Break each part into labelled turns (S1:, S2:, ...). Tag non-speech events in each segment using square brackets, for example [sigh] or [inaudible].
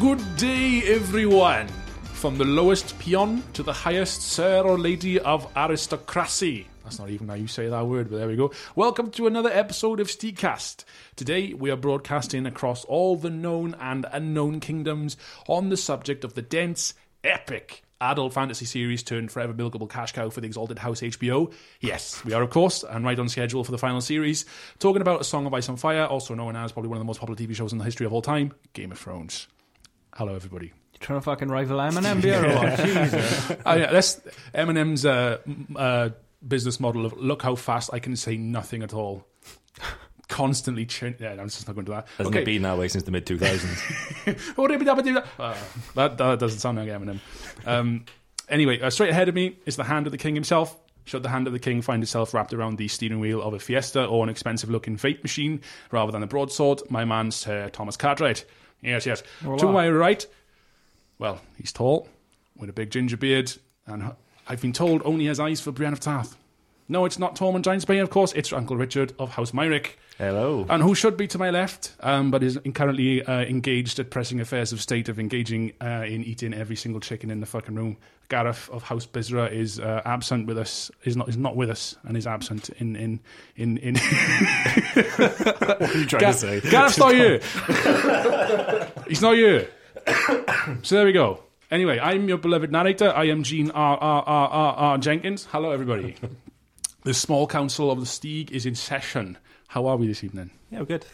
S1: Good day, everyone! From the lowest peon to the highest sir or lady of aristocracy. That's not even how you say that word, but there we go. Welcome to another episode of Steakcast. Today we are broadcasting across all the known and unknown kingdoms on the subject of the dense, epic adult fantasy series turned forever milkable cash cow for the exalted house HBO. Yes, we are of course and right on schedule for the final series, talking about A Song of Ice and Fire, also known as probably one of the most popular TV shows in the history of all time, Game of Thrones. Hello, everybody.
S2: Trying to fucking rival [laughs] Eminem beer or what? Jesus.
S1: Uh, yeah, that's Eminem's uh, m- uh, business model of look how fast I can say nothing at all. Constantly change. Yeah, I'm just not going to do that.
S3: Hasn't it been that way since the mid 2000s?
S1: Oh, dibby dabba dibby da- Uh, that, that doesn't sound like Eminem. Um, anyway, uh, straight ahead of me is the hand of the king himself. Should the hand of the king find itself wrapped around the steering wheel of a Fiesta or an expensive looking vape machine rather than a broadsword, my man Sir Thomas Cartwright. Yes, yes. To
S2: Hola.
S1: my right, well, he's tall, with a big ginger beard, and I've been told only has eyes for Brienne of Tarth. No, it's not Tormund Giantsbane, of course, it's Uncle Richard of House Myrick.
S3: Hello.
S1: And who should be to my left, um, but is currently uh, engaged at pressing affairs of state of engaging uh, in eating every single chicken in the fucking room. Gareth of House Bizra is uh, absent with us. Is not is not with us and is absent in in in in.
S3: What are you trying
S1: Gar- Gareth's not here. He's not here. so there we go. Anyway, I'm your beloved narrator. I am Gene R R R R R Jenkins. Hello, everybody. the small council of the Steeg is in session. How are we this evening?
S3: Yeah, we're good.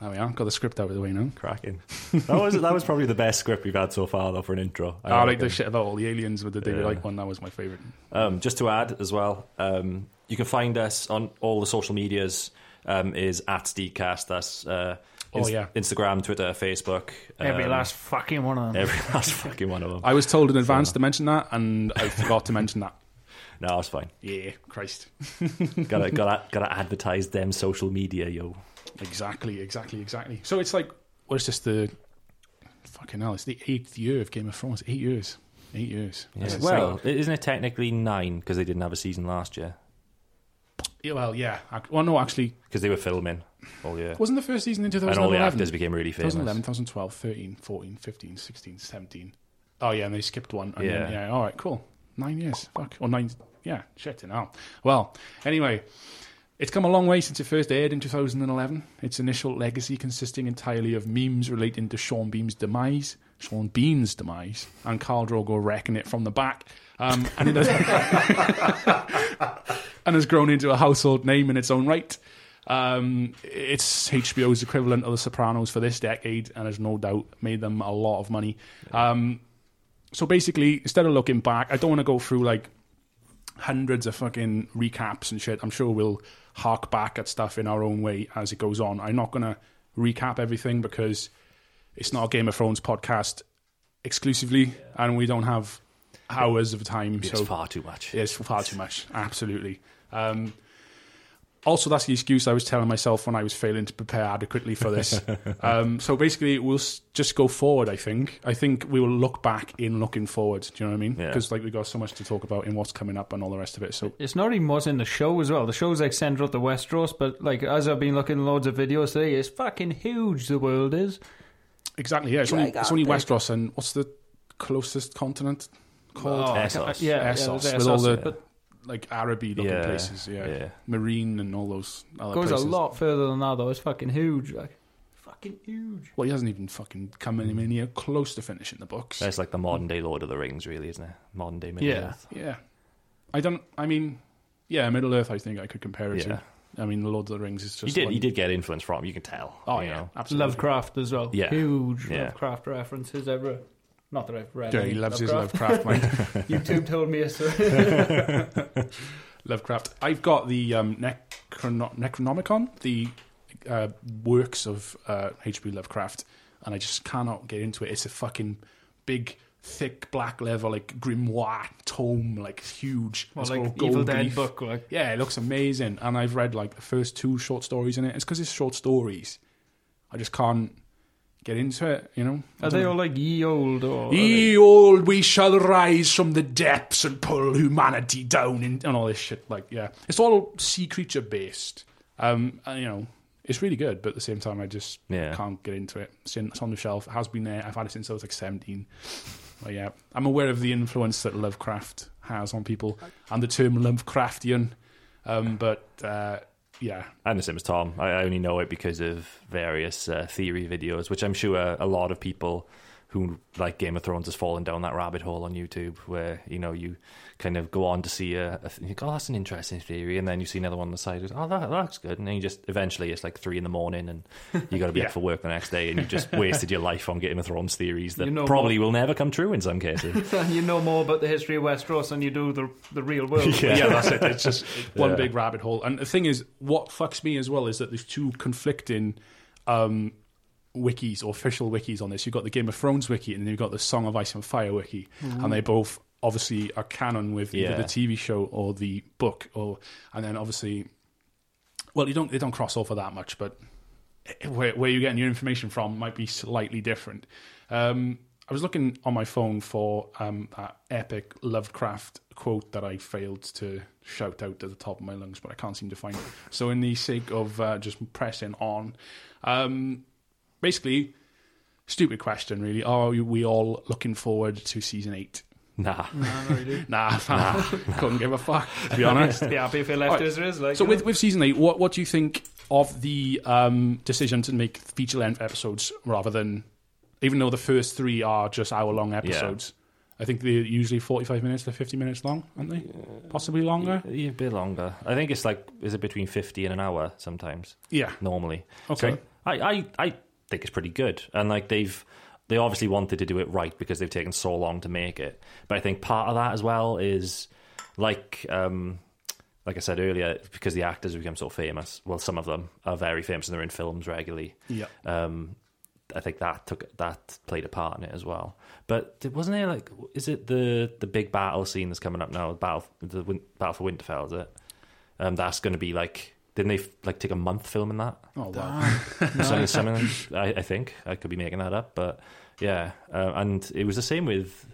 S1: There we are. Got the script out of the way now.
S3: Cracking. That was that was probably the best script we've had so far, though, for an intro.
S1: I like
S3: reckon.
S1: the shit about all the aliens with the David Icke one. That was my favorite.
S3: Um, just to add as well, um, you can find us on all the social medias. Um, is at Steedcast. That's uh,
S1: Oh, yeah.
S3: Instagram, Twitter, Facebook.
S2: Every
S3: um,
S2: last fucking one of them.
S3: every last fucking one of them.
S1: [laughs] I was told in advance to mention that, and I forgot to mention that. [laughs]
S3: no, that's fine.
S1: Yeah, Christ.
S3: Gotta gotta gotta advertise them social media, yo.
S1: Exactly, exactly, exactly. So it's like, well, it's just the fucking hell. It's the eighth year of Game of Thrones. Eight years. Eight years. That's insane.
S3: Well, isn't it technically nine because they didn't have a season last year
S1: yeah, well, yeah. Ac- Well, no, actually,
S3: because they were filming all year.
S1: wasn't the first season in
S3: and all the
S1: 2011?
S3: actors became really famous.
S1: 2011, 2012, 13, 14, 15, 16, 17. Oh, yeah, and they skipped one. And
S3: Yeah.
S1: Then, yeah, all right, cool. Nine years. Fuck. Or nine. Yeah, shit, now. Well, anyway, it's come a long way since it first aired in 2011. Its initial legacy consisting entirely of memes relating to Sean Beam's demise, Sean Bean's demise, and Carl Drogo wrecking it from the back. Um, and it has- [laughs] and has grown into a household name in its own right. Um, it's HBO's equivalent of The Sopranos for this decade, and has no doubt made them a lot of money. Um, so basically, instead of looking back, I don't want to go through like hundreds of fucking recaps and shit. I'm sure we'll hark back at stuff in our own way as it goes on. I'm not going to recap everything because it's not a Game of Thrones podcast exclusively, and we don't have hours of time.
S3: It's
S1: so
S3: far too much.
S1: it's far too much. Absolutely. Um, also, that's the excuse I was telling myself when I was failing to prepare adequately for
S3: [laughs]
S1: this. um, so basically, we'll s- just go forward. I think. I think we will look back in looking forward. Do you know what I mean?
S3: Yeah.
S1: Because like we got so much to talk about in what's coming up and all the rest of it. So
S2: It's not even what's in the show as well. The show's like central to Westeros, but like as I've been looking at loads of videos today, it's fucking huge. The world is.
S1: exactly, yeah. It's only, it's only Westeros and what's the closest continent called?
S2: Oh, I
S3: Essos.
S2: can't- yeah,
S1: Essos,
S2: yeah, there's
S1: with all
S2: Essos,
S1: the-
S2: but
S1: Like Araby looking
S3: Yeah,
S1: places, yeah.
S3: yeah.
S1: Marine and all those other
S2: goes
S1: places.
S2: a lot further than that though. It's fucking huge. Like fucking huge.
S1: Well, he hasn't even fucking come anywhere near close to finishing the books.
S3: That's like the modern day Lord of the Rings, really, isn't it? Modern day Middle
S2: Yeah.
S3: Earth.
S1: Yeah. I don't. I mean, yeah, Middle Earth. I think I could compare it
S3: Yeah.
S1: to. I mean, The Lord of the Rings is just.
S3: You did,
S1: one-
S3: you did get influence from. You can tell.
S1: Oh
S3: you
S1: yeah,
S3: know.
S1: absolutely.
S2: Lovecraft as well.
S3: Yeah.
S2: Huge
S3: Yeah.
S2: Lovecraft references everywhere. Not that I've read.
S1: Yeah, he
S2: any
S1: loves his
S2: Lovecraft.
S1: Lovecraft.
S3: [laughs]
S1: Mate.
S2: YouTube told
S1: [laughs]
S2: me yesterday.
S1: Lovecraft. I've got the um, Necrono- Necronomicon, the uh, works of uh, H.P. Lovecraft, and I just cannot get into it. It's a fucking big, thick, black leather, like grimoire tome, like huge.
S2: well,
S1: It's
S2: like
S1: all gold
S2: Evil Dead
S1: leaf.
S2: book. Like
S1: Yeah, it looks amazing. And I've read like the first two short stories in it. It's because it's short stories. I just can't get into it, you know?
S2: are they all like ye old or? are they-
S1: Mm. Ye old, we shall rise from the depths and pull humanity down and, and all this shit. Like, yeah. It's all sea creature based. Um, and, you know, It's really good, but at the same time, I just
S3: Yeah.
S1: can't get into it. It's, in, it's on the shelf. It has been there. I've had it since I was like 17. But yeah, I'm aware of the influence that Lovecraft has on people and the term Lovecraftian. Um, but uh, yeah,
S3: I'm the same as Tom. I I only know it because of various uh, theory videos, which I'm sure a lot of people who like Game of Thrones has fallen down that rabbit hole on YouTube, where you know you kind of go on to see a, a th- you think, oh that's an interesting theory, and then you see another one on the side, who's, oh that that looks good, and then you just eventually it's like three in the morning, and you got to
S1: [laughs]
S3: be
S1: Yeah.
S3: up for work the next day, and you just wasted your life on Game of Thrones theories that
S2: You know
S3: probably will never come true in some cases.
S2: [laughs] you know more about the history of Westeros than you do the the real
S3: [laughs]
S2: world.
S1: [laughs]
S2: [laughs]
S1: yeah, that's it. It's just one
S3: Yeah.
S1: big rabbit hole. And the thing is, what fucks me as well is that there's two conflicting um, wikis or official wikis on this. You've got the Game of Thrones wiki, and then you've got the Song of Ice and Fire wiki, and they both obviously are canon with
S3: Yeah.
S1: either the TV show or the book, or and then obviously, well, you don't they don't cross over that much, but where, where you're getting your information from might be slightly different. Um, I was looking on my phone for um, that epic Lovecraft quote that I failed to shout out at the top of my lungs, but I can't seem to find it. So, in the sake of uh, just pressing on, um, basically, stupid question, really. Are we all looking forward to season eight?
S3: nah,
S1: Nah, [laughs] couldn't give a fuck, to be honest.
S2: [laughs] Be happy if you left
S1: Alright.
S2: as it is. Like,
S1: So
S2: you
S1: with, [laughs]
S2: know.
S1: with season eight, what what do you think of the um, decision to make feature length episodes rather than, even though the first three are just hour long episodes, I think they're usually forty five minutes to fifty minutes long, aren't they? Possibly longer.
S3: a bit longer. I think it's like is it between fifty and an hour sometimes.
S1: Yeah.
S3: normally.
S1: Okay.
S3: So I, I, I think it's pretty good. And like they've they obviously wanted to do it right because they've taken so long to make it. But I think part of that as well is like um like I said earlier, because the actors have become so famous, well some of them are very famous and they're in films regularly.
S1: Yeah.
S3: Um I think that took that played a part in it as well. But there- wasn't there like is it the the big battle scene that's coming up now? Battle the Win- battle for Winterfell is it? Um, that's going to be like didn't they like take a month filming that?
S1: Oh wow.
S3: Something, something I, I think I could be making that up, but yeah, uh, and it was the same with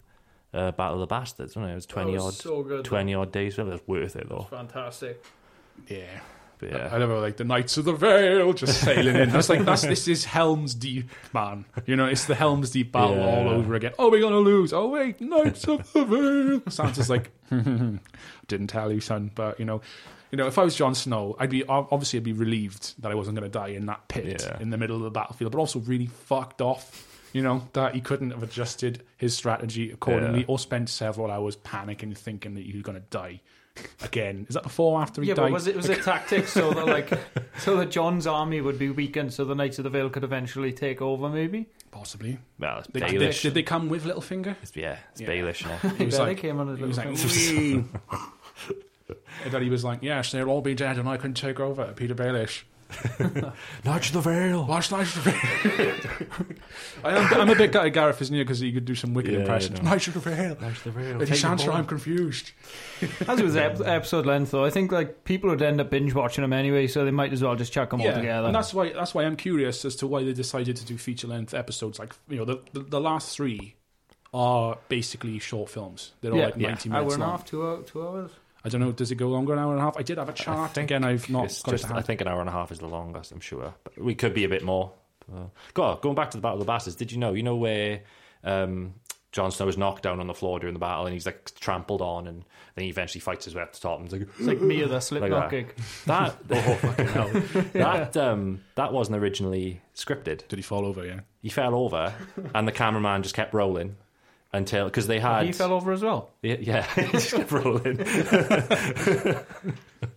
S3: uh, Battle of the Bastards, wasn't it? It was twenty
S2: That was
S3: odd,
S2: so good.
S3: twenty odd days. It was worth it though.
S2: Fantastic.
S1: Yeah.
S3: But
S1: I
S3: yeah,
S1: love how, like the Knights of the Vale
S3: [laughs]
S1: just sailing in. That's like that's this is Helm's Deep, man. You know, it's the Helm's Deep battle
S3: Yeah.
S1: all over again. Oh, we're gonna lose. Oh wait, Knights of the Vale. Sansa's like, [laughs] didn't tell you, son. But you know, you know, if I was Jon Snow, I'd be ob- obviously I'd be relieved that I wasn't gonna die in that pit
S3: Yeah.
S1: in the middle of the battlefield, but also really fucked off. You know that he couldn't have adjusted his strategy accordingly,
S3: Yeah.
S1: or spent several hours panicking, thinking that he was gonna die. Again, is that before or after he
S2: Yeah,
S1: died?
S2: but was it was it tactics so that like so that John's army would be weakened, so the Knights of the Vale could eventually take over? Maybe
S1: Possibly.
S3: well, it's
S1: They, they,
S3: Baelish.
S1: did they come with Littlefinger?
S3: It's- yeah, it's
S1: Yeah.
S3: Baelish. Now.
S2: [laughs]
S1: He
S2: Yeah, they came on a
S1: he was like,
S2: little
S1: "Wee." and then he was like, yes, they'll all be dead and I can take over. Peter [laughs] Baelish.
S3: Nudge the veil.
S1: Watch Knights of the Vale. [laughs] I am, I'm a bit gutted Gareth isn't here because he could do some wicked
S3: Yeah, I
S1: impressions.
S3: know.
S1: Knights of the Vale.
S3: the veil.
S1: Lady Sansa, I'm confused.
S2: As it was ep- episode length, though, I think like people would end up binge watching them anyway, so they might as well just chuck them all together.
S1: And that's why that's why I'm curious as to why they decided to do feature length episodes. Like you know, the, the the last three are basically short films. They're all
S2: Yeah.
S1: like
S3: Yeah.
S1: 90
S2: hour
S1: minutes
S2: and a
S1: long.
S2: half, two, hour, two hours.
S1: I don't know. Does it go longer an hour and a half? I did have a chart. Again, I've not
S3: It's
S1: got it
S3: just,
S1: to
S3: I
S1: hand.
S3: think an hour and a half is the longest, I'm sure. But we could be a bit more. Uh, go- going back to the Battle of the Bastards, did you know? You know where um, Jon Snow is knocked down on the floor during the battle and he's like trampled on and then he eventually fights his way up to the top and he's like,
S2: It's like me or the slip
S3: Like that.
S2: kick.
S3: that, [laughs] oh, fucking hell. that, um, that wasn't originally scripted.
S1: Did he fall over? Yeah.
S3: He fell over and the cameraman just kept rolling until, because they had.
S2: He fell over as well.
S3: Yeah, yeah. [laughs] He just kept rolling. [laughs]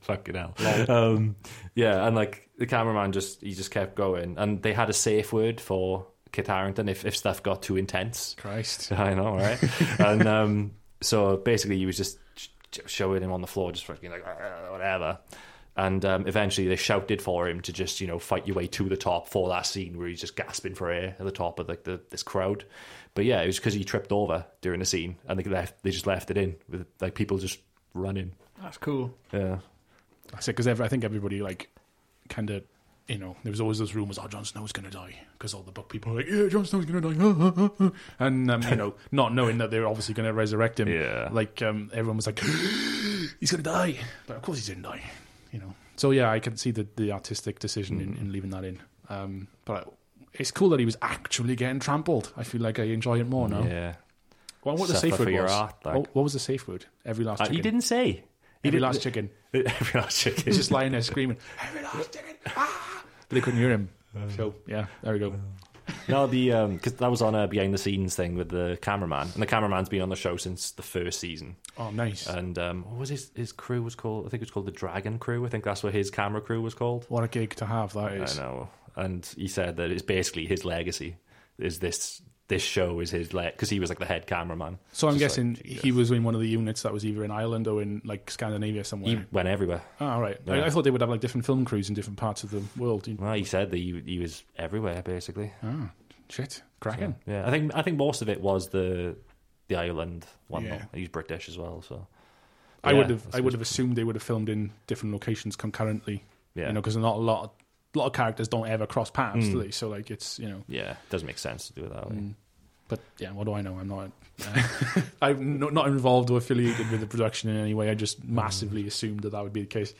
S3: Fucking hell. Um, yeah, and like the cameraman just he just kept going, and they had a safe word for Kit Harrington if if stuff got too intense. [laughs]
S1: Christ.
S3: I
S1: [laughs]
S3: know, right? and um, so basically, he was just sh- sh- showing him on the floor, just fucking like "Ah, whatever. And um, eventually, they shouted for him to just you know fight your way to the top for that scene where he's just gasping for air at the top of like the, this crowd. But yeah, it was because he tripped over during the scene, and they left. They just left it in with like people just running.
S2: That's cool.
S3: Yeah,
S1: That's it. Because I think everybody like kind of. You know, there was always those rumors. Oh, Jon Snow's going to die because all the book people are like, "Yeah, Jon Snow's going to die," [laughs] ah, ah, ah, ah." and um, you
S3: [laughs]
S1: know, not knowing that they're obviously going to resurrect him.
S3: Yeah.
S1: [gasps] like um, everyone was like, "He's going to die," but of course he didn't die. you know. So yeah, I can see the, the artistic decision
S3: Mm.
S1: in, in leaving that in. Um, but I, it's cool that he was actually getting trampled. I feel like I enjoy it more now.
S3: Yeah.
S1: Well, what the
S3: Suffer
S1: safe
S3: for
S1: word
S3: your
S1: was?
S3: art, like.
S1: What, what was the safe word? Every last
S3: Uh,
S1: chicken.
S3: he didn't say. He
S1: Every
S3: didn't-
S1: last chicken.
S3: [laughs] Every last chicken.
S1: He's just lying there screaming. Every last chicken. Ah! But they couldn't hear him. So yeah, there we go.
S3: [laughs] No, the because that was on a behind the scenes thing with the cameraman, and the cameraman's been on the show since the first season.
S1: Oh, nice.
S3: And um, what was his his crew was called? I think it was called the Dragon Crew. I think that's what his camera crew was called.
S1: what a gig to have that
S3: I
S1: is.
S3: know. And he said that it's basically his legacy. Is this this show is his leg because he was like the head cameraman.
S1: So I'm
S3: Just
S1: guessing
S3: like,
S1: he was in one of the units that was either in Ireland or in like Scandinavia somewhere.
S3: he went everywhere.
S1: Oh, all right.
S3: Yeah.
S1: I, I thought they would have like different film crews in different parts of the world. You-
S3: Well, he said that he, he was everywhere basically.
S1: Ah, shit, cracking.
S3: Yeah, I think I think most of it was the the Ireland one.
S1: Yeah.
S3: though. He's British as well, so
S1: I
S3: Yeah,
S1: would have, I
S3: that's
S1: would have assumed they would have filmed in different locations concurrently.
S3: yeah, Hmm.
S1: You know, because not a lot, lot of characters don't ever cross paths, do they? So like, it's you know,
S3: yeah, doesn't make sense to do it that way.
S1: Mm. but yeah, what do I know? I'm not, [laughs] I'm no- not involved or affiliated with the production in any way. I just massively assumed that that would be the case.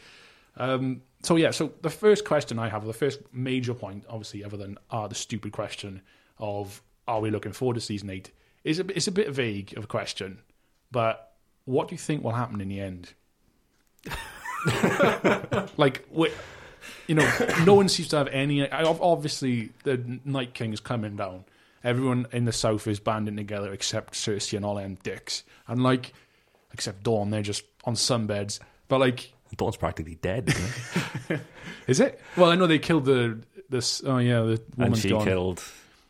S1: Um, so yeah, so the first question I have, the first major point, obviously, other than ah, the stupid question of are we looking forward to season eight, is a bit- it's a bit vague of a question, but what do you think will happen in the [laughs] end? like, wh- you know, no one seems to have any. I- ob- Obviously, the Night King is coming down. Everyone in the south is banding together except Cersei and all them dicks, and like, except Dawn, they're just on sunbeds. But like,
S3: Dawn's practically dead, isn't it?
S1: is it? Well, I know they killed the this. Oh yeah, the [laughs] woman's
S3: and she
S1: gone.
S3: killed.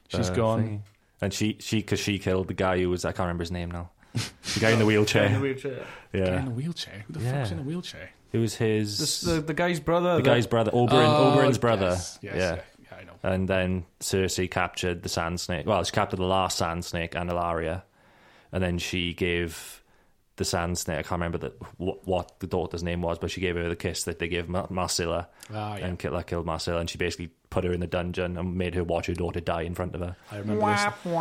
S1: She's
S3: the
S1: gone.
S3: thingy. Uh, and she she because she killed the guy who was I can't remember his name
S1: [laughs]
S3: now. The guy
S2: In
S3: in the
S2: the
S3: wheelchair.
S2: wheelchair.
S1: Guy in
S3: Yeah,
S1: the wheelchair. Who the
S3: Yeah.
S1: fuck's in a wheelchair?
S3: it was
S2: This,
S3: his
S2: the,
S3: the,
S2: the guy's brother. that-
S3: guy's brother, Oberyn, Oberyn's brother.
S1: Oh, Yes, yes,
S3: yeah.
S1: yeah. yeah, I know.
S3: And then Cersei captured the sand snake. Well, she captured the last sand snake, Andalaria, and then she gave the sand snake. I can't remember the, what, what the daughter's name was, but she gave her the kiss that they gave Mar- Marcilla,
S1: Ah, yeah.
S3: and Kitla killed Marcilla, and she basically put her in the dungeon and made her watch her daughter die in front of her.
S1: I remember this.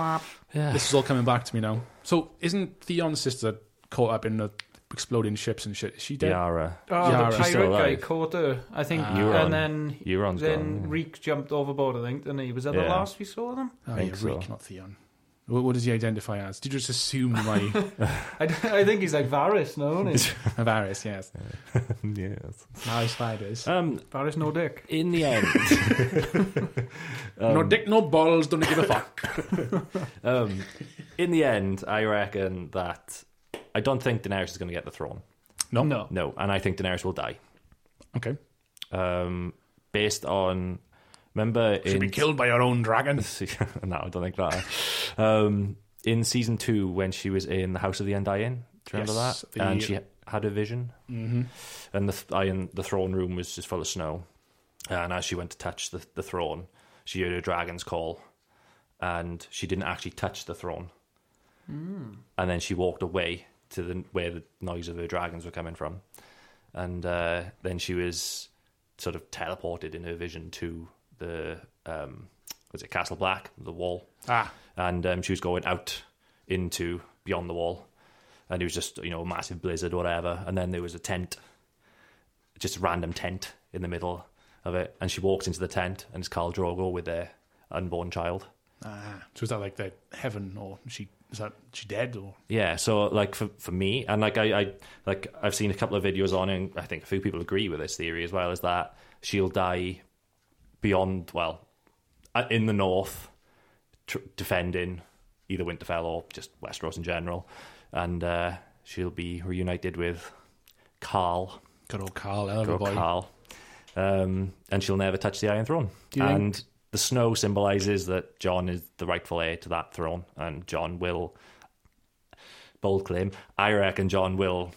S3: Yeah,
S1: This is all coming back to me now. So, isn't Theon's sister caught up in the exploding ships and shit? Is she dead?
S3: Yara.
S2: Oh,
S1: Yeah,
S2: the
S1: she's
S3: still
S2: pirate guy
S3: alive.
S2: caught her, I think.
S1: Ah.
S3: Euron.
S2: and then
S3: Euron's
S2: then
S3: gone.
S2: Reek jumped overboard, I think, didn't he? Was that the
S3: Yeah.
S2: last we saw of them?
S1: Oh, yeah,
S3: Think
S1: Reek,
S3: so.
S1: not Theon. What, what does he identify as? Did you just assume [laughs] my
S2: I, d- I think he's like Varys, no, isn't he?
S1: Avaris? Yes.
S3: yeah.
S1: Nice [laughs] spiders.
S3: Um,
S2: [laughs] Varys, no dick.
S3: in the end,
S1: no dick, no balls, don't give a fuck.
S3: um, in the end, I reckon that I don't think Daenerys is going to get the throne.
S1: [coughs] No.
S2: No.
S3: No, and I think Daenerys will die.
S1: Okay.
S3: um, based on remember
S1: Should
S3: in
S1: be killed by your own dragon.
S3: [laughs] no, I don't think that. um, in season two, when she was in the House of the Undying, do you remember
S1: Yes,
S3: that?
S1: the-
S3: And she had a vision, mm-hmm. and the th- iron, the throne room was just full of snow. And as she went to touch the, the throne, she heard a dragon's call, and she didn't actually touch the throne. And then she walked away to the where the noise of her dragons were coming from, and uh, then she was sort of teleported in her vision to the um, was it Castle Black, the wall,
S1: Ah,
S3: and um, she was going out into beyond the wall, and it was just you know a massive blizzard or whatever, and then there was a tent, just a random tent in the middle of it, and she walked into the tent, and it's Khal Drogo with their unborn child.
S1: ah. So is that like the heaven, or is she is that she dead, or
S3: Yeah, so like for for me, and like I, I like I've seen a couple of videos on, and I think a few people agree with this theory as well, is that she'll die beyond well uh, in the north, tr- defending either Winterfell or just Westeros in general, and uh, she'll be reunited with Carl,
S1: good old Carl, other
S3: girl
S1: boy?
S3: Carl, um, and she'll never touch the Iron Throne.
S1: you think-
S3: And the snow symbolizes that John is the rightful heir to that throne, and John will bold claim. I reckon John will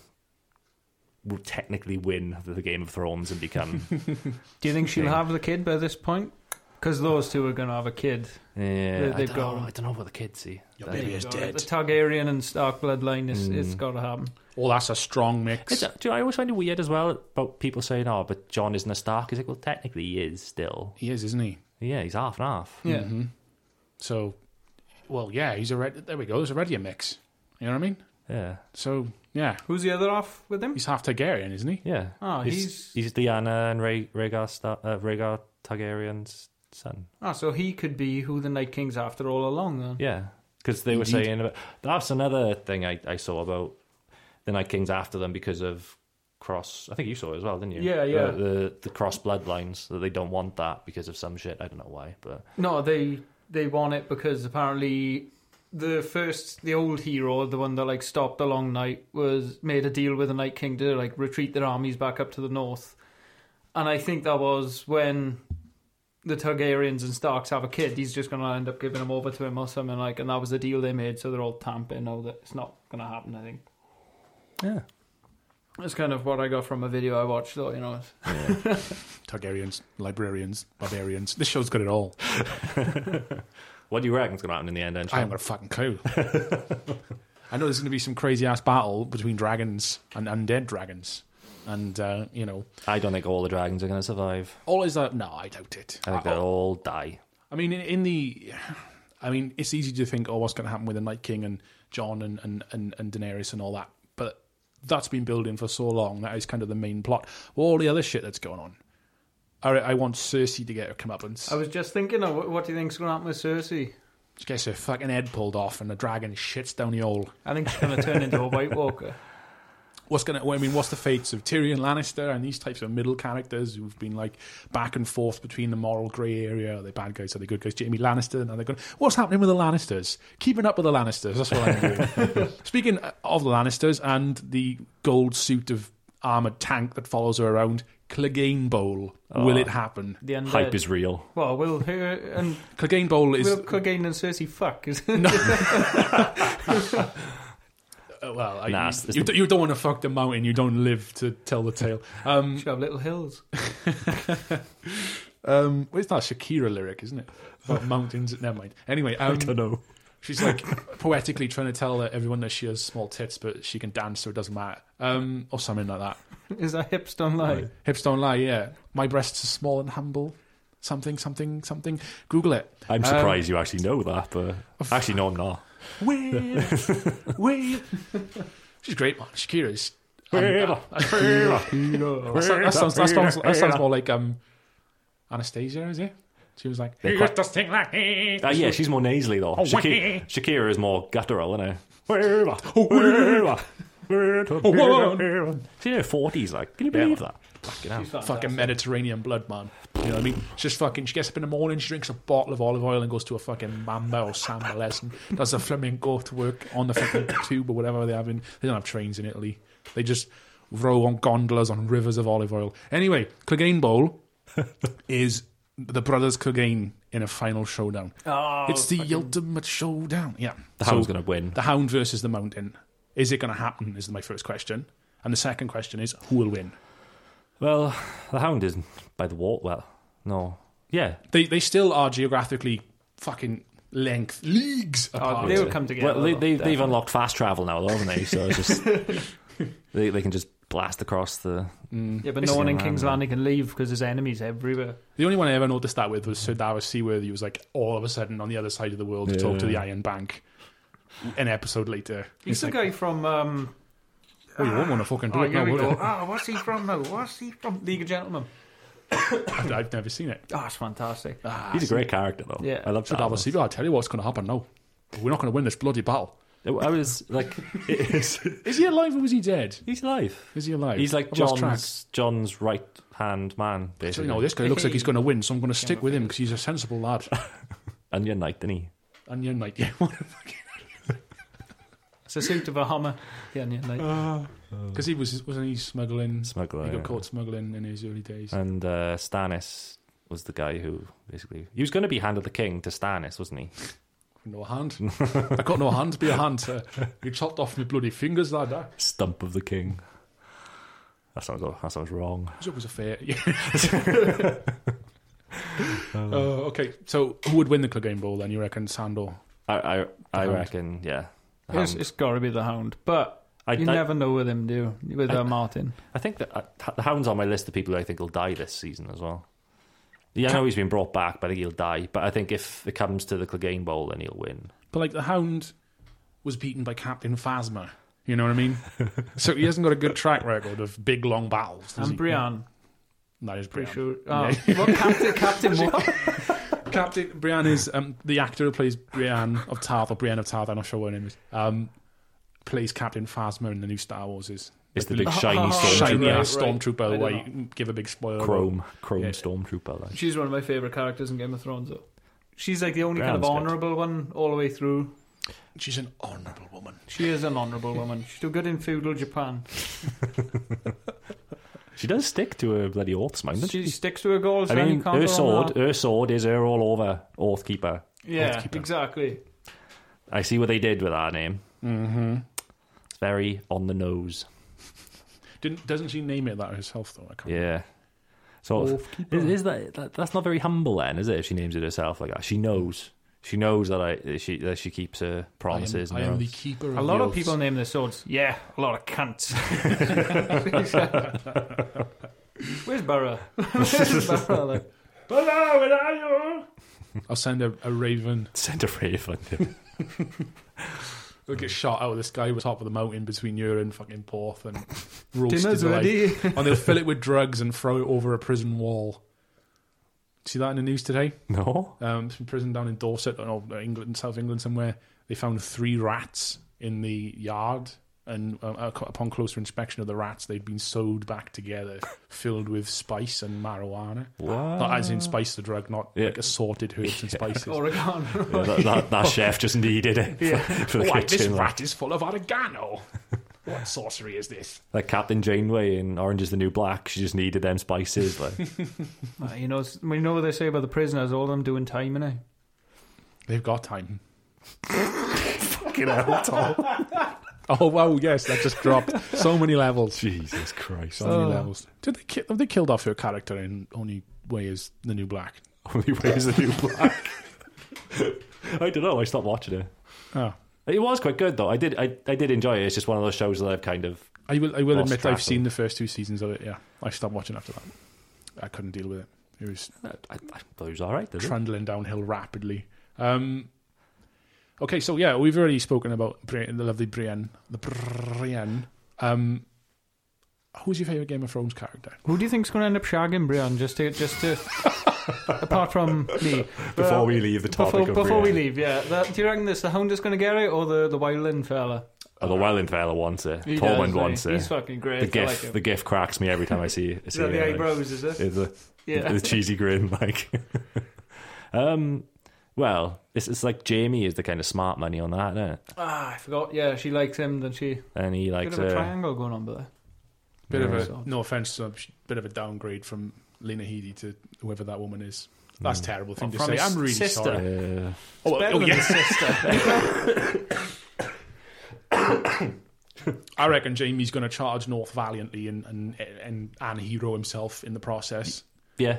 S3: will technically win the Game of Thrones
S1: [laughs]
S3: and become.
S2: Do you think she'll
S3: Yeah.
S2: have the kid by this point? Because those two are going to have a kid.
S3: yeah, I
S2: they've
S3: don't,
S2: got
S3: know,
S2: him.
S3: I don't know what the kids see.
S1: Your
S3: That-
S1: baby is
S2: The
S1: dead.
S2: Targaryen and Stark bloodline, is, it's got to happen.
S1: Well, that's a strong mix.
S3: It's, do I always find it weird as well about people saying, "Oh, but John isn't a Stark." Is like, well, technically he is still.
S1: he is, isn't he? Mm-hmm.
S3: Yeah, he's half and half.
S2: Yeah.
S1: So, well, yeah, he's already. There we go. There's already a mix. You know what I mean?
S3: Yeah,
S1: So yeah,
S2: Who's the other half with him?
S1: he's half Targaryen, isn't he?
S3: yeah.
S2: Oh,
S3: he's
S2: he's-
S3: he's Diana and Rha- Rhaegar, Star- uh, Rhaegar Targaryen's son.
S2: Ah, so he could be who the Night King's after all along then.
S3: Yeah, because they were
S1: Indeed.
S3: saying about that's another thing I, I saw about the Night King's after them because of cross. I think you saw it as well, didn't you?
S2: Yeah,
S3: The-
S2: yeah.
S3: The the, cross bloodlines that they don't want that because of some shit. I don't know why, but
S2: No, they they want it because apparently the first the old hero, the one that like stopped the long night, was made a deal with the Night King to like retreat their armies back up to the north. And I think that was when the Targaryens and Starks have a kid, he's just gonna end up giving him over to him or something like and that was the deal they made, so they're all tamping now that it's not gonna happen, I think.
S3: yeah,
S2: That's kind of what I got from a video I watched though, you know.
S1: Targaryens, librarians, barbarians. This show's got it all.
S3: what do you reckon's gonna happen in the end? Then,
S1: I haven't got a fucking [laughs] clue. I know there's going to be some crazy ass battle between dragons and undead dragons, and uh, you know,
S3: I don't think all the dragons are gonna survive.
S1: all is that. No, I doubt it.
S3: I think they'll all die.
S1: I mean, in, in the, I mean, it's easy to think, oh, what's going to happen with the Night King and John and and, and and Daenerys and all that, but that's been building for so long. That is kind of the main plot. All the other shit that's going on. I, I want Cersei to get her comeuppance.
S2: I was just thinking of what- what do you think's gonna happen with Cersei?
S1: She gets her fucking head pulled off, and the dragon shits down the hole.
S2: I think she's gonna turn into a White Walker.
S1: what's going to, I mean, what's the fates of Tyrion Lannister and these types of middle characters who've been like back and forth between the moral grey area? Are they bad guys? Are they good guys? Jamie Lannister? Now they're going, what's happening with the Lannisters? Keeping up with the Lannisters. That's what I'm doing. Speaking of the Lannisters and the gold suit of armoured tank that follows her around, Clegane Bowl. Will it happen?
S2: The undead.
S3: Hype is real.
S2: Well, will her and
S1: Clegane Bowl is,
S2: will Clegane and Cersei fuck? Is [laughs]
S1: uh, well, I-
S3: Nah,
S1: you,
S3: it's- it's
S1: you
S3: the-
S1: don't- you don't want to fuck the mountain. You don't live to tell the tale. Um,
S2: [laughs] she have little hills?
S1: Um, well, it's not a Shakira lyric, isn't it? About mountains. Never mind. Anyway, um,
S3: know.
S1: she's like poetically trying to tell uh, everyone that she has small tits, but she can dance, so it doesn't matter, um, or something like that.
S2: Is that hips don't lie?
S1: Hips don't lie. Yeah, my breasts are small and humble. Something, something, something. Google it.
S3: I'm
S1: Um,
S3: surprised you actually know that, but actually, no, I'm not.
S1: [laughs] Wave, wave. She's great, man. Shakira is.
S2: [laughs]
S1: um, that, sounds, that, sounds, that, sounds, that sounds more like um, Anastasia, is it? She was like,
S3: They're
S1: "You
S3: quite-
S1: just sing like me."
S3: Uh, yeah, she's more nasally though.
S1: Oh,
S3: Shaki-
S1: wah.
S3: Shakira is more guttural, isn't
S1: wah.
S3: it? She's in her forties. Like, can you believe that? Fucking
S1: Ah,
S3: hell.
S1: fucking Mediterranean blood, man. You know what I mean? It's Just fucking, she gets up in the morning, she drinks a bottle of olive oil and goes to a fucking mamba or samba lesson, does a flamingo to work on the fucking [coughs] tube or whatever they're having. They don't have trains in Italy. They just row on gondolas on rivers of olive oil. Anyway, Clegane Bowl is the brothers Clegane in a final showdown.
S2: Oh,
S1: it's the ultimate showdown. Yeah.
S3: The
S1: So-
S3: hound's gonna win.
S1: the hound versus the mountain. Is it going to happen? Is my first question. And the second question is who will win?
S3: Well, the hound is by the wall. Well, no, yeah.
S1: They they still are geographically fucking length leagues apart.
S2: they would come together.
S3: well, they, they, they've unlocked fast travel now, though, haven't they? So it's
S2: [laughs]
S3: just they they can just blast across the.
S2: yeah, but no one in
S3: Yeah,
S2: King's
S3: man.
S2: Landing can leave because there's enemies everywhere.
S1: the only one I ever noticed that with was Sir Davos Seaworthy. He was like all of a sudden on the other side of the world to talk to the
S3: Yeah.
S1: Iron Bank. An episode later,
S2: He's
S1: It's
S2: the
S1: like,
S2: guy from. Um,
S1: oh, you won't want to fucking do
S2: oh,
S1: it
S2: here
S1: now,
S2: we
S1: would
S2: go.
S1: you?
S2: Ah, what's he from now? What's he from? League of Gentlemen.
S1: I've, [laughs] I've never seen it.
S2: Oh, it's fantastic.
S3: He's a great character, though.
S2: Yeah.
S3: I love
S1: Sir Davos Seaworthy, I'll tell you what's going to happen now. We're not going to win this bloody battle.
S3: I was like, it's,
S1: Is he alive or was he dead?
S3: he's alive.
S1: Is he alive?
S3: He's like
S1: I've lost track.
S3: John's John's right hand man,
S1: So,
S3: basically.
S1: you know, this guy looks like he's going to win, so I'm going to stick with him because he's a sensible lad.
S3: and you're knight, didn't he?
S1: And you're like, yeah, [laughs] what
S2: It's a suit of a Hummer. Yeah, yeah, like,
S1: Uh, Because he was, wasn't he smuggling?
S3: Smuggler.
S1: He got
S3: yeah.
S1: caught smuggling in his early days.
S3: And uh, Stannis was the guy who basically he was going to be hand of the king to Stannis, wasn't he?
S1: No hand. I got no hand. Be a hand. Uh, you chopped off my bloody fingers like that.
S3: Stump of the king. That sounds that sounds wrong.
S1: So it was a fair. [laughs] uh, okay, so who would win the Clegane Bowl then? You reckon Sandor?
S3: I I, I
S1: hound.
S3: reckon, yeah. The
S2: it's,
S3: hound.
S2: it's got to be the Hound, but
S3: I,
S2: you
S3: I,
S2: never know with him, do you? With uh, Martin.
S3: I think that uh, the hound's on my list of people who I think will die this season as well. Yeah, I know he's been brought back, but I think he'll die. But I think if it comes to the Clegane Bowl, then he'll win.
S1: But like the Hound was beaten by Captain Phasma. You know what I mean? so he hasn't got a good track record of big long battles. does
S2: And
S1: he?
S2: Brian,
S1: That is
S2: pretty
S1: Brian.
S2: sure. Oh, well,
S1: [laughs]
S2: Captain, Captain what?
S1: Captain Brian is um, the actor who plays Brian of Tarth or Brian of Tarth. I'm not sure what her name is. Um, plays Captain Phasma in the new Star Wars. Is
S3: It's the big shiny
S2: Oh,
S3: stormtrooper.
S1: shiny
S2: right,
S1: ass
S2: right. I
S1: stormtrooper?
S2: don't
S1: Why
S2: know.
S1: you give a big spoiler?
S3: Chrome, chrome
S1: Yeah.
S3: stormtrooper. Like.
S2: She's one of my favorite characters in Game of Thrones. Though. She's like the only kind of
S3: Brian's good.
S2: honorable one all the way through.
S1: She's an honourable woman.
S2: She is an honorable woman. She's still good in feudal Japan.
S3: She does stick to her bloody oaths, mind. doesn't
S2: She
S3: she?
S2: sticks to her goals.
S3: I
S2: man,
S3: mean,
S2: you can't go
S3: her
S2: wrong
S3: sword,
S2: with that.
S3: her sword is her all over oath keeper.
S2: Yeah,
S1: Oathkeeper.
S2: exactly.
S3: I see what they did with that name.
S1: Mm-hmm.
S3: It's very on the nose.
S1: Didn't doesn't she name it that herself though? I can't.
S3: Yeah. So
S1: Oath
S3: is, is that, that that's not very humble then, is it? If she names it herself like that, she knows. She knows that I that she that she keeps her
S1: I am-
S3: promises.
S1: I
S3: and
S1: am,
S3: her
S1: the [laughs]
S3: oaths.
S1: keeper. Of
S2: A lot
S1: the
S2: of people
S1: oaths.
S2: name their swords. Yeah, a lot of cunts. [laughs] Where's Burra? [laughs]
S3: [laughs]
S2: Where's Burra? Like, Burra, where are you?
S1: I'll send a, a raven.
S3: Send a raven.
S1: They'll
S2: Mm.
S1: get shot out of the sky, with top of the mountain between you and fucking Porth,
S2: [laughs]
S1: and roasted
S2: Dinner's
S1: alive.
S2: ready.
S1: and they'll fill it with drugs and throw it over a prison wall. See that in the news today?
S3: [laughs] no.
S1: Um, some prison down in Dorset, or England, South England, somewhere. They found three rats in the yard, and um, uh, upon closer inspection of the rats, they'd been sewed back together, [laughs] filled with spice and marijuana.
S3: What?
S1: Not as in spice the drug, not
S3: Yeah.
S1: like assorted herbs and spices.
S2: Oregon. [laughs]
S3: Yeah, that, that, that chef just needed it for, [laughs] for the
S1: Why, this
S3: kitchen. Like,
S1: rat is full of oregano. what sorcery is this?
S3: like Captain Janeway in Orange is the New Black, she just needed them spices. Like,
S2: Uh, you know, it's- we know what they say about the prisoners. All of them doing time, innit?
S1: They've got time.
S3: fucking hell, Tom.
S1: Oh wow, yes, that just dropped so many levels.
S3: Jesus Christ.
S1: So many levels. Did they kill? Have they killed off her character in only way is the new black?
S3: Only way is the New Black. [laughs] I don't know. I stopped watching it.
S1: [laughs] Oh.
S3: It was quite good though. I did. I, I did enjoy it. It's just one of those shows that I've kind of.
S1: I will. I will
S3: Lost
S1: admit
S3: track
S1: I've
S3: of
S1: seen the first two seasons of it. Yeah, I stopped watching after that. I couldn't deal with it. It was
S3: I, I thought it was all right. did it?
S1: trundling downhill rapidly. Um, okay, so yeah, we've already spoken about Brienne, the lovely Brienne. The Brienne. Um, who's your favorite Game of Thrones character?
S2: Who do you think's going to end up shagging Brian? Just to, just
S3: [laughs]
S2: to, apart from me.
S3: Before we leave the topic
S2: Before,
S3: of
S2: before we
S3: Brienne.
S2: leave, yeah. That, do you reckon this the hound is going to get it or the the wildling fella?
S3: Oh, the Welland fella wants it.
S2: He
S3: Tormund
S2: does,
S3: wants
S2: eh? He's
S3: it.
S2: fucking great.
S3: The
S2: I
S3: gif.
S2: like him.
S3: the gif cracks me every time I see.
S2: [laughs] Is
S3: see
S2: that the
S3: it.
S2: eyebrows? Is it?
S3: It's a-
S2: Yeah.
S3: the cheesy grin, [laughs] like. um, well, it's, it's like Jamie is the kind of smart money on that, isn't it?
S2: Ah, I forgot. Yeah, she likes him. Then she
S3: And he
S2: bit
S3: likes uh,
S2: of a
S3: her.
S2: triangle going on, but
S1: Bit
S2: Yeah.
S1: of a no offense, so sh- bit of a downgrade from Lena Headey to whoever that woman is. That's a terrible thing
S2: Well,
S1: to
S2: from
S1: say.
S2: his
S1: I'm really
S2: sister.
S1: sorry.
S3: Uh,
S1: Oh,
S2: better
S1: oh,
S2: than
S1: yeah.
S2: the
S3: [laughs]
S2: sister.
S1: I reckon Jamie's going to charge North valiantly and and and and hero himself in the process.
S3: yeah,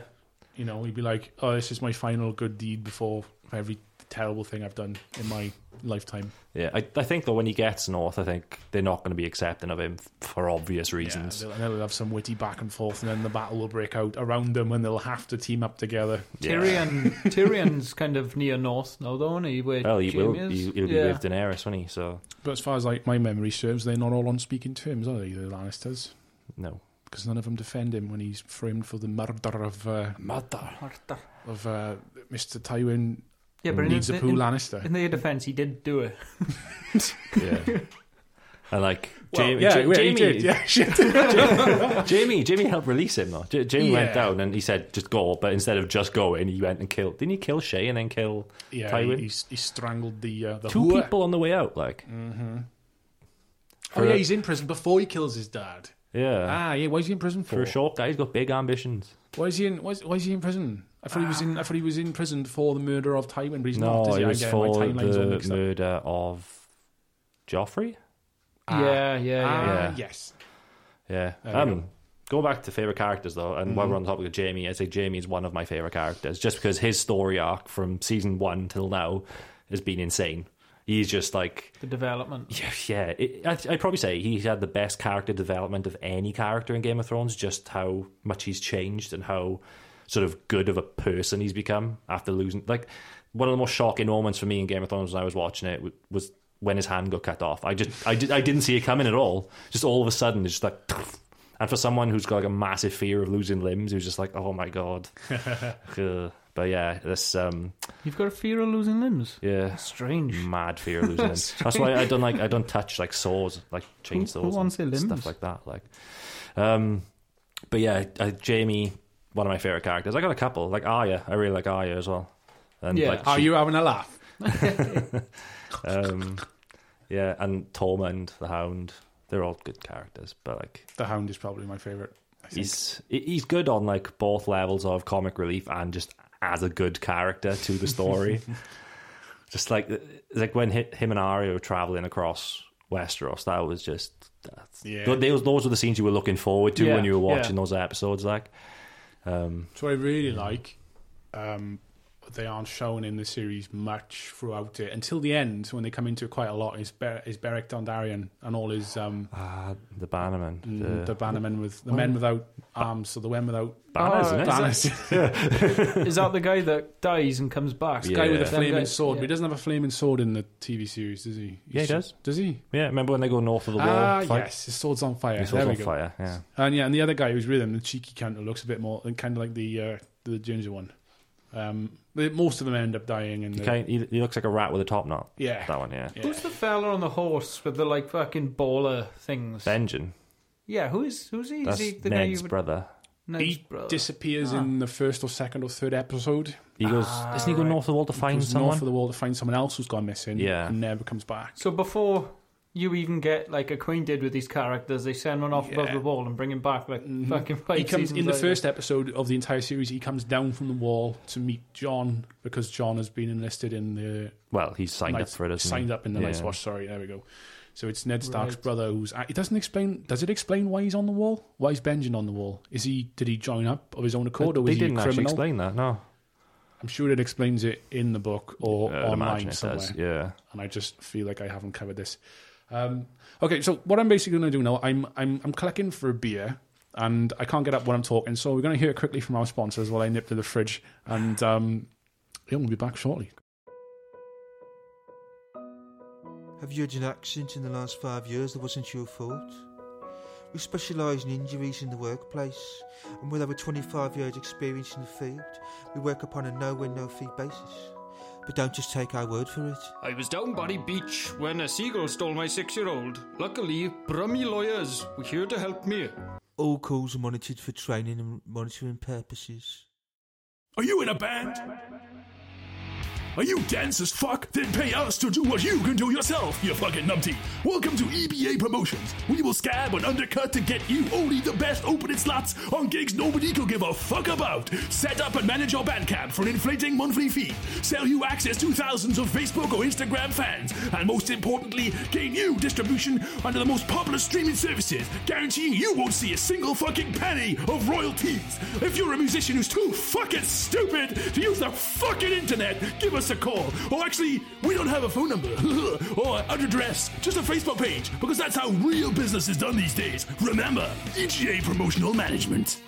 S1: You know, he'd be like, "Oh, this is my final good deed before every terrible thing I've done in my lifetime."
S3: yeah. I, I think though when he gets north, I think they're not going to be accepting of him f- for obvious reasons.
S1: Yeah, they'll- and they'll have some witty back and forth, and then the battle will break out around them, and they'll have to team up together.
S3: Yeah.
S2: Tyrion. Tyrion's kind of near north now, though, isn't he? Where
S3: Well, he
S2: Jaime
S3: will.
S2: Is?
S3: He, he'll be
S2: yeah.
S3: with Daenerys, won't he? So
S1: But as far as like my memory serves, they're not all on speaking terms, are they? The Lannisters,
S3: no.
S1: because none of them defend him when he's framed for the murder of uh,
S3: Mother.
S1: of uh, Mister Tywin
S2: Yeah, but in, in,
S1: Nizapu
S2: in,
S1: Lannister.
S2: in their defence, he did do it.
S3: Yeah.
S1: [laughs]
S3: And like
S1: Well,
S3: Jamie,
S1: yeah,
S3: Ja-
S1: well, he
S3: Jamie,
S1: did, yeah, shit.
S3: [laughs] Jamie, Jamie helped release him though. Ja- Jamie
S1: Yeah.
S3: went down and he said just go, but instead of just going, he went and killed. Didn't he kill Shay and then kill
S1: Yeah,
S3: Tywin.
S1: He, he, he strangled the uh, the
S3: two
S1: whore.
S3: people on the way out? Like,
S1: Oh
S3: For
S1: yeah,
S3: a-
S1: he's in prison before he kills his dad.
S3: yeah,
S1: Ah yeah, why is he in prison
S3: for
S1: for?
S3: a short guy, he's got big ambitions.
S1: Why is he in? Why is, why is he in prison? I thought he was in. I thought he was in prison for the murder of Tywin, but he's
S3: Ah. No,
S1: not. Is he?
S3: it was
S1: I get
S3: for
S1: my timelines all
S3: the
S1: mixed up.
S3: murder of Joffrey.
S1: Ah.
S2: yeah, yeah, yeah.
S1: Ah,
S3: yeah.
S1: yes.
S3: Yeah.
S1: There Mm-hmm. we
S3: Um, go back to favorite characters though, and while we're on the topic of Jamie, I say Jamie is one of my favorite characters just because his story arc from season one till now has been insane. He's just like,
S2: The development.
S3: yeah, yeah. It, I, I'd probably say he's had the best character development of any character in Game of Thrones. Just how much he's changed and how sort of good of a person he's become after losing. Like one of the most shocking moments for me in Game of Thrones when I was watching it w- was when his hand got cut off. I just I did I didn't see it coming at all. Just all of a sudden, it's just like. [sniffs] And for someone who's got like a massive fear of losing limbs, who's just like, oh my god. Ugh. but yeah, this um
S2: You've got a fear of losing limbs.
S3: yeah
S2: Strange.
S3: mad fear of losing limbs. That's why I don't like I don't touch like saws, like chainsaws,
S2: who wants their
S3: and
S2: limbs?
S3: stuff like that. Like, um, but yeah, uh, Jamie, one of my favorite characters. I got a couple like Arya. I really like Arya as well. And
S2: Yeah,
S3: like
S1: Are
S3: she-
S1: you having a laugh?
S3: Um, yeah, and Tormund the Hound. They're all good characters, but like
S1: The Hound is probably my favorite. I think.
S3: he's he- he's good on like both levels of comic relief and just as a good character to the story. just like like when hi- him and Arya were traveling across Westeros, that was just that's,
S1: Yeah.
S3: tho- those those were the scenes you were looking forward to
S2: Yeah,
S3: when you were watching
S2: yeah.
S3: those episodes. Like, um,
S1: So I really like. Um, they aren't shown in the series much throughout it until the end when they come into it quite a lot. Is Ber- is Beric Dondarrion and all his um,
S3: ah, the Bannerman,
S1: mm, the,
S3: the,
S1: bannermen with the men without arms or the men without
S3: Banners,
S2: Oh,
S3: isn't it?
S1: banners.
S2: [laughs] Is that the guy that dies and comes back?
S1: guy [laughs] with a
S3: Yeah.
S1: flaming
S2: Them guy-
S1: sword, but he
S2: yeah.
S1: doesn't have a flaming sword in the TV series, does he?
S3: Yeah, he does.
S1: Does he?
S3: Yeah, remember when they go north of the wall?
S1: Ah,
S3: fight?
S1: yes, his sword's on fire.
S3: His
S1: there
S3: sword's
S1: we go.
S3: on fire. Yeah.
S1: And yeah, and the other guy who's with him, the cheeky cunt, who looks a bit more kind of like the uh, the ginger one. Um, they, most of them end up dying, and
S3: He,
S1: the-
S3: kind he, he looks like a rat with a top knot.
S1: yeah,
S3: That one, yeah.
S1: yeah.
S2: Who's the fella on the horse with the like fucking baller things?
S3: Benjen,
S2: Yeah, who is who's he?
S3: that's
S2: is he the guy
S3: Ned's
S2: you would,
S3: brother.
S2: Ned's
S1: he
S2: brother?
S1: disappears in the first or second or third episode.
S3: He goes,
S2: Ah,
S3: doesn't he go
S2: right.
S3: north of the wall to find
S1: goes
S3: someone?
S1: north of the wall to find someone else who's gone missing.
S3: Yeah.
S1: and never comes back.
S2: so before you even get like acquainted with these characters, they send one off above
S1: Yeah.
S2: the wall and bring him back like
S4: Mm-hmm.
S1: Mhm.
S2: fucking five
S1: he comes
S2: seasons
S1: in the
S2: later.
S1: first episode of the entire series. He comes down from the wall to meet John because John has been enlisted in the
S3: Well, he's signed
S1: Night-
S3: up for it. Isn't
S1: signed
S3: he?
S1: up in the
S3: yeah.
S1: Night's Watch. Sorry, there we go. So it's Ned Stark's
S2: Right.
S1: brother who's. It doesn't explain. Does it explain why he's on the wall? Why is Benjen on the wall? Is he? Did he join up of his own accord, or
S3: they
S1: was he a
S3: didn't actually
S1: criminal?
S3: explain that. No,
S1: I'm sure it explains it in the book or
S3: Uh, I'd imagine
S1: online
S3: it
S1: somewhere.
S3: does. Yeah,
S1: and I just feel like I haven't covered this. Um, okay, so what I'm basically going to do now, I'm I'm I'm collecting for a beer, and I can't get up when I'm talking, so we're going to hear quickly from our sponsors while I nip to the fridge, and um, yeah, we'll be back shortly.
S5: Have you had an accident in the last five years that wasn't your fault? We specialise in injuries in the workplace, and with over 25 years' experience in the field, we work upon a no win, no fee basis. But don't just take our word for it.
S4: I was down Body Beach when a seagull stole my six year old. Luckily, Brummy lawyers were here to help me.
S5: All calls are monitored for training and monitoring purposes.
S6: Are you in a band? Are you dense as fuck? Then pay us to do what you can do yourself, you fucking numpty. Welcome to EBA Promotions. We will scab and undercut to get you only the best opening slots on gigs nobody could give a fuck about. Set up and manage your Bandcamp for an inflating monthly fee. Sell you access to thousands of Facebook or Instagram fans. And most importantly, gain you distribution under the most popular streaming services, guaranteeing you won't see a single fucking penny of royalties. If you're a musician who's too fucking stupid to use the fucking internet, give us a call. Or actually, we don't have a phone number [laughs] or an address, just a Facebook page, because that's how real business is done these days. Remember, EGA Promotional Management.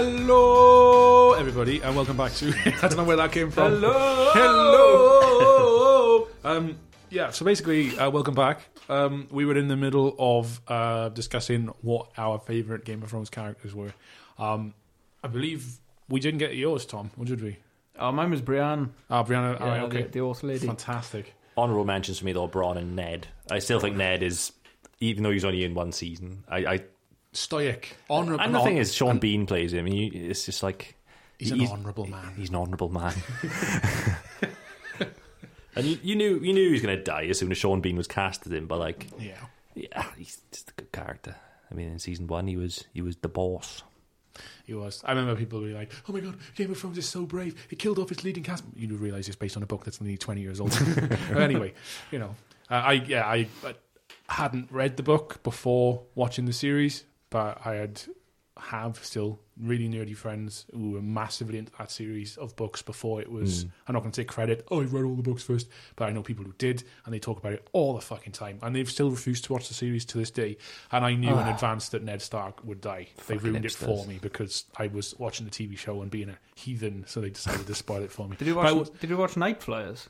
S1: Hello, everybody, and welcome back to. [laughs] I don't know where that came from.
S2: Hello!
S3: Oh!
S1: hello. um, yeah, so basically, uh, welcome back. Um, we were in the middle of uh, discussing what our favourite Game of Thrones characters were. Um, I believe we didn't get yours, Tom, or did we?
S2: Oh, mine was Brienne.
S4: Oh,
S1: Ah, Brianna. all right,
S2: Yeah,
S1: okay.
S2: the, the horse lady.
S1: Fantastic.
S3: honorable mentions for me though. Braun and Ned. I still think Ned is, even though he's only in one season. I, I
S1: Stoic. Honourable.
S3: and the thing is, Sean Bean plays him. and you- It's just like
S1: he's an
S3: he's-
S1: honourable man.
S3: he's an honorable
S1: [laughs]
S3: man. [laughs] and you, you knew you knew he was going to die as soon as Sean Bean was cast as him. But like,
S1: Yeah.
S3: yeah, he's just a good character. I mean, in season one, he was he was the boss.
S1: He was. I remember people being like, "Oh my god, Game of Thrones is so brave. It killed off its leading cast." You do realize it's based on a book that's nearly twenty years
S3: [laughs]
S1: old. But anyway, you know, uh, I yeah, I, I hadn't read the book before watching the series, but I had have still really nerdy friends who were massively into that series of books before it was.
S3: Mm.
S1: I'm not going to take credit. Oh, I read all the books first, but I know people who did, and they talk about it all the fucking time, and they've still refused to watch the series to this day. And I knew in advance that Ned Stark would die. They
S3: Ah. Fucking
S1: ruined it for
S3: hipsters.
S1: me because I was watching the TV show and being a heathen, so they decided to spoil it for me.
S2: Did you
S1: But I
S2: watch?
S1: was-
S2: Did you watch Night Flyers?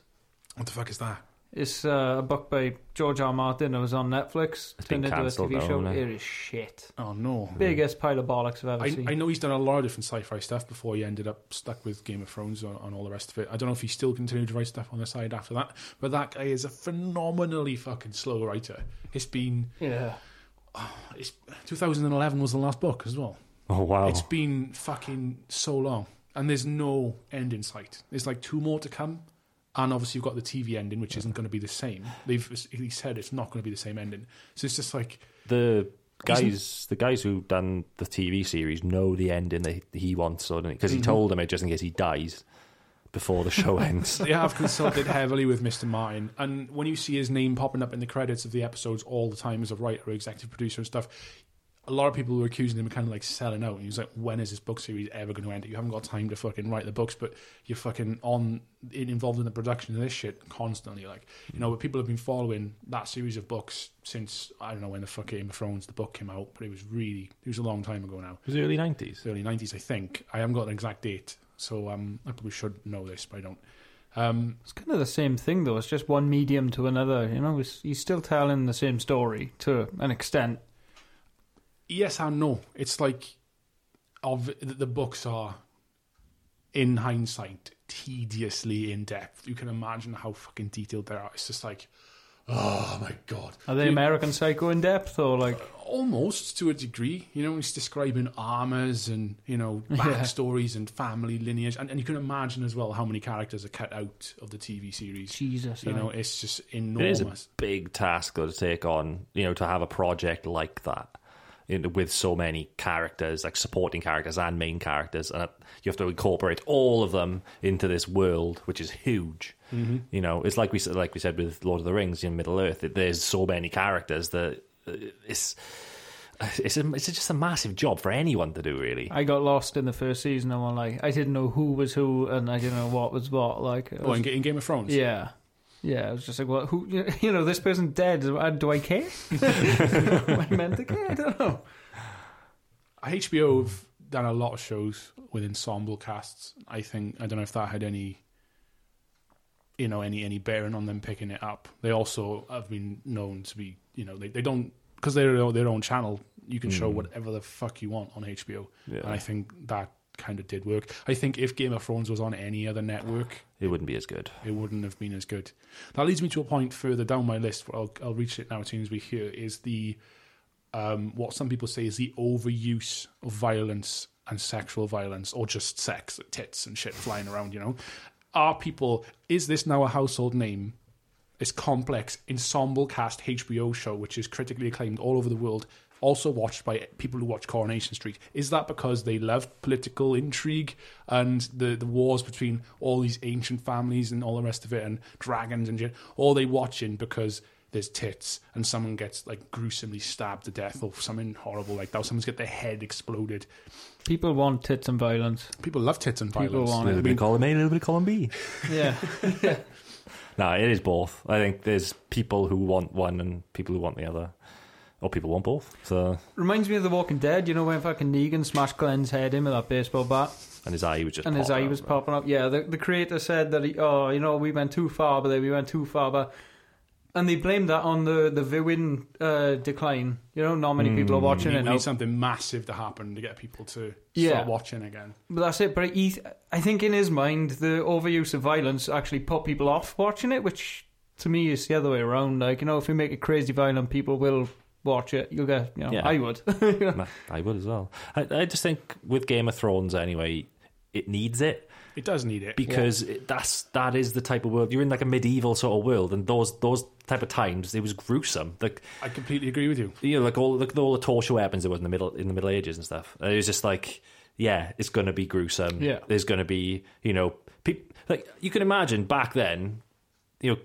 S1: what the fuck is that?
S2: It's uh, a book by George R. Martin. It was on Netflix.
S3: It's been
S2: Turned into a
S3: cancelled
S2: TV
S3: now,
S2: show.
S3: hasn't it?
S2: It is shit.
S1: Oh no.
S2: Biggest pile of bollocks I've ever
S1: I,
S2: seen.
S1: I know he's done a lot of different sci-fi stuff before he ended up stuck with Game of Thrones on, on all the rest of it. I don't know if he still continued to write stuff on the side after that, but that guy is a phenomenally fucking slow writer. It's been
S2: yeah.
S1: it's 2011 was the last book as well.
S3: Oh wow!
S1: It's been fucking so long, and there's no end in sight. There's like two more to come, and obviously you've got the TV ending, which isn't going to be the same. They've he said it's not going to be the same ending, so it's just like
S3: the guys, the guys who done the TV series know the ending that he wants, so because he told them it just in case he dies before the show [laughs] ends.
S1: they have consulted heavily with Mr. Martin, and when you see his name popping up in the credits of the episodes all the time as a writer, executive producer, and stuff, a lot of people were accusing him of kind of like selling out. And he was like, "When is this book series ever going to end? You haven't got time to fucking write the books, but you're fucking on in- involved in the production of this shit constantly." Like, you know, but people have been following that series of books since I don't know when the fuck Game of Thrones the book came out, but it was really it was a long time ago now
S3: was early nineties.
S1: early 90s, I think. I haven't got an exact date, so um, I probably should know this, but I don't. Um,
S2: It's kind of the same thing, though. It's just one medium to another. You know, it's, he's still telling the same story to an extent.
S1: yes and no. It's like of the- the books are, in hindsight, tediously in depth. You can imagine how fucking detailed they are. It's just like, oh my god.
S2: Are they
S1: You-
S2: American Psycho in depth or like?
S1: almost to a degree. You know, he's describing armors and you know
S2: [laughs] Yeah.
S1: backstories and family lineage, and, and you can imagine as well how many characters are cut out of the TV series.
S2: Jesus,
S1: You
S2: aye.
S1: know, it's just
S3: It
S1: enormous.
S3: is a big task though to take on, you know, to have a project like that in, with so many characters, like supporting characters and main characters, and you have to incorporate all of them into this world, which is huge. You know, it's like we said, like we said with Lord of the Rings in Middle Earth. That there's so many characters that uh, it's. It's a, it's just a massive job for anyone to do, really.
S2: I got lost in the first season. and I'm like, I didn't know who was who, and I didn't know what was what. Like, it
S1: Oh, in,
S2: was-
S1: Ga- in Game of Thrones.
S2: yeah, yeah. I was just like, well, who? [laughs] You know, this person's dead. Do I- Do I [laughs] care? Am I meant to care? I don't know.
S1: [sighs] HBO have done a lot of shows with ensemble casts. I think I don't know if that had any, you know, any any bearing on them picking it up. They also have been known to be, you know, they they don't because they're their own- their own channel. You can show whatever the fuck you want on HBO,
S3: Yeah.
S1: and I think that kind of did work. I think if Game of Thrones was on any other network,
S3: It wouldn't be as good.
S1: it wouldn't have been as good. That leads me to a point further down my list. Where I'll, I'll reach it now as soon as we hear is the um, what some people say is the overuse of violence and sexual violence, or just sex, tits and shit flying around. You know, are people? Is this now a household name? This complex ensemble cast HBO show, which is critically acclaimed all over the world, also watched by people who watch Coronation Street. Is that because they love political intrigue and the, the wars between all these ancient families and all the rest of it and dragons and shit? Or are they watching because there's tits and someone gets like gruesomely stabbed to death or something horrible like that? Or someone's get their head exploded.
S2: People want tits and violence.
S1: People love tits and
S2: People
S1: violence.
S2: want
S3: A
S2: it.
S3: little bit of column A, a little bit of column B.
S2: Yeah,
S3: No, it is both. I think there's people who want one and people who want the other, or people want both. So,
S2: reminds me of The Walking Dead. You know when fucking Negan smashed Glenn's head in with that baseball bat.
S3: and his eye was just
S2: and his
S3: popping
S2: eye
S3: out,
S2: was
S3: right?
S2: popping up. Yeah, the, the creator said that he, oh, you know, we went too far, but then we went too far, but and they blamed that on the the viewing uh, decline. You know, not many people are watching
S1: We
S2: it
S1: need
S2: now.
S1: something massive to happen to get people to
S2: Yeah.
S1: start watching again.
S2: But that's it. But he, I think in his mind, the overuse of violence actually put people off watching it, which to me is the other way around. Like you know, if you make it crazy violent, people will watch it. You'll get, you know,
S3: Yeah.
S2: I would. [laughs]
S3: No, I would as well. I, I just think with Game of Thrones, anyway, it needs it
S1: It does need it.
S3: because it, that's that is the type of world you're in, like a medieval sort of world, and those those type of times it was gruesome. Like
S1: I completely agree with you.
S3: you know, like all like all the torture weapons there was in the middle in the Middle Ages and stuff. It was just like, yeah, it's going to be gruesome.
S2: Yeah.
S3: there's going to be you know, peop like you can imagine back then. You know,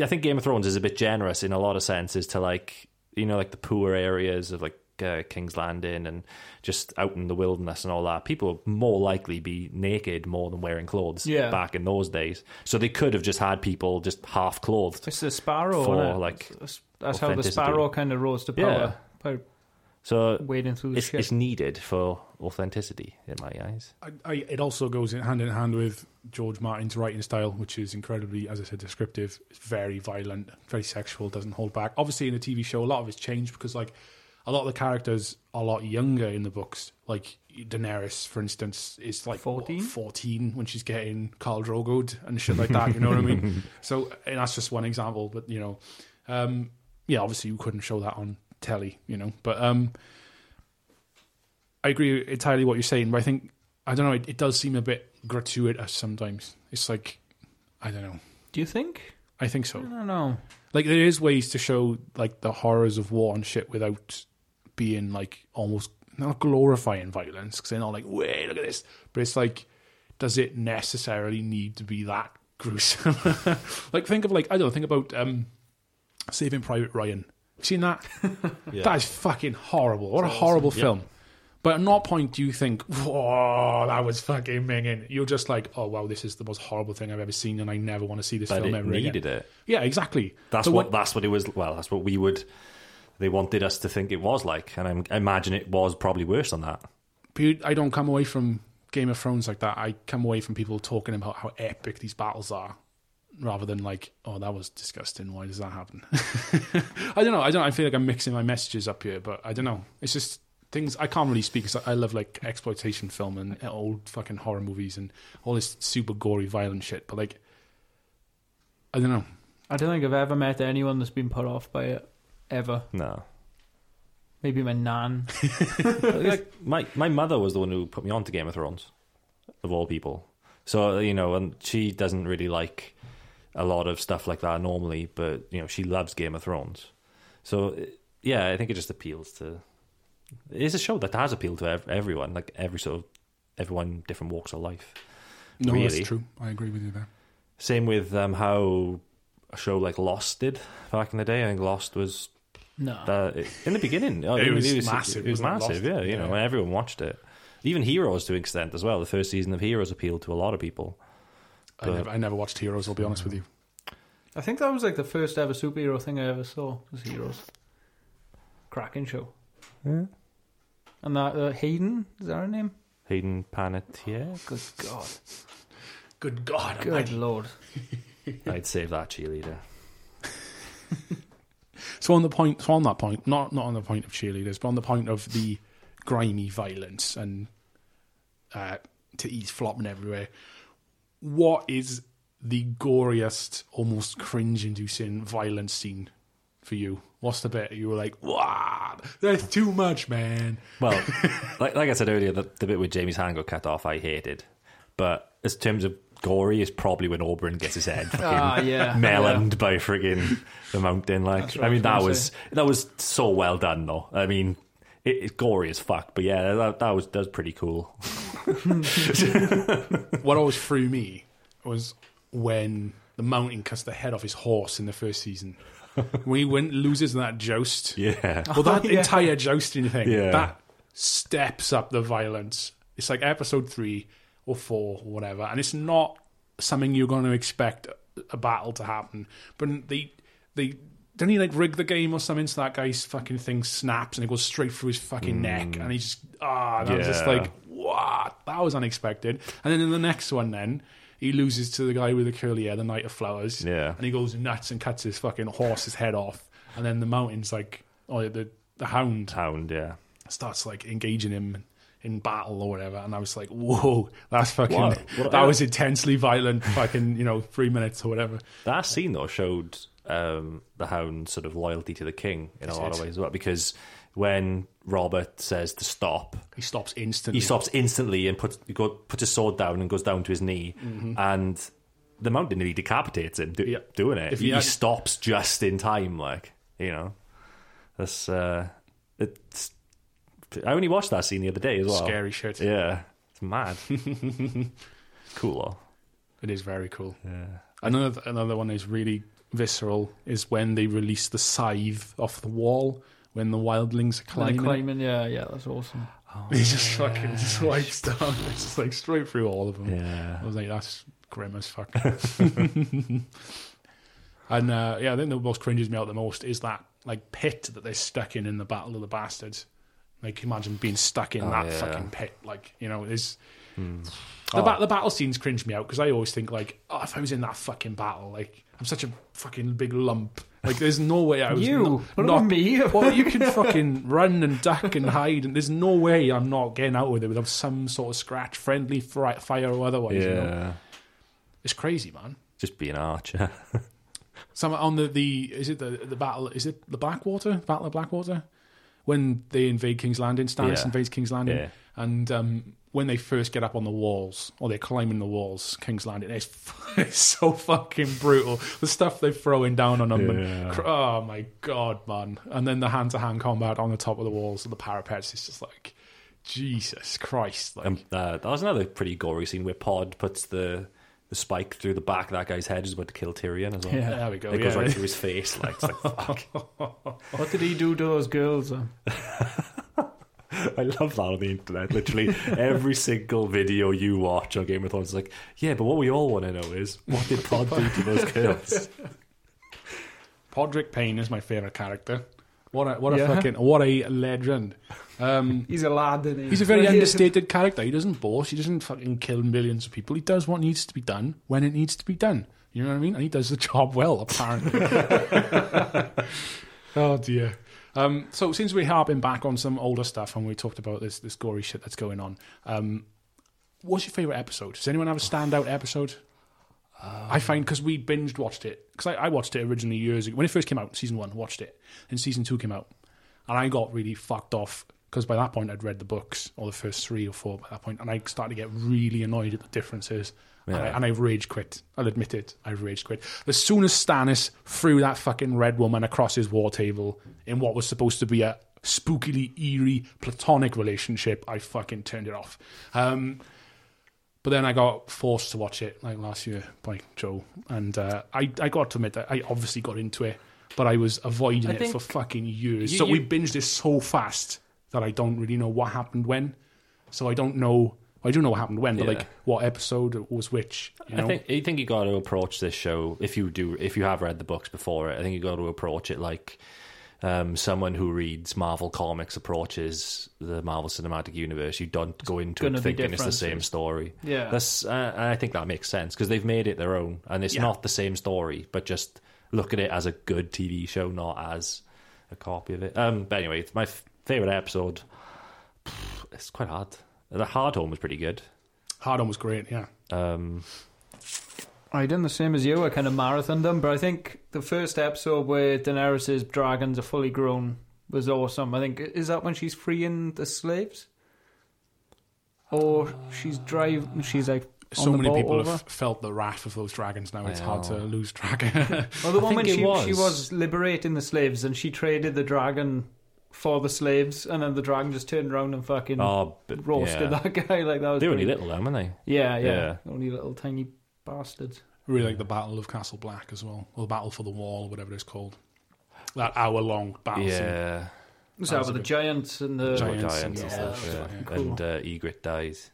S3: I think Game of Thrones is a bit generous in a lot of senses to like you know like the poor areas of like uh, King's Landing and just out in the wilderness and all that, people would more likely be naked more than wearing clothes
S2: Yeah.
S3: back in those days. So they could have just had people just half clothed.
S2: It's the sparrow.
S3: For,
S2: innit?
S3: like,
S2: that's, that's how the
S3: authenticity.
S2: sparrow kind of rose to
S3: Yeah.
S2: power by
S3: So
S2: wading through the
S3: it's,
S2: shit.
S3: it's needed for authenticity in my eyes.
S1: I, I, it also goes in hand in hand with George Martin's writing style, which is incredibly, as I said, descriptive. It's very violent, very sexual, doesn't hold back. Obviously, in the TV show, a lot of it's changed because, like, a lot of the characters are a lot younger in the books. Like Daenerys, for instance, is like what,
S2: 14?
S1: 14 when she's getting Khal Drogo'd and shit like that. You know what I mean? So, and that's just one example. But you know, um, yeah, obviously you couldn't show that on telly, you know. But um, I agree entirely what you're saying. But I think I don't know. It, it does seem a bit gratuitous sometimes. It's like I don't know.
S2: Do you think?
S1: I think
S2: I
S1: so.
S2: don't know.
S1: Like there is ways to show like the horrors of war and shit without being like almost not glorifying violence because they're not like wait look at this, but it's like does it necessarily need to be that gruesome? [laughs] like think of like I don't know, think about um, Saving Private Ryan. You seen that?
S3: [laughs]
S1: That is fucking horrible. What a horrible film. But at no point do you think, whoa, that was fucking minging. You're just like, oh, wow, this is the most horrible thing I've ever seen, and I never want to see this
S3: But
S1: film
S3: it
S1: ever again.
S3: needed it.
S1: Yeah, exactly.
S3: That's
S1: So
S3: what
S1: when-
S3: that's what it was. Well, that's what we would. They wanted us to think it was like, and I'm- I imagine it was probably worse than that.
S1: But I don't come away from Game of Thrones like that. I come away from people talking about how epic these battles are, rather than like, oh, that was disgusting. Why does that happen? [laughs] I don't know. I don't. I feel like I'm mixing my messages up here, but I don't know. It's just things I can't really speak because I love like exploitation film and old fucking horror movies and all this super gory, violent shit. But like, I don't know.
S2: I don't think I've ever met anyone that's been put off by it ever.
S3: No,
S2: Maybe my nan. [laughs]
S3: like my my mother was the one who put me on to Game of Thrones, of all people. So you know, and she doesn't really like a lot of stuff like that normally, but you know, she loves Game of Thrones. So it- yeah, I think it just appeals to. It's a show that has appealed to ev- everyone, like every sort of everyone, different walks of life.
S1: No,
S3: Really?
S1: that's true. I agree with you there.
S3: Same with um, how a show like Lost did back in the day. I think Lost was
S2: No.
S3: uh, in the beginning. oh,
S1: It was massive,
S3: It was
S1: wasn't it?
S3: massive.
S1: Lost.
S3: Yeah, you know,
S1: Yeah.
S3: everyone watched it. Even Heroes to an extent as well. The first season of Heroes appealed to a lot of people.
S1: I never, I never watched Heroes. I'll be honest with you.
S2: I think that was like the first ever superhero thing I ever saw was Heroes. Cracking show. Yeah. And that uh, Hayden is that her name?
S3: Hayden Panettiere.
S2: Good God.
S1: Good God,
S2: Good Lord.
S3: I'd save that cheerleader.
S1: So on the point, so on that point, not not on the point of cheerleaders, but on the point of the grimy violence and uh, to eat flopping everywhere. What is the goriest, almost cringe-inducing violence scene for you? What's the bit you were like, "Wow, that's too much, man"?
S2: [laughs]
S3: Well, like, like I said earlier, the, the bit with Jamie's hand got cut off, I hated. But as terms of gory, is probably when Auburn gets
S2: [laughs]
S3: his head fucking
S2: Ah, yeah.
S3: meloned by friggin' the mountain. Like,
S2: what I
S3: I
S2: was
S3: mean, that
S2: gonna
S3: was that was so well done, though. I mean, it, it's gory as fuck, but yeah, that, that was that was pretty cool.
S1: what always threw me was when the mountain cuts the head off his horse in the first
S3: [laughs]
S1: season. when he went loses in that joust.
S3: Yeah.
S1: Well, that
S2: Yeah.
S1: entire jousting thing
S3: Yeah.
S1: that steps up the violence. It's like episode three or four or whatever, and it's not something you're going to expect a battle to happen. But they they don't he like rig the game or something so that guy's fucking thing snaps and it goes straight through his fucking neck, and he's just ah, and I was just
S3: Mm. Yeah.
S1: like, what? That was unexpected. And then in the next one, then. He loses to the guy with the curly hair, the Knight of Flowers.
S3: Yeah.
S1: And he goes nuts and cuts his fucking horse's head off. And then the mountain's like, oh, the, the hound
S3: Hound, yeah.
S1: starts like engaging him in battle or whatever. And I was like, whoa, that's fucking, [laughs]
S3: What? What-
S1: that was intensely violent, fucking, you know, three minutes or whatever.
S3: That scene though showed um, the Hound's sort of loyalty to the king in a lot of
S1: it.
S3: ways as well, because when Robert says to stop,
S1: He stops instantly.
S3: he stops instantly and puts go, puts his sword down and goes down to his knee, and the mountain nearly decapitates him do,
S1: Mm-hmm. Yeah.
S3: doing it.
S1: If he
S3: he,
S1: had-
S3: stops just in time, like you know. That's uh, it's. I only watched that scene the other day as well.
S1: Scary shit.
S3: Yeah,
S1: [laughs]
S3: it's mad. cool. though.
S1: It is very cool. Another another one is really visceral is when they release the scythe off the wall, when the wildlings are climbing. [laughs]
S2: Climbing. climbing, yeah, yeah, that's awesome.
S1: He just fucking [laughs] swipes down. It's just like straight through all of them.
S3: Yeah.
S1: I was like, that's grim as fuck. [laughs] and uh, yeah, I think the most cringes me out the most is that like pit that they're stuck in in the Battle of the Bastards. Like, imagine being stuck in
S3: Oh,
S1: that
S3: yeah.
S1: fucking pit. Like, you know, is
S3: Oh.
S1: the, ba- the battle scenes cringe me out because I always think like, oh, if I was in that fucking battle, like, I'm such a fucking big lump. Like, there's no way I was
S2: You,
S1: not-
S2: what about
S1: not
S2: me?
S1: well, you can fucking run and duck and hide, and there's no way I'm not getting out with it without some sort of scratch, friendly fri- fire or otherwise. you know?
S3: Yeah.
S1: It's crazy, man.
S3: Just be an archer.
S1: Some on the, the is it the the battle is it the Blackwater Battle of Blackwater when they invade King's Landing, Stannis
S3: Yeah.
S1: invades King's Landing,
S3: Yeah.
S1: and um, when they first get up on the walls or they're climbing the walls, King's Landing it's, [laughs] f- it's so fucking brutal. The stuff they're throwing down on them, and,
S3: Yeah.
S1: cr- oh my god, man! And then the hand to hand combat on the top of the walls and the parapets. It's just like Jesus Christ, like
S3: Um, uh, that was another pretty gory scene where Pod puts the the spike through the back of that guy's head. He's about to kill Tyrion as well.
S1: Yeah, there we go,
S3: It goes
S1: yeah.
S3: right through his face. Like, it's like fuck.
S2: [laughs] What did he do to those girls? uh?
S3: I love that on the internet. Literally every single video you watch on Game of Thrones is like, yeah, but what we all want to know is what did Pod do to those girls?
S1: Podrick Payne is my favorite character. What a what a
S2: Yeah.
S1: fucking what a legend. Um,
S2: He's a lad, isn't he?
S1: He's a very understated character. He doesn't boast. He doesn't fucking kill millions of people. He does what needs to be done when it needs to be done. You know what I mean? And he does the [laughs] job well, apparently. [laughs] oh dear. Um, so since we're harping back on some older stuff and we talked about this this gory shit that's going on, um, what's your favorite episode? Does anyone have a standout episode? I find because we binged watched it because I, I watched it originally years ago when it first came out. Season one watched it, and season two came out, and I got really fucked off because by that point I'd read the books or the first three or four by that point, and I started to get really annoyed at the differences. And, I,
S3: Yeah.
S1: and I rage quit. I'll admit it. I rage quit. As soon as Stannis threw that fucking red woman across his war table in what was supposed to be a spookily eerie platonic relationship, I fucking turned it off. Um, but then I got forced to watch it like last year by Joe, and uh, I I got to admit that I obviously got into it, but I was avoiding
S2: I
S1: it
S2: think
S1: for fucking years.
S2: you-
S1: so we
S2: you-
S1: binged this so fast that I don't really know what happened when. So I don't know. I do know what happened when, but
S3: Yeah.
S1: like what episode was which. You know?
S3: I think I think you got to approach this show if you do if you have read the books before it. I think you got to approach it like um, someone who reads Marvel comics approaches the Marvel Cinematic Universe. You don't go into
S2: gonna
S3: it
S2: be
S3: thinking it's the same
S2: differences.
S3: story.
S2: Yeah.
S3: that's uh, I think that makes sense because they've made it their own, and it's
S1: Yeah.
S3: not the same story, but just look at it as a good TV show, not as a copy of it. Um, but anyway, it's my f- favorite episode. It's quite hard. The Hard Home was pretty good.
S1: Hard on was great. Yeah,
S3: Um,
S2: I done the same as you. I kind of marathoned them, but I think the first episode where Daenerys's dragons are fully grown was awesome. I think is that when she's freeing the slaves, or she's driving. She's like
S1: so
S2: on the
S1: many
S2: boat
S1: people
S2: over. Oh.
S1: have felt the wrath of those dragons. Now it's
S3: I
S1: hard to
S3: know.
S1: lose track. [laughs]
S2: Well, the
S3: I
S2: one when
S3: think it
S2: she
S3: was.
S2: she was liberating the slaves and she traded the dragon for the slaves, and then the dragon just turned around and fucking
S3: oh, but, yeah.
S2: roasted that [laughs] guy. Like that was
S3: They were only
S2: pretty-
S3: little, then, weren't they?
S2: Yeah, yeah,
S3: Yeah.
S2: only little tiny bastards.
S1: really like the Battle of Castle Black as well, or the Battle for the Wall, or whatever it's called. That hour long battle. scene.
S3: Yeah.
S2: So
S1: was
S2: with
S1: a
S2: the
S1: bit-
S2: giants and the
S1: Giants
S3: Giants
S1: and
S3: and
S1: stuff,
S3: stuff.
S1: yeah.
S3: yeah.
S2: Cool.
S3: And uh, Egret dies.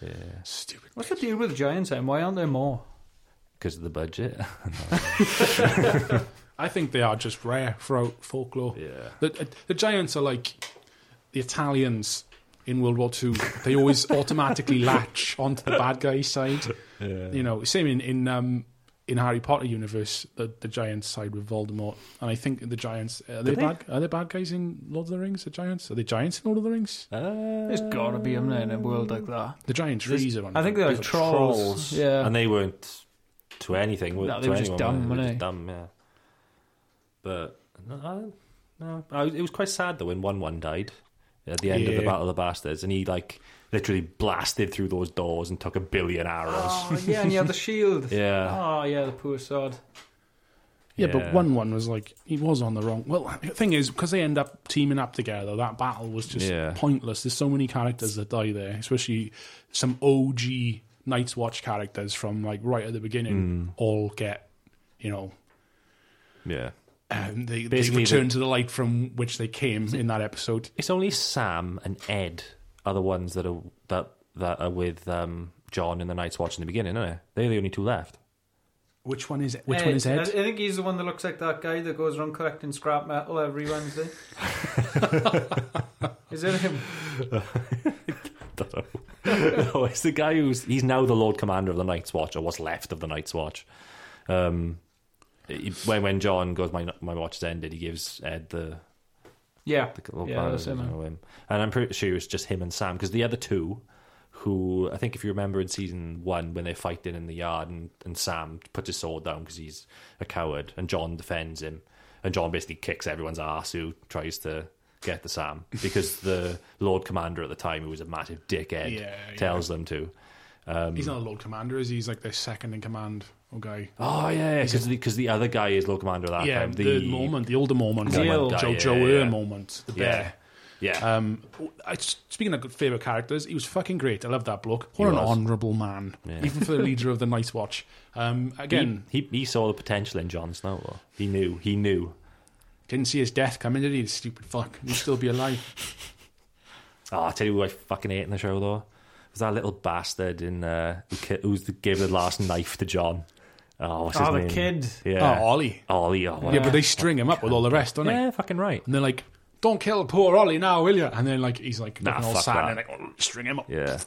S3: Yeah.
S1: Stupid.
S2: What's the deal with the Giants then? Why aren't there more?
S3: Because of
S2: [laughs]
S3: the budget.
S1: I think they are just rare throughout folklore.
S3: yeah.
S1: The, uh, the giants are like the Italians in World War Two. They
S2: [laughs]
S1: always automatically latch onto the bad guy side. You know, same in in um, in Harry Potter universe, the, the giants side with Voldemort. And I think the giants are they,
S3: they?
S1: bad? Are they bad guys in Lord of the Rings? The giants are they giants in Lord of the Rings?
S3: Uh,
S2: There's got to be them in a world like that.
S1: The giant trees are one.
S2: I
S1: of
S2: think
S1: them.
S2: they're like trolls. Yeah.
S3: And they weren't to anything. were-
S2: No, they
S3: to
S2: were just
S3: anyone,
S2: dumb,
S3: They were
S2: weren't
S3: just
S2: they?
S3: dumb, yeah. But, no, I, no. I, was- it was quite sad, though, when 1 1 died at the end of the
S1: Yeah.
S3: Battle of the Bastards. And he, like, literally blasted through those doors and took a billion arrows.
S2: [laughs] [gasps] Oh, yeah, and you had the shield.
S3: Yeah.
S2: Oh, [laughs] yeah, the poor sod.
S1: Yeah, but
S3: Yeah.
S1: one one was like he was on the wrong. Well, the thing is because they end up teaming up together, that battle was just
S3: Yeah.
S1: pointless. There's so many characters that die there, especially some OG Night's Watch
S3: Hmm.
S1: characters from like right at the beginning. All get you know
S3: Yeah.
S1: um, they, they
S3: Basically,
S1: return to the light from which they came in that episode.
S3: It's only Sam and Ed are the ones that are that that are with um, John in the Night's Watch in the beginning, aren't they? They're the only two left. [laughs]
S1: Which one is Uh, which one is
S2: Eh, I I
S1: Ed?
S2: think he's the one that looks like that guy that goes around collecting scrap metal every [laughs] Wednesday. Is it him?
S3: no, it's the guy who's he's now the Lord Commander of the Night's Watch, or what's left of the Night's Watch. Um, he- when when John goes, my my watch is ended. He gives Ed the
S2: Yeah.
S3: the Lord
S2: Yeah,
S3: Commander,
S2: that's him,
S3: you know, him. and I'm pretty sure it's just him and Sam because the other two, who I think if you remember in season one when they're fighting in the yard and, and Sam puts his sword down because he's a coward and John defends him and John basically kicks everyone's ass who tries to get the Sam because the Lord Commander at the time who was a massive dickhead
S1: Yeah, yeah.
S3: tells them to.
S1: He's
S3: Um,
S1: not a Lord Commander, is he? He's like their second in command or guy.
S3: Oh yeah, because the, 'cause the other guy is Lord Commander at that
S1: yeah,
S3: time.
S1: the, moment, the older moment,
S3: The
S1: Joe
S3: old guy,
S1: Joe
S3: yeah,
S1: Joe
S3: yeah.
S1: Ur moment, the
S3: Yeah.
S1: bear.
S3: yeah,
S1: Um, I, speaking of favorite characters, he was fucking great. I love that bloke. What an
S3: was.
S1: honourable man, even for the leader of the Night Watch.
S3: [laughs]
S1: Um, again,
S3: he, he he saw the potential in Jon Snow. Though. He knew, he knew.
S1: didn't see his death coming, did he? The stupid fuck. He'd still be
S3: [laughs]
S1: alive.
S3: Oh, I tell you who I fucking hate in the show though. It was that little bastard in uh, who ki- who's the, gave the last knife to John. Oh, what's his
S2: Oh, the
S3: name?
S2: kid.
S3: Yeah.
S1: Oh, Ollie.
S3: Ollie. Oh, what
S1: Yeah, but they string him up with all the rest, don't
S3: a-
S1: they?
S3: yeah, fucking right.
S1: And they're like, "Don't kill poor Ollie now, will you?" And then like he's like
S3: Nah,
S1: looking all
S3: fuck
S1: sad,
S3: that.
S1: and they're like, oh, "String him up."
S3: Yeah.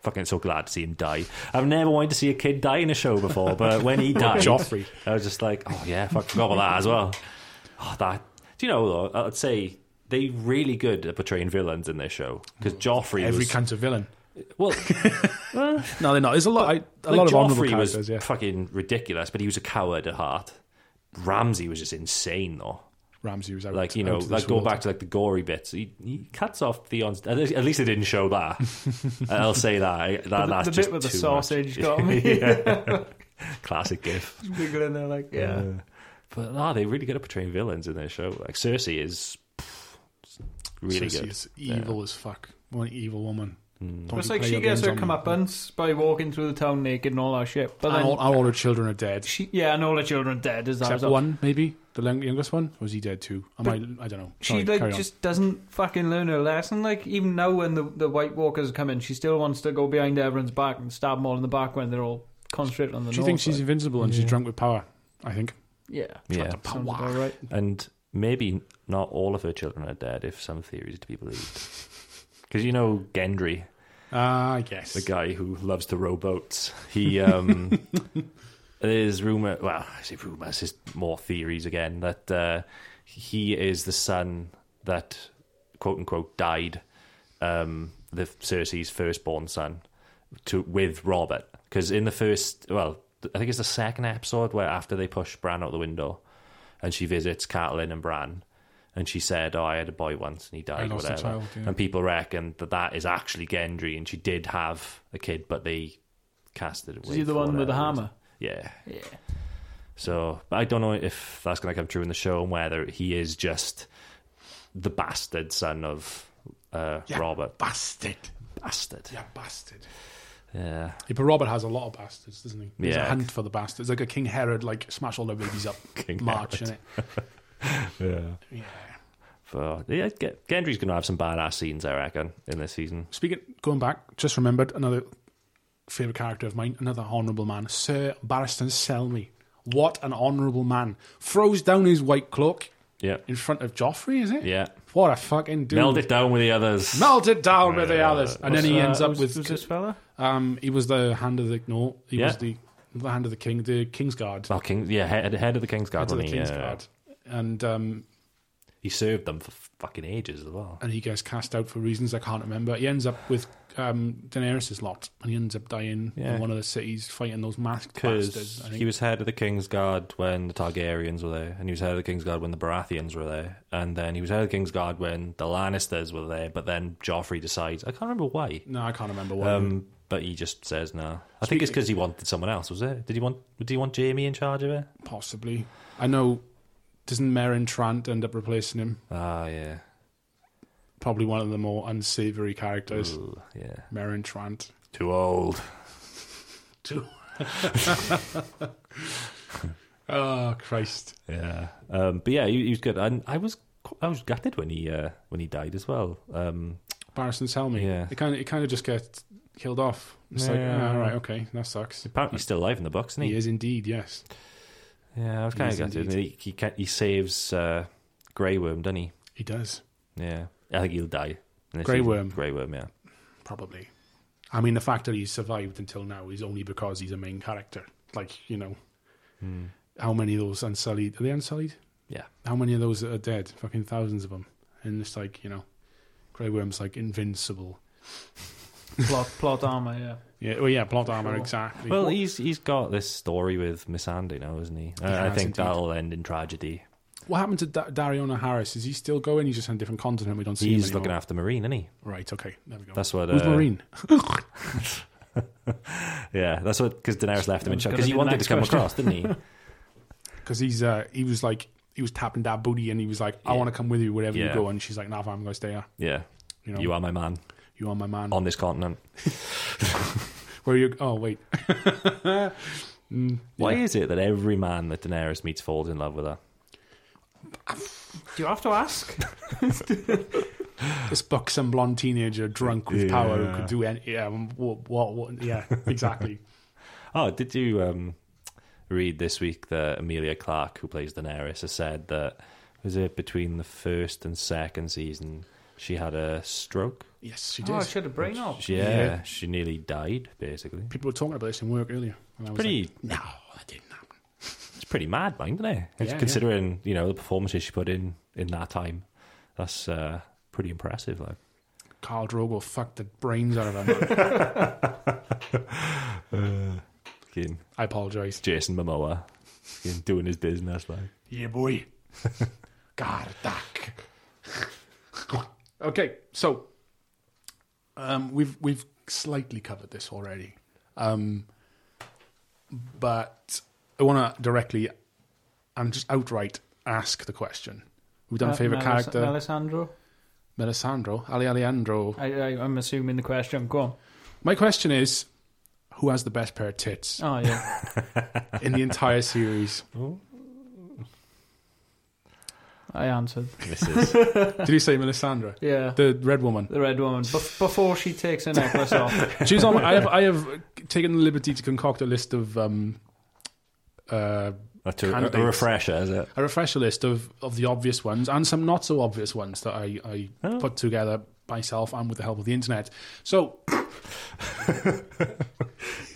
S3: Fucking so glad to see him die. I've never wanted to see a kid die in a show before,
S1: [laughs]
S3: but when he died,
S1: Joffrey.
S3: I was just like, oh yeah, fuck, forgot about that as well. Oh, that. Do you know though? I'd say they really good at portraying villains in this show because Joffrey
S1: Every
S3: was
S1: kind of villain. [laughs]
S3: well.
S1: No, they're not. There's a lot, I, a
S3: Like,
S1: lot of honourable
S3: Joffrey was
S1: characters. Yeah,
S3: fucking ridiculous, but he was a coward at heart. Ramsey was just insane though.
S1: Ramsey was out.
S3: Like you know,
S1: out of
S3: like
S1: this
S3: go
S1: world.
S3: back to like the gory bits. He, he cuts off Theon's. At least, at least they didn't show that. I'll say that. I- that
S2: The,
S3: that's
S2: the
S3: just
S2: bit with the
S3: too much.
S2: sausage got [laughs] me.
S3: Classic GIF.
S2: Wiggling there like, yeah.
S3: Uh, but no, they really good at portraying villains in their show. Like Cersei is pff, really
S1: Cersei
S3: good. Mm.
S1: is evil as fuck. One evil woman. Don't
S2: It's
S1: you
S2: like
S1: play
S2: she
S1: your
S2: gets her
S1: games on me.
S2: comeuppance by walking through the town naked and all that shit. But then,
S1: And all, all her children are dead,
S2: she, yeah, and all her children are dead. Is that
S1: except one, maybe the young- youngest one. Was he dead too? Am I? I don't know.
S2: She
S1: Sorry, carry
S2: like
S1: on.
S2: just doesn't fucking learn her lesson. Like even now, when the the White Walkers come in, she still wants to go behind everyone's back and stab them all in the back when they're all concentrated on the.
S1: She
S2: north
S1: thinks she's
S2: side.
S1: invincible and she's drunk with power. I think.
S2: yeah.
S3: Yeah,
S2: Sounds about right.
S3: and maybe not all of her children are dead if some theories to be believed. Because you know Gendry.
S1: Ah, yes.
S3: the guy who loves to row boats. He um, there's rumor. Well, I say rumors. There's more theories again that uh, he is the son that quote unquote died, um, the Cersei's firstborn son, to with Robert. Because in the first, well, I think it's the second episode where after they push Bran out the window, and she visits Catelyn and Bran. And she said, "Oh, I had a boy once, and he died,
S1: lost a
S3: whatever."
S1: child, yeah.
S3: And people reckon that that is actually Gendry, and she did have a kid, but they casted it.
S2: Is he the one with the hammer?
S3: Yeah.
S2: Yeah.
S3: So but I don't know if that's going to come true in the show, and whether he is just the bastard son of uh,
S1: Yeah.
S3: Robert.
S1: bastard.
S3: Bastard.
S1: Yeah, bastard.
S3: Yeah.
S1: Yeah, but Robert has a lot of bastards, doesn't he? There's a
S3: Yeah.
S1: hunt for the bastards, like a King Herod, like smash all their babies up,
S3: [laughs] King
S1: march in it.
S3: Yeah.
S1: Yeah.
S3: But yeah, G- Gendry's going to have some badass scenes, I reckon, in this season.
S1: Speaking, going back, just remembered another favorite character of mine, another honourable man, Sir Barristan Selmy. What an honourable man! Throws down his white cloak
S3: Yeah.
S1: in front of Joffrey, is it?
S3: Yeah.
S1: What a fucking dude!
S3: Meld it down with the others.
S1: Melt it down with the others, and then he
S2: Uh,
S1: ends up
S2: who's-
S1: with
S2: who's this fella?
S1: Um, he was the hand of the no. He was
S3: Yeah.
S1: the the hand of the king, the king's guard,
S3: Oh, King, yeah, head, head of the King's Guard.
S1: head of the
S3: wasn't
S1: king's
S3: he? Yeah.
S1: guard, and um,
S3: He served them for fucking ages as well.
S1: and he gets cast out for reasons I can't remember. He ends up with um, Daenerys's lot, and he ends up dying
S3: Yeah.
S1: in one of the cities fighting those masked
S3: Because
S1: bastards. I think.
S3: he was head of the King's Guard when the Targaryens were there, and he was head of the King's Guard when the Baratheons were there, and then he was head of the King's Guard when the Lannisters were there. But then Joffrey decides, I can't remember why,
S1: no, I can't remember what.
S3: um, but he just says no. I think it's because he wanted someone else. Was it? Did he want? Did he want Jamie in charge of it?
S1: possibly, I know. Doesn't Meryn Trant end up replacing him?
S3: Ah, yeah,
S1: Probably one of the more unsavory characters,
S3: Ooh, yeah.
S1: Meryn Trant.
S3: Too old.
S1: Two. Oh, Christ.
S3: Yeah. Um, but yeah, he, he was good, and I was qu- I was gutted when he uh, when he died as well. Um,
S1: Barrison's helmet.
S3: Yeah.
S1: It kind of it kind of just gets killed off. It's like,
S3: Yeah.
S1: ah, all right, okay, that sucks.
S3: apparently, he's still alive in the books, isn't
S1: He
S3: he?
S1: is indeed, yes.
S3: Yeah, I was
S1: He
S3: kind
S1: is
S3: of gutted.
S1: indeed.
S3: He he, ca he saves uh, Grey Worm, doesn't he?
S1: He does,
S3: Yeah, I think he'll die. in this
S1: Grey
S3: season.
S1: Worm.
S3: Grey Worm. Yeah.
S1: probably. I mean, the fact that he's survived until now is only because he's a main character. Like, you know, how many of those unsullied? Are they unsullied?
S3: Yeah.
S1: How many of those are dead? Fucking thousands of them. And it's like, you know, Grey Worm's like invincible.
S2: plot plot armor. Yeah.
S1: Yeah, well, yeah, plot armor,
S2: Sure.
S1: exactly.
S3: Well, he's he's got this story with Miss Andy now, isn't he? Uh,
S1: He
S3: I
S1: has
S3: think
S1: indeed.
S3: that'll end in tragedy.
S1: what happened to da- Dariona Harris? Is he still going? He's just on a different continent. We don't see
S3: He's
S1: him anymore.
S3: looking after Marine, isn't he?
S1: Right, okay, there we go.
S3: That's what.
S1: Who's
S3: uh,
S1: Marine?
S3: Yeah, that's what because Daenerys left him in
S2: That's
S3: shock
S2: gonna
S3: because
S2: be
S3: he
S2: the
S3: wanted to
S2: next
S3: come
S2: question.
S3: across,
S1: [laughs]
S3: didn't he?
S1: Because he's uh, he was like he was tapping that booty and he was like, I
S3: Yeah.
S1: want to come with you wherever you
S3: Yeah.
S1: go. And she's like, Nah, fam, I'm going to stay here.
S3: Yeah,
S1: You know,
S3: you are Oh. my man
S1: you are my man.
S3: on this continent.
S1: Where you? Oh wait, [laughs] Mm,
S3: Why is it that every man that Daenerys meets falls in love with her?
S2: Do you have to ask?
S1: this buxom blonde teenager drunk with power who
S3: Yeah.
S1: could do any. Yeah, um, what? What? what yeah,
S3: [laughs]
S1: exactly.
S3: Oh, did you um, read this week that Amelia Clark, who plays Daenerys, has said that was it between the first and second season she had a stroke?
S1: yes, she did.
S2: oh, I should have brain off.
S3: Yeah,
S1: Yeah.
S3: she nearly died. Basically,
S1: People were talking about this in work earlier. And I was
S3: pretty
S1: Like, no, that didn't happen.
S3: it's pretty mad, man, isn't it? It's
S1: Yeah,
S3: considering you know the performances she put in in that time, that's uh, pretty impressive.
S1: [laughs]
S3: Like,
S1: Carl Drogo fucked the brains out of
S3: [laughs]
S1: him.
S3: Uh, fucking
S1: I apologise.
S3: Jason Momoa fucking doing his business. Like,
S1: Yeah, boy. [laughs] Gardak. [laughs] okay, so um, we've we've slightly covered this already, um, but I want to directly and just outright ask the question: We've done
S2: Uh,
S1: favorite
S2: Melis-
S1: character,
S2: Melisandro.
S1: Melisandro, Ali Alejandro.
S2: I, I, I'm assuming the question. Go on.
S1: My question is: Who has the best pair of tits
S2: Oh yeah.
S1: in the entire
S2: [laughs]
S1: series?
S2: I answered.
S3: Mrs.
S1: Did you say Melisandre,
S2: Yeah. The,
S1: the red woman?
S2: red woman. Bef- before she takes her
S1: [laughs]
S2: necklace off.
S1: She's on. I have, I have taken the liberty to concoct a list of um, uh,
S3: That's a, a,
S1: Candidates.
S3: refresher, is it?
S1: a refresher list of, of the obvious ones and some not so obvious ones that I, I
S3: Oh.
S1: put together myself and with the help of the internet. So,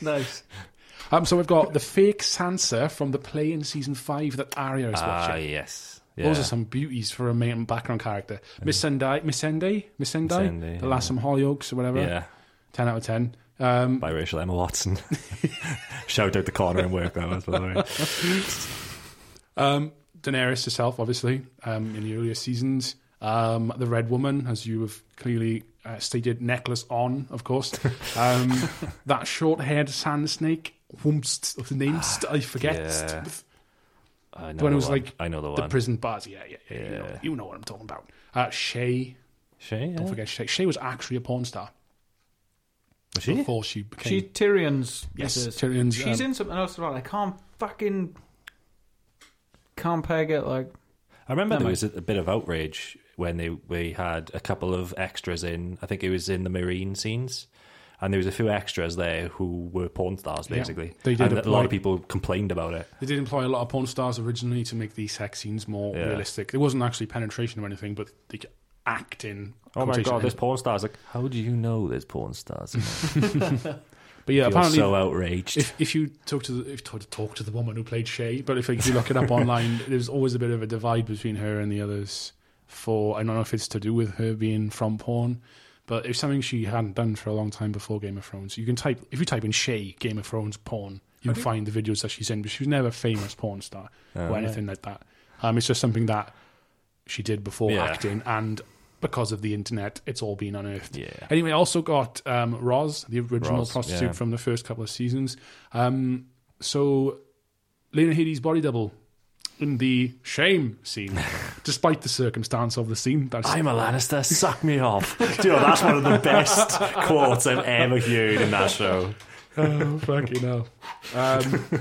S2: nice.
S1: um, so we've got the fake Sansa from the play in season five that Arya is
S3: Ah,
S1: watching.
S3: yes.
S1: Those
S3: Yeah.
S1: are some beauties for a main background character. Miss Sendai, Miss Sendai, Miss Sendai,
S3: Sendai,
S1: the
S3: yeah.
S1: last from Hollyoaks or whatever.
S3: Yeah,
S1: Ten out of ten. Um,
S3: biracial Emma Watson.
S1: [laughs]
S3: [laughs] Shout out the corner and work that was, by the way.
S1: Um, Daenerys herself, obviously, um, in the earlier seasons. Um, the Red Woman, as you have clearly uh, stated, necklace on, of
S3: [laughs]
S1: course. Um, that short-haired sand snake, whoomst, the name, st- I forget.
S3: Ah, Yeah.
S1: st-
S3: I
S1: [laughs]
S3: know
S1: The one
S3: the
S1: who's
S3: one.
S1: like
S3: I know the
S1: the
S3: one.
S1: prison bars, yeah, yeah, yeah. You, know,
S3: Yeah.
S1: you know what I'm talking about. Uh, Shay,
S3: she, yeah.
S1: don't forget Shay. Shay was actually a porn star
S3: Was she?
S1: before she became.
S2: She Tyrion's.
S1: Yes,
S2: missus.
S1: Tyrion's,
S2: She's
S1: um,
S2: in something else. as well. I can't fucking can't peg it. Like
S3: I remember
S2: Never
S3: there
S2: mind.
S3: was a, a bit of outrage when they we had a couple of extras in. I think it was in the marine scenes, and there was a few extras there who were porn stars,
S1: Yeah,
S3: basically.
S1: they did
S3: and a lot
S1: apply-
S3: of people complained about it.
S1: They did employ a lot of porn stars originally to make these sex scenes more
S3: Yeah.
S1: realistic. It wasn't actually penetration or anything, but the acting.
S3: Oh my
S1: quotation-
S3: god, there's porn stars! Like, how do you know there's porn
S1: [laughs]
S3: stars?
S1: But yeah,
S3: You're
S1: apparently
S3: so outraged.
S1: if if you talk to the, if you talk to the woman who played Shay, but if, like, if you look it up [laughs] online, there's always a bit of a divide between her and the others. For I don't know if it's to do with her being from porn, but it's something she hadn't done for a long time before Game of Thrones. You can type if you type in Shay Game of Thrones porn, you can find the videos that she's in. But she was never a famous porn star
S3: Oh,
S1: or
S3: right.
S1: anything like that. Um, it's just something that she did before
S3: Yeah.
S1: acting, and because of the internet, it's all been unearthed.
S3: Yeah.
S1: Anyway, I also got um, Roz, the original
S3: Roz,
S1: prostitute
S3: yeah.
S1: from the first couple of seasons. Um, so, Lena Headey's body double in the shame
S3: [laughs]
S1: scene, despite the circumstance of the scene. That's
S3: I'm
S1: [laughs]
S3: a Lannister, suck me off. [laughs] Dude, that's one of the best quotes I've ever heard in that show.
S1: oh, fucking hell. Um, [laughs]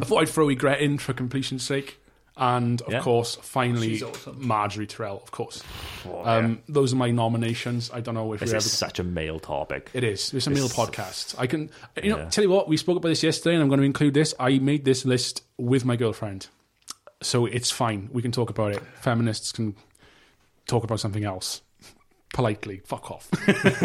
S1: I thought I'd throw Egret in for completion's sake. And of
S3: Yeah.
S1: course, finally,
S2: She's awesome.
S1: Marjorie Terrell, of course. um, Those are my nominations. I don't know if
S3: This
S1: we
S3: is such a male topic.
S1: It is. It's a meal podcast. I can, you know,
S3: Yeah.
S1: tell you what, we spoke about this yesterday and I'm going to include this. I made this list with my girlfriend. So it's fine. We can talk about it. Feminists can talk about something else. Politely. Fuck off. [laughs]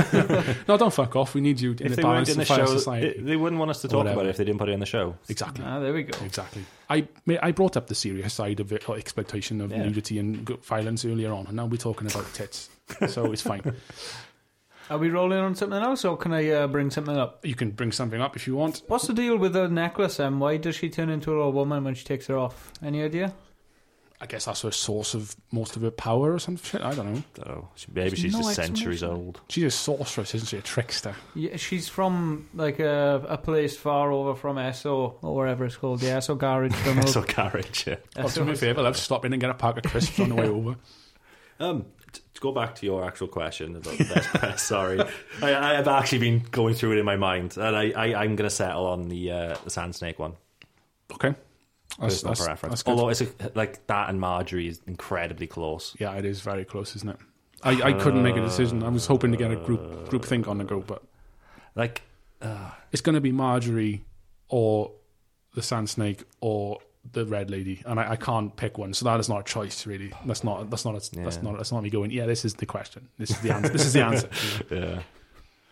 S1: no, don't fuck off. We need you in
S3: if
S1: a
S3: they weren't
S1: balanced
S3: in the
S1: and fair
S3: show,
S1: society.
S3: it- they wouldn't want us to talk
S1: whatever.
S3: about it if they didn't put it in the show.
S1: exactly.
S2: Ah, there we go.
S1: Exactly. I ma- I brought up the serious side of it, or expectation of
S3: Yeah.
S1: nudity and g- violence earlier on, and now we're talking about tits. so it's fine.
S2: Are we rolling on something else, or can I uh, bring something up?
S1: You can bring something up if you want.
S2: What's the deal with the necklace, and why does she turn into a little woman when she takes her off? Any idea?
S1: I guess that's her source of most of her power or some shit. I don't know.
S3: So she- maybe she's
S2: no
S3: just centuries
S2: explanation.
S3: old. [laughs]
S1: She's a sorceress, isn't she? A trickster.
S2: Yeah, she's from like a, a place far over from Esso or wherever it's called, the Esso garage. From
S3: So carriage. Yeah.
S1: Well, do me a favour, let's stop in and get a pack of crisps on the way over.
S3: Um, t- to go back to your actual question about the [laughs] best press, sorry, I, I have actually been going through it in my mind, and I, I I'm going to settle on the uh, the sand snake one.
S1: Okay. That's,
S3: Personal
S1: that's,
S3: preference.
S1: that's good.
S3: Although it's a, like that and Marjorie is incredibly close.
S1: yeah, it is very close, isn't it? I, I couldn't make a decision. I was hoping to get a group group think on the go, but
S3: Like
S1: it's going to be Marjorie or the Sand Snake or the Red Lady, and I, I can't pick one. So that is not a choice, really. That's not. That's not. That's
S3: Yeah.
S1: not. That's not me going. Yeah, this is the question. This is the answer. this is the
S3: [laughs]
S1: answer.
S3: yeah,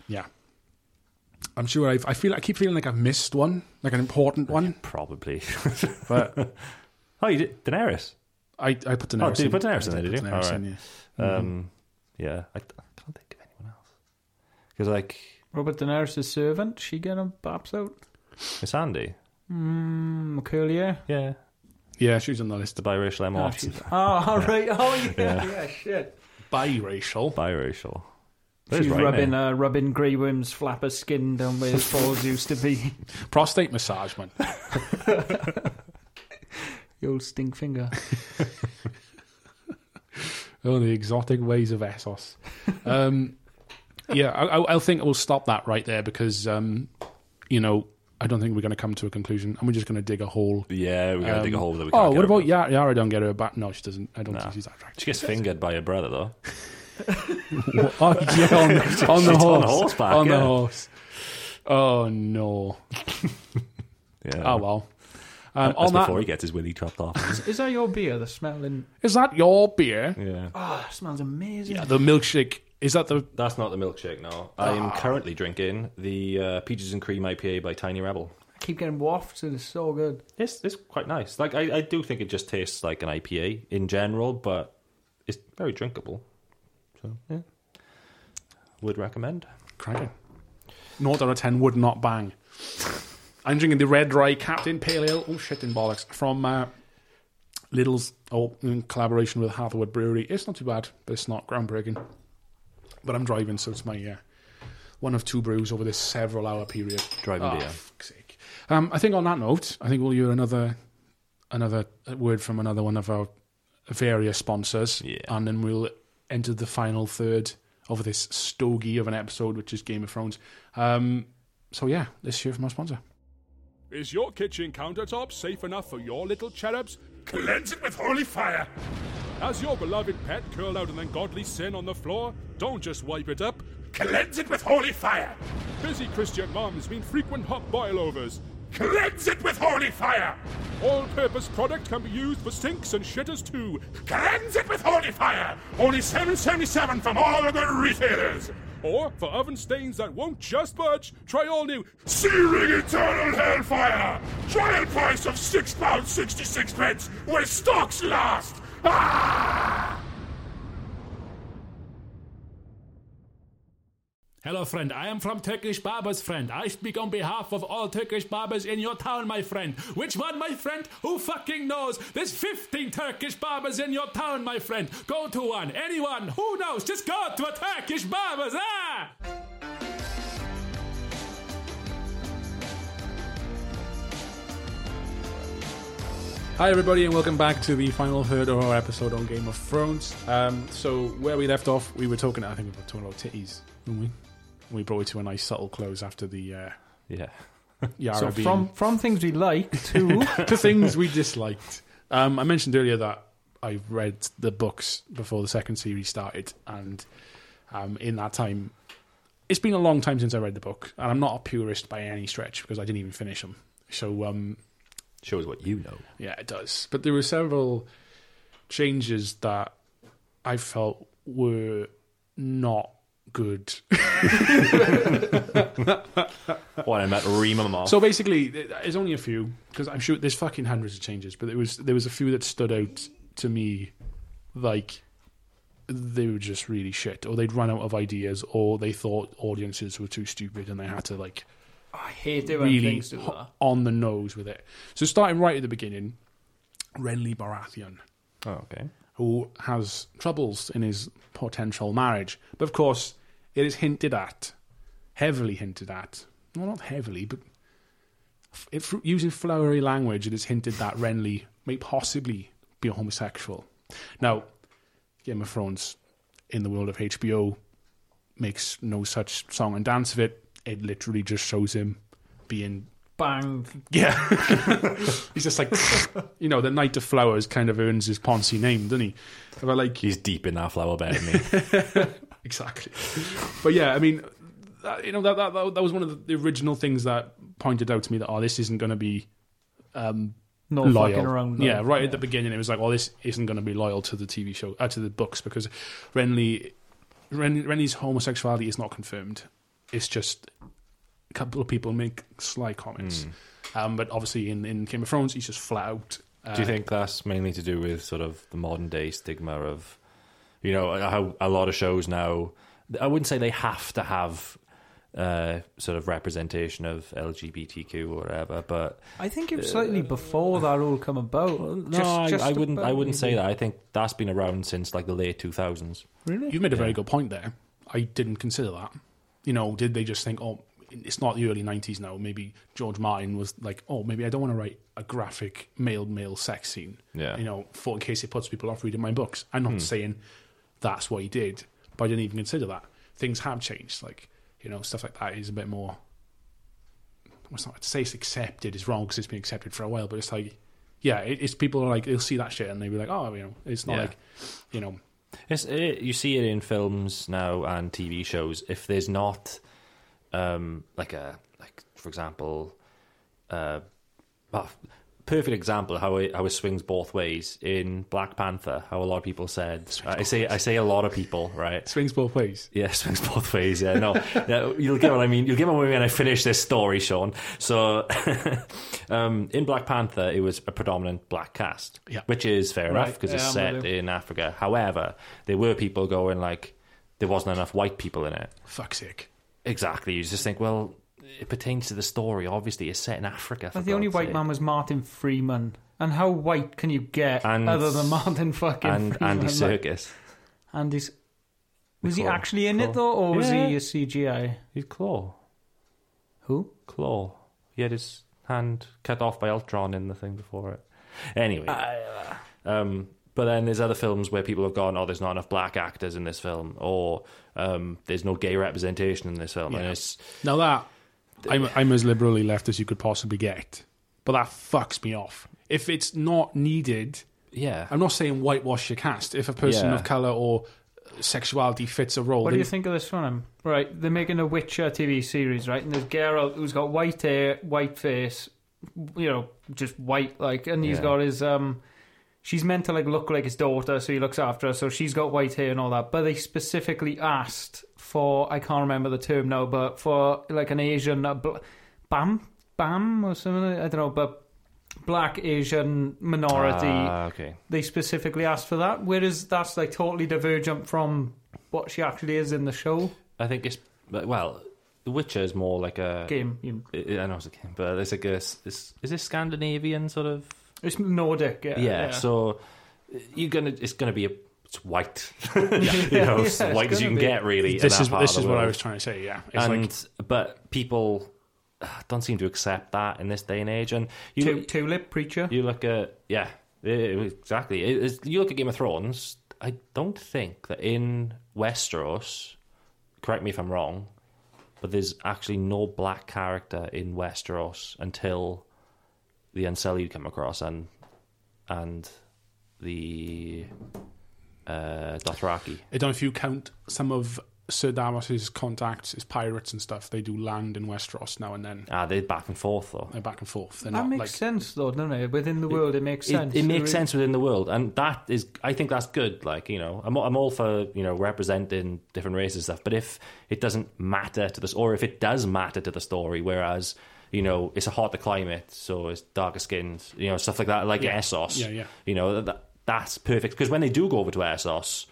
S1: Yeah. I'm sure I've, I feel I keep feeling like I've missed one, like an important one,
S3: probably. [laughs]
S1: but
S3: oh, you did Daenerys.
S1: I, I put Daenerys.
S3: Oh, did you put
S1: in.
S3: Daenerys in
S1: I
S3: there, did
S1: put
S3: you?
S1: Daenerys
S3: All
S1: in, yeah.
S3: Um, yeah, I, d- I can't think of anyone else because like
S2: Robert De Niro's servant, she get her baps out.
S3: it's Andy.
S2: Mm, curly hair.
S3: Yeah,
S1: Yeah, she was on the list
S3: the
S1: of
S3: biracial Emma
S2: Oh,
S3: Watson.
S2: she's- oh, all right. Oh, [laughs] yeah, yeah,
S3: Yeah.
S2: shit.
S1: biracial.
S3: Biracial. That is
S2: She's
S3: right, eh?
S2: rubbing,
S3: mate.
S2: uh, rubbing Grey Worm's flapper skin down where his balls used to be.
S1: [laughs]
S2: [laughs]
S1: Prostate massage, man.
S2: The old stink finger.
S1: Oh, the exotic ways of
S3: [laughs]
S1: Essos. Um, yeah, I, I, I'll think we'll stop that right there because, um, you know, I don't think we're going to come to a conclusion and we're just going to dig a hole.
S3: Yeah, we're gonna dig a hole that we can't
S1: oh,
S3: get
S1: what
S3: over.
S1: about Yara? Yara don't get her back. No, she doesn't. I don't
S3: Nah.
S1: think she's that attractive.
S3: She gets fingered by her brother though.
S1: [laughs] oh, yeah,
S3: [laughs]
S1: on, on the
S3: She's
S1: horse.
S3: on horseback,
S1: On the
S3: yeah.
S1: horse. Oh, no.
S3: Yeah.
S1: Oh, well. Um,
S3: That's
S1: on that,
S3: before he gets his willy
S1: [laughs]
S3: chopped off.
S2: Is that your beer? The smelling.
S1: is that your beer?
S3: yeah.
S2: Ah, it smells amazing.
S1: The milkshake. Is that the
S3: That's not the milkshake, no. I am
S1: Ah.
S3: currently drinking the uh, Peaches and Cream IPA by Tiny Rebel.
S2: I keep getting wafts, and it's so good.
S3: It's, it's quite nice. Like I, I do think it just tastes like an IPA in general, but it's very drinkable. So yeah. Would recommend.
S1: Cracking. Naught out of ten would not bang. I'm drinking the Red Rye Captain Pale Ale. Oh shit, in bollocks from uh, Little's. Oh, in collaboration with Hathaway Brewery. It's not too bad, but it's not groundbreaking. But I'm driving, so it's my uh, one of two brews over this several-hour period.
S3: Driving
S1: Ah,
S3: beer.
S1: fuck's sake. Um, I think on that note, I think we'll hear another another uh, word from another one of our various sponsors,
S3: Yeah.
S1: and then we'll enter the final third of this stogie of an episode, which is Game of Thrones. Um, so yeah, let's hear from our sponsor.
S6: Is your kitchen countertop safe enough for your little cherubs? Cleanse it with holy fire! Has your beloved pet curled out in ungodly sin on the floor? Don't just wipe it up. Cleanse it with holy fire! Busy Christian moms mean frequent hot boil overs. Cleanse it with holy fire! All purpose product can be used for sinks and shitters too. Cleanse it with holy fire! Only 777 from all other retailers! Or for oven stains that won't just budge, try all new Searing Eternal Hellfire! Trial price of £6.66 pence where stocks last! Ah!
S7: Hello, friend. I am from Turkish Barbers, friend. I speak on behalf of all Turkish barbers in your town, my friend. Which one, my friend? Who fucking knows? There's 15 Turkish barbers in your town, my friend. Go to one. Anyone. Who knows? Just go to a Turkish barber's. Ah!
S1: Hi everybody, and welcome back to the final third of our episode on Game of Thrones. Um, so where we left off, we were talking. I think we were talking about titties, weren't we? We brought it to a nice subtle close after the uh,
S3: Yeah.
S2: So
S1: Yara
S2: from from things we like
S3: [laughs]
S2: to
S1: to things we disliked. Um, I mentioned earlier that I read the books before the second series started, and um, in that time, it's been a long time since I read the book, and I'm not a purist by any stretch because I didn't even finish them. So um,
S3: Shows what you know.
S1: yeah, it does. But there were several changes that I felt were not good.
S3: What I meant, ream them off.
S1: So basically, th- there's only a few because I'm sure there's fucking hundreds of changes, but there was there was a few that stood out to me, like they were just really shit, or they'd run out of ideas, or they thought audiences were too stupid and they had to like
S2: I hate it when
S1: really
S2: things do
S1: ho-
S2: that.
S1: on the nose with it. So starting right at the beginning, Renly Baratheon,
S3: oh, okay.
S1: who has troubles in his potential marriage, but of course it is hinted at, heavily hinted at. Well, not heavily, but f- it, fr- using flowery language, it is hinted that Renly may possibly be homosexual. Now, Game of Thrones, in the world of HBO, makes no such song and dance of it. It literally just shows him being
S2: Bang.
S1: yeah. He's just like, you know, the Knight of Flowers kind of earns his Ponzi name, doesn't he? But like,
S3: He's deep in that flower bed of [laughs] me.
S1: exactly. [laughs] But yeah, I mean, that, you know, that, that, that, that was one of the, the original things that pointed out to me that, oh, this isn't going to be um,
S2: No
S1: loyal.
S2: fucking around.
S1: yeah, right at the beginning, it was like, oh, this isn't going to be loyal to the TV show, uh, to the books, because Renly, Ren, Renly's homosexuality is not confirmed. It's just a couple of people make sly
S3: Hmm.
S1: comments. Um, but obviously, in, in Game of Thrones, he's just flat out. uh,
S3: Do you think that's mainly to do with sort of the modern day stigma of, you know, how a lot of shows now? I wouldn't say they have to have uh, sort of representation of LGBTQ or whatever, but
S2: I think it was slightly before that all come about.
S3: no, I, I wouldn't. I wouldn't say that. I think that's been around since like the late two thousands.
S2: Really?
S1: You've made a very good point there. I didn't consider that. You know, did they just think, oh, it's not the early 90s now. Maybe George Martin was like, oh, maybe I don't want to write a graphic male male sex scene.
S3: Yeah. Hmm.
S1: You know, for in case it puts people off reading my books. I'm not saying that's what he did, but I didn't even consider that. Things have changed. Like, you know, stuff like that is a bit more. What's not to say it's accepted is wrong because it's been accepted for a while, but it's like, yeah, it, it's people are like, they'll see that shit and they'll be like, oh, you know, it's not
S3: Yeah.
S1: like, you know,
S3: It's, it, you see it in films now and TV shows. If there's not, um, like a like for example, uh, well, perfect example how it, how it swings both ways in Black Panther. How a lot of people said, I say I say a lot of people, right?
S1: swings both ways.
S3: Yeah, [laughs] swings both ways. Yeah, no, no, you'll get what I mean. You'll get what I mean when I finish this story, Sean. So, [laughs] um, in Black Panther, it was a predominant black cast,
S1: Yeah.
S3: which is fair
S2: Right,
S3: enough because
S2: yeah,
S3: it's
S2: I'm
S3: set
S2: with
S3: in Africa. However, there were people going like there wasn't enough white people in it.
S1: Fuck's sake.
S3: Exactly. You just think, well, it pertains to the story. Obviously, it's set in Africa. For
S2: Like the only
S3: God's
S2: white
S3: sake.
S2: man was Martin Freeman. And how white can you get
S3: And-
S2: other than Martin fucking [laughs]
S3: and
S2: Freeman?
S3: Andy
S2: Like,
S3: Circus.
S2: Andy's. Was he
S3: Claw.
S2: actually in
S3: Claw.
S2: it though, or was
S3: Yeah.
S2: he a CGI?
S3: He's Claw.
S2: Who?
S3: Claw. He had his hand cut off by Ultron in the thing before it. Anyway.
S2: Ah,
S3: Um, but then there's other films where people have gone, oh, there's not enough black actors in this film, or um, there's no gay representation in this film. And
S1: Yeah.
S3: it's,
S1: Now that I'm, I'm as liberally left as you could possibly get, but that fucks me off. If it's not needed,
S3: yeah.
S1: I'm not saying whitewash your cast. If a person
S3: Yeah.
S1: of color or sexuality fits a role,
S2: What do
S1: then
S2: you think of this one? Right, they're making a Witcher TV series, right? And there's Geralt who's got white hair, white face, you know, just white like, and he's
S3: Yeah.
S2: got his um. She's meant to like look like his daughter, so he looks after her. So she's got white hair and all that. But they specifically asked for I can't remember the term now, but for like an Asian uh, bl- bam bam or something I don't know, but black Asian minority
S3: Ah, okay.
S2: they specifically asked for that. Whereas that's like totally divergent from what she actually is in the show
S3: I think it's, but, well, The Witcher is more like a.
S2: game. You-
S3: I I know it's a game, but it's like a. s- Is, is this Scandinavian sort of?
S2: It's Nordic, Uh, yeah.
S3: Yeah. So you're gonna. It's gonna be a. It's white. [laughs] you
S2: [laughs] Yeah,
S3: know, as
S2: it's
S3: white as you
S2: gonna
S3: can
S2: be.
S3: get. Really. in
S1: this
S3: that
S1: is
S3: part
S1: this
S3: of
S1: is
S3: the
S1: what I
S3: world.
S1: was trying to say. Yeah, it's
S3: and
S1: like
S3: but people [sighs] uh, don't seem to accept that in this day and age. And you
S2: Tu- Tulip preacher.
S3: you look at yeah, i- exactly. It- it's- you look at Game of Thrones. I don't think that in Westeros, correct me if I'm wrong, but there's actually no black character in Westeros until the Unsullied come across and and the uh, Dothraki.
S1: I don't know if you count some of Sir Davos's contacts, his pirates and stuff. They do land in Westeros now and then.
S3: Ah, they're back and forth though.
S1: They're back and forth. They're
S2: That
S1: not
S2: makes
S1: like
S2: sense, though, doesn't it? Within the world, it, makes sense.
S3: It, it makes sense within the world, and that is, I think that's good. Like you know, I'm I'm all for you know representing different races and stuff, but if it doesn't matter to this, or if it does matter to the story, whereas you know it's a hotter climate, so it's darker skinned, you know, stuff like that, like Essos,
S1: Yeah, yeah.
S3: you know, that, that's perfect because when they do go over to Essos,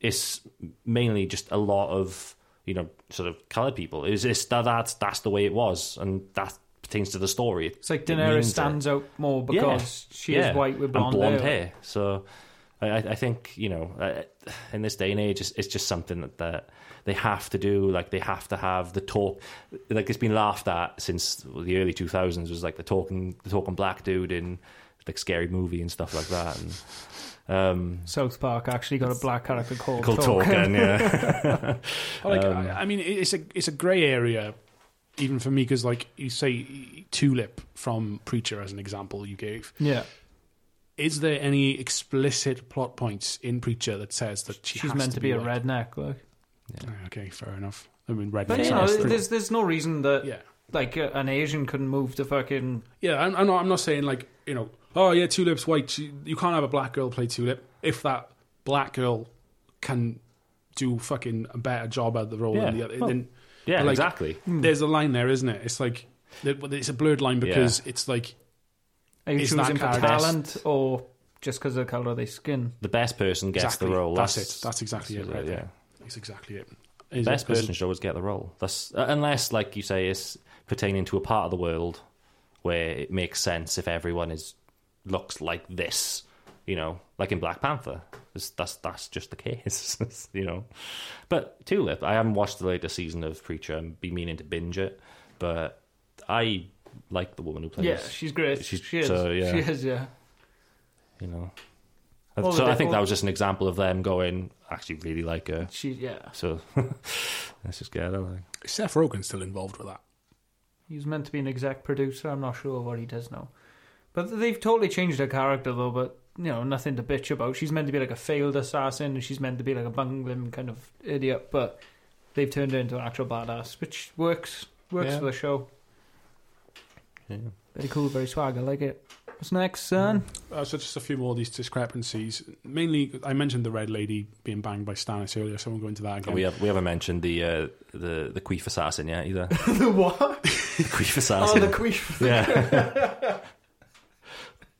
S3: it's mainly just a lot of you know sort of colored people. Is it's that that's that's the way it was, and that pertains to the story.
S2: It's like
S3: It
S2: Daenerys
S3: means it.
S2: stands out more because she
S3: Yeah.
S2: is white with blonde,
S3: and blonde
S2: hair.
S3: hair. So I, I I think you know, uh, in this day and age, it's, it's just something that, that they have to do. Like they have to have the talk. Like it's been laughed at since the early two thousands. Was like the talking the talking black dude in like scary movie and stuff like that. And um,
S2: South Park actually got a black character called,
S3: called
S1: [laughs]
S3: talking, yeah.
S1: Well, like, I, I mean, it's a it's a grey area, even for me, because like you say, Tulip from Preacher as an example you gave.
S2: Yeah,
S1: Is there any explicit plot points in Preacher that says that she
S2: she's
S1: has
S2: meant to be, a
S1: white?
S2: redneck, like.
S1: Oh, Okay, fair enough. I mean, red.
S2: But
S1: makes
S2: you know,
S1: sense, too.
S2: there's there's no reason that
S1: yeah,
S2: like uh, an Asian couldn't move to fucking
S1: yeah. I'm, I'm not. I'm not saying like you know. Oh yeah, Tulip's white. She, you can't have a black girl play Tulip if that black girl can do fucking a better job at the role
S3: Yeah,
S1: than the other.
S3: well,
S1: than,
S3: yeah,
S1: Like-
S3: exactly.
S1: There's a line there, isn't it? It's like it's a blurred line because it's like
S2: Are you
S1: It's
S2: choosing
S1: that
S2: for
S1: character.
S2: talent or just because of the colour of their skin?
S3: The best person gets
S1: exactly
S3: the role.
S1: That's, it. That's exactly
S3: that's
S1: it.
S3: it,
S1: Right
S3: yeah.
S1: there. That's exactly it. Is
S3: best
S1: it-
S3: person should always get the role. That's uh, unless, like you say, it's pertaining to a part of the world where it makes sense if everyone is looks like this. You know, like in Black Panther, It's- that's that's just the case. [laughs] It's, you know, but Tulip, I haven't watched the latest season of Preacher and be meaning to binge it, but I like the woman who plays.
S2: Yeah, she's great.
S3: She's-
S2: she is.
S3: so, yeah.
S2: She is. Yeah.
S3: you know.
S2: Well,
S3: so
S2: they-
S3: I think that
S2: well-
S3: was just an example of them going. "I Actually, really like her.
S2: She. Yeah.
S3: So [laughs] let's just get her. Like.
S1: Seth Rogen's still involved with that.
S2: He's meant to be an exec producer. I'm not sure what he does now. But they've totally changed her character though. But you know, nothing to bitch about. She's meant to be like a failed assassin, and she's meant to be like a bungling kind of idiot. But they've turned her into an actual badass, which works. Works
S3: Yeah.
S2: for the show.
S3: Yeah.
S2: Very cool. Very swag. I like it. What's next, son?
S1: Uh, so just a few more of these discrepancies. Mainly, I mentioned the Red Lady being banged by Stannis earlier, so I won't go into that again.
S3: We have we haven't mentioned the uh, the the queef assassin yet either. [laughs]
S2: the what?
S3: the queef
S2: Oh,
S3: assassin.
S2: the queef.
S3: [laughs] yeah. [laughs]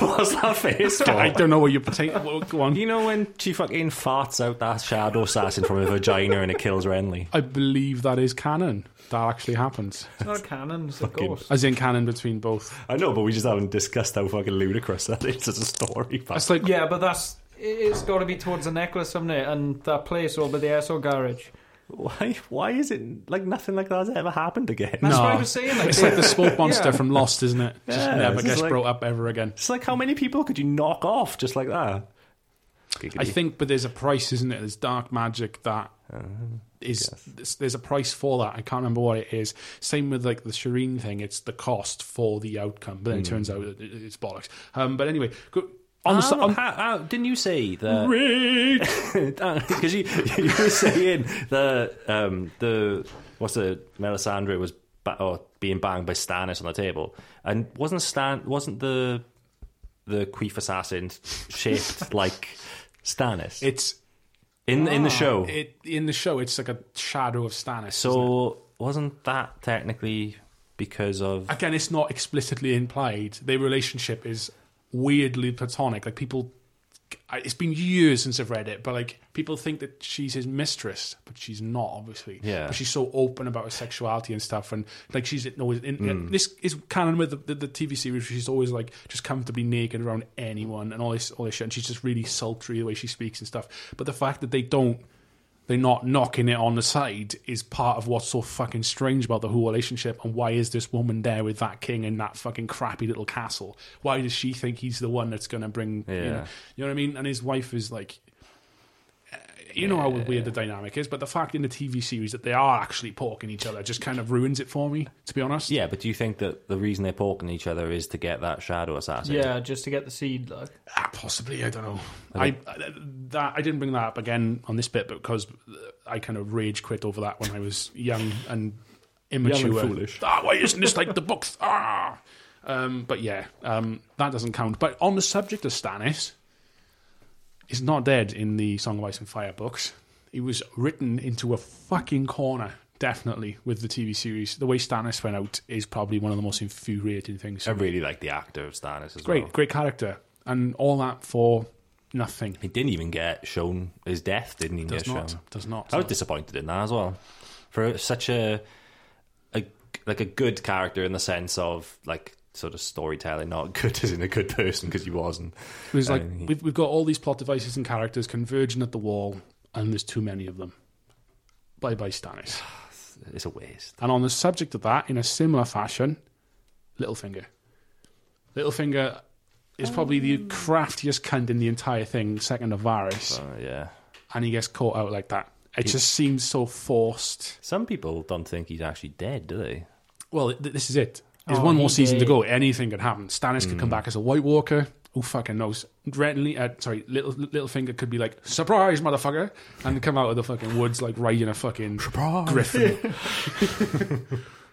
S3: What's that face?
S1: [laughs] [laughs]
S3: for?
S1: I don't know [laughs] what you're pretending. Well, go on.
S3: You know when she fucking farts out that shadow assassin from her vagina and it kills Renly.
S1: I believe that is canon. That actually happens.
S2: It's not a cannon. It's a
S3: Fucking-
S2: ghost.
S1: As in canon between
S3: [laughs]
S1: both.
S3: I know, but we just haven't discussed how fucking ludicrous that is as a story.
S1: That's like
S2: Yeah, but that's it's got to be towards the necklace, haven't it? And that place over the SO garage.
S3: why? Why is it like nothing like that's ever happened again?
S2: That's
S1: No.
S2: what I was saying. Like,
S1: it's
S2: they-
S1: like
S3: [laughs]
S1: the smoke monster
S2: Yeah.
S1: from Lost, isn't it? Just
S3: Yeah,
S1: never
S3: it's
S1: gets
S3: like-
S1: brought up ever again.
S3: It's like how many people could you knock off just like that?
S1: I think, but there's a price, isn't it? There's dark magic that is there's- there's a price for that. I can't remember what it is. Same with like the Shireen thing. It's the cost for the outcome, but then it turns out it- it's bollocks. Um, but anyway, go, on the
S3: I'm
S1: si-
S3: not-
S1: on,
S3: how- how- didn't you say [laughs] that? Because you, you were saying that um, the what's the Melisandre was ba- or being banged by Stannis on the table, and wasn't Stan wasn't the the queef assassin shaped [laughs] like Stannis
S1: it's Ah,
S3: in in the show?
S1: it in the show. It's like a shadow of Stannis. isn't it?
S3: so wasn't that technically because of
S1: again, it's not explicitly implied. Their relationship is weirdly platonic. Like people, I- it's been years since I've read it, but like people think that she's his mistress, but she's not obviously.
S3: Yeah.
S1: But she's so open about her sexuality and stuff, and like she's always. In, in- This is canon with the, the, the TV series. She's always like just comfortably naked around anyone and all this all this shit. And she's just really sultry the way she speaks and stuff. But the fact that they don't they're not knocking it on the side is part of what's so fucking strange about the whole relationship and why is this woman there with that king in that fucking crappy little castle why does she think he's the one that's going to bring you, know,
S3: Yeah.
S1: you know what i mean and his wife is like you know how weird the dynamic is, but the fact in the TV series that they are actually poking each other just kind of ruins it for me, to be honest.
S3: Yeah, but do you think that the reason they're poking each other is to get that shadow assassin?
S2: Yeah, just to get the seed. Like,
S1: Ah, possibly, I don't know. I, I- that I didn't bring that up again on this bit because I kind of rage quit over that when I was young and immature.
S3: foolish.
S1: Ah, why isn't this like the books? Ah, um, but yeah, um, that doesn't count. But on the subject of Stannis, he's not dead in the Song of Ice and Fire books. He was written into a fucking corner. Definitely, with the TV series, the way Stannis went out is probably one of the most infuriating things.
S3: I really like the actor of Stannis as
S1: Great,
S3: well.
S1: great character, and all that for nothing.
S3: He didn't even get shown his death, didn't he?
S1: Does
S3: get
S1: not,
S3: shown.
S1: does not.
S3: I was disappointed in that as well. For such a, a like a good character in the sense of like sort of storytelling, not good as in a good person because he wasn't.
S1: It was like
S3: I mean,
S1: we've, we've got all these plot devices and characters converging at the wall, and there's too many of them. Bye bye,
S3: [sighs]
S1: Stannis.
S3: It's a waste.
S1: And on the subject of that, in a similar fashion, Littlefinger. Littlefinger is probably the
S3: Um.
S1: craftiest cunt in the entire thing, second to Varys,
S3: Uh, yeah.
S1: and he gets caught out like that. It just seems so forced.
S3: Some people don't think he's actually dead, do they?
S1: Well, th- this is it. There's
S2: Oh,
S1: one more
S2: he
S1: season to
S2: did.
S1: go. Anything could happen. Stannis
S3: Hmm.
S1: could come back as a White Walker. Who fucking knows? Renly, uh, sorry, little Littlefinger could be like surprise, motherfucker, and come out of the fucking woods like riding a fucking griffin.
S3: [laughs]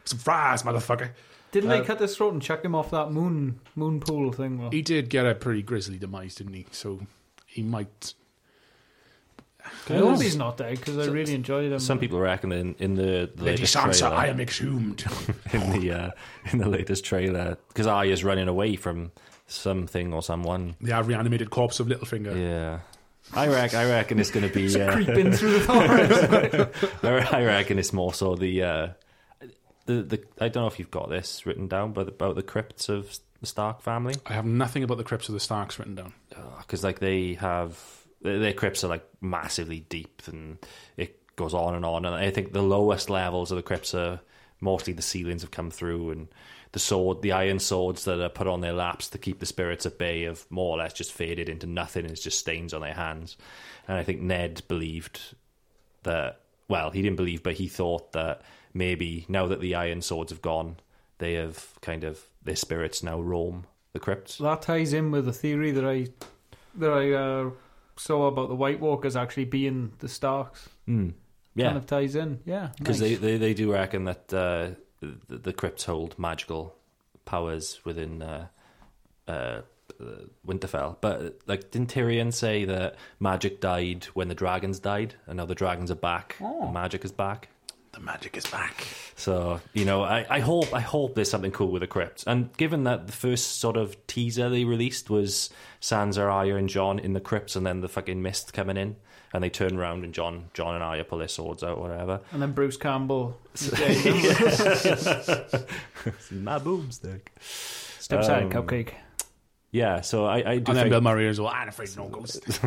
S1: surprise, motherfucker.
S2: didn't
S3: Uh,
S2: they cut his throat and chuck him off that moon moon pool thing? Well,
S1: He did get a pretty grisly demise, didn't he? So he might.
S2: I hope he's not dead because I really enjoyed him.
S3: Some people reckon in, in the, the
S1: Lady
S3: latest
S1: Sansa,
S3: trailer,
S1: I am exhumed.
S3: [laughs] in the uh, in the latest trailer because Arya's running away from something or someone.
S1: the reanimated corpse of Littlefinger.
S3: Yeah. I reckon, I reckon it's going to be. Uh,
S2: creeping
S3: [laughs]
S2: through the forest.
S3: I re- I reckon it's more so the uh, the the. I don't know if you've got this written down, but about the crypts of the Stark family,
S1: I have nothing about the crypts of the Starks written down.
S3: because like they have their their crypts are like massively deep, and it goes on and on. And I think the lowest levels of the crypts are mostly the ceilings have come through, and the sword, the iron swords that are put on their laps to keep the spirits at bay, have more or less just faded into nothing, and it's just stains on their hands. And I think Ned believed that well he didn't believe but he thought that maybe now that the iron swords have gone they have kind of their spirits now roam the crypts
S2: that ties in with the theory that I that I uh, saw about the White Walkers actually being the Starks.
S3: mm.
S2: Kind
S3: yeah
S2: of ties in. Yeah,
S3: because
S2: nice.
S3: they, they, they do reckon that uh, the, the crypts hold magical powers within uh, uh, uh, winterfell but like didn't tyrion say that magic died when the dragons died and now the dragons are back and magic is back
S1: The magic is back.
S3: So you know, I, I hope I hope there's something cool with the crypt. And given that the first sort of teaser they released was Sansa, Arya, and John in the crypts, and then the fucking mist coming in, and they turn around and John, John and Arya pull their swords out, whatever.
S2: and then Bruce Campbell
S3: My boomstick.
S2: steps out of
S3: Um,
S2: Cupcake.
S3: Yeah, so I, I do
S1: And then
S3: think
S1: Bill Murray as well. I'm afraid no ghost.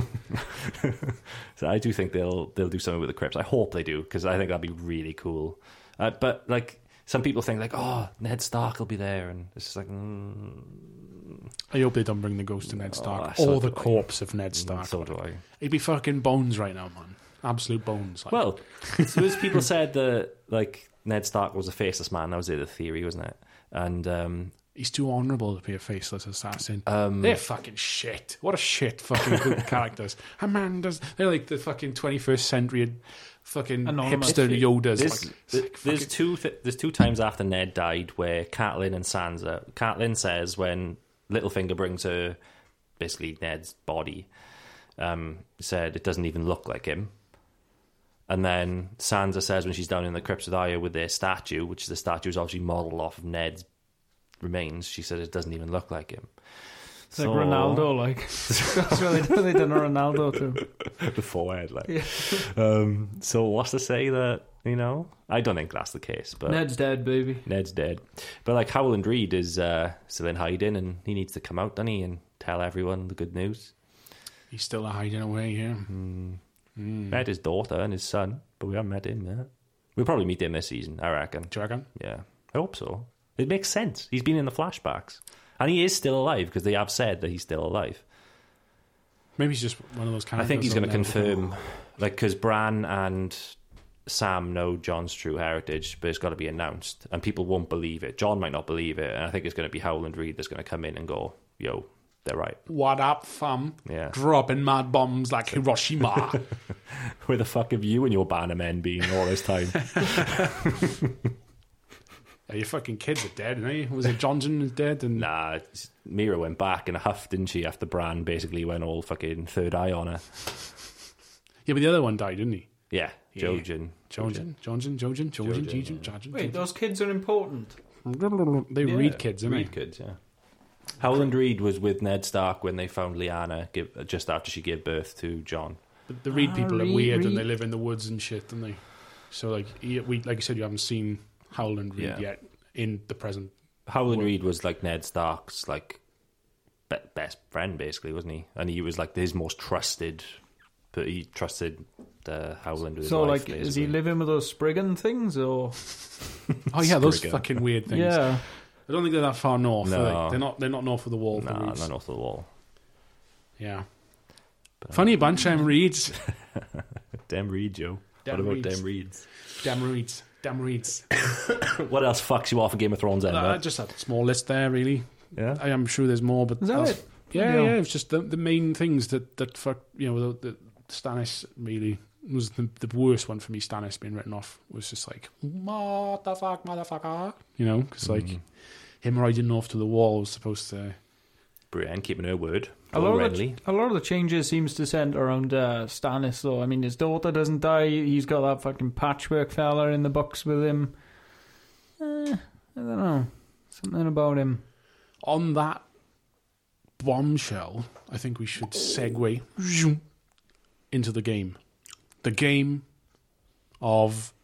S3: so I do think they'll they'll do something with the crypts. I hope they do because I think that'd be really cool. Uh, but like some people think like, oh, Ned Stark will be there, and it's just like. Mm,
S1: I hope they don't bring the ghost of
S3: Oh,
S1: Ned Stark
S3: so
S1: or the
S3: do I.
S1: corpse of Ned Stark.
S3: so do I.
S1: He'd be fucking bones right now, man. Absolute bones. Like,
S3: Well, it's, it's people said that like Ned Stark was a faceless man. That was the other theory, wasn't it? And um,
S1: he's too honourable to be a faceless assassin.
S3: um,
S1: they're fucking shit. What a shit fucking group
S3: [laughs]
S1: of characters. Amanda's. They're like the fucking 21st century fucking
S2: Anonymous.
S1: hipster Yodas.
S3: there's,
S1: like,
S3: th- there's two th- there's two times after Ned died where Catelyn and Sansa. Catelyn says when Littlefinger brings her basically Ned's body, um, said it doesn't even look like him. And then Sansa says when she's down in the crypts with Arya with their statue, which the statue is obviously modelled off of Ned's remains, she said it doesn't even look like him.
S2: It's like
S3: [laughs]
S2: Ronaldo, like that's what they done. They done a Ronaldo to him.
S3: the forehead. Like, um, so what's to say that you know? I don't think that's the case, but
S2: Ned's dead, baby.
S3: Ned's dead. But like Howland Reed is uh, still in hiding, and he needs to come out, doesn't he, and tell everyone the good news.
S1: he's still hiding away, yeah.
S3: Met his daughter and his son, but we haven't met him yet. We'll probably meet him this season, I reckon.
S1: Do you reckon?
S3: Yeah, I hope so. It makes sense. He's been in the flashbacks, and he is still alive because they have said that he's still alive.
S1: Maybe he's just one of those
S3: I
S1: characters.
S3: think he's going to
S1: that'll never
S3: confirm Like, because Bran and Sam know John's true heritage, but it's got to be announced, and people won't believe it. John might not believe it, and I think it's going to be Howland Reed that's going to come in and go, "Yo, they're right."
S1: What up, fam?
S3: Yeah.
S1: Dropping mad bombs like
S3: [laughs]
S1: Hiroshima.
S3: Where the fuck have you and your banner men been all this [laughs] time?
S1: Yeah, your fucking kids are dead, aren't they? Was it Johnson is dead? And
S3: nah, it's- Mira went back in a huff, didn't she? After Bran basically went all fucking third eye on her.
S1: yeah, but the other one died, didn't he?
S3: Yeah, Jojen.
S1: Johnson, Johnson, Johnson, Johnson, Johnson, Johnson.
S2: Wait, those kids are important.
S1: They read kids, aren't
S3: Reed
S1: they?
S3: kids, yeah. Howland Reed was with Ned Stark when they found Lyanna give, just after she gave birth to John.
S1: But the Reed people are
S2: Reed-
S1: weird and they
S2: Reed.
S1: live in the woods and shit, don't they? So like, he- we like you said, you haven't seen Howland Reed
S3: Yeah.
S1: yet in the present.
S3: Howland Reed was like Ned Stark's like be- best friend, basically, wasn't he? And he was like his most trusted, but he trusted uh, Howland with
S2: So,
S3: his life.
S2: like, is he
S3: basically.
S2: living with those Spriggan things or?
S1: Oh yeah, those
S3: Spriggan.
S1: fucking weird things.
S2: Yeah.
S1: I don't think they're that far north.
S3: No.
S1: Are they? They're not. They're not north of the wall. the
S3: Nah,
S1: Reeds.
S3: not off the wall.
S1: Yeah. Funny bunch, them Reeds.
S3: Damn Reed, Joe.
S1: Damn
S3: what about
S1: Reeds.
S3: damn Reeds?
S1: [laughs] Damn Reeds. Damn Reeds.
S3: What else fucks you off in Game of Thrones? Then,
S1: Uh, just a small list there, really.
S3: yeah.
S1: I am sure there's more, but
S2: Is that
S1: that's-
S2: it?
S1: Yeah,
S2: Yeah.
S1: yeah. It's just the the main things that that fuck. You know, the, the Stannis really was the, the worst one for me. Stannis being written off was just like what the fuck, motherfucker. You know, because
S2: Mm.
S1: like him riding off to the wall was supposed to.
S3: Brienne keeping her word.
S2: A
S3: Paul
S2: lot, of the,
S3: Renly.
S2: a lot of the changes seems to centre around uh, Stannis, though. I mean, his daughter doesn't die. He's got that fucking patchwork fella in the box with him. Eh, I don't know. Something about him.
S1: On that bombshell, I think we should segue zoom, into the game. The game of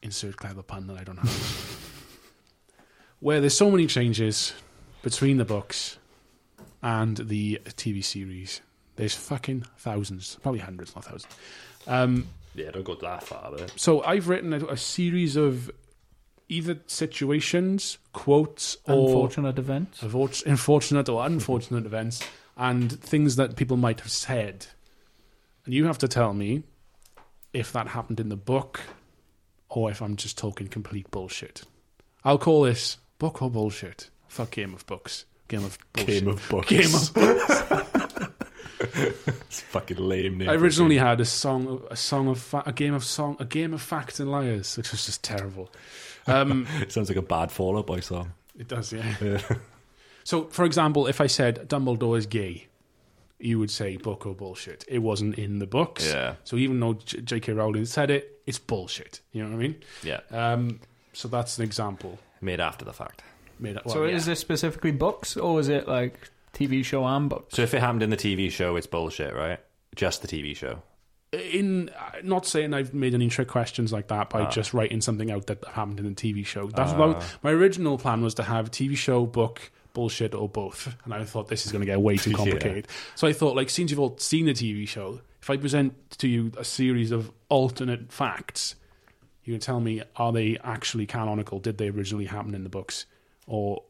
S1: insert clever pun that I don't have. Where there's so many changes between the books and the TV series. There's fucking thousands, probably hundreds, not thousands. Um,
S3: Yeah, don't go that far, but
S1: so I've written a, a series of either situations, quotes, or Oh,
S2: Unfortunate events.
S1: of ort- unfortunate or unfortunate events and things that people might have said. And you have to tell me if that happened in the book or if I'm just talking complete bullshit. I'll call this book or bullshit. Fuck game of books. Game of bullshit.
S3: Game of Books.
S1: Game
S3: [laughs]
S1: of
S3: It's fucking lame name.
S1: I originally had a song, of- a song of fa- a game of song, a game of facts and liars, which was just terrible. Um,
S3: It sounds like a bad Fall Out Boy song.
S1: It does, yeah. [laughs] so, for example, if I said Dumbledore is gay, you would say book or bullshit. It wasn't in the books.
S3: Yeah.
S1: So even though J- J.K. Rowling said it, it's bullshit. You know what I mean?
S3: Yeah,
S1: Um, so that's an example.
S3: made after the fact.
S1: Made up, well,
S2: so,
S1: yeah.
S2: is this specifically books or is it like TV show and books?
S3: So if it happened in the TV show, it's bullshit, right? Just the TV show.
S1: in uh, not saying I've made any trick questions like that by just writing something out that happened in the TV show. That's about my original plan was to have TV show book bullshit or both, and I thought this is going to get way too complicated. So I thought, like, since you've all seen the TV show, if I present to you a series of alternate facts, you can tell me are they actually canonical? Did they originally happen in the books, or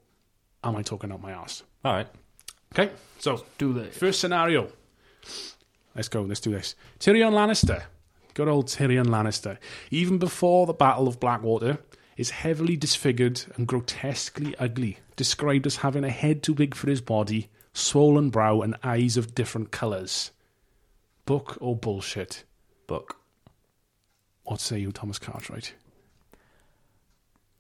S1: am I talking out my ass?
S3: All right.
S1: Okay, so
S2: Do they?
S1: First scenario. Let's go. Let's do this. Tyrion Lannister. Good old Tyrion Lannister. Even before the Battle of Blackwater, is heavily disfigured and grotesquely ugly, described as having a head too big for his body, swollen brow, and eyes of different colours. Book or bullshit?
S3: Book.
S1: What say you, Thomas Cartwright?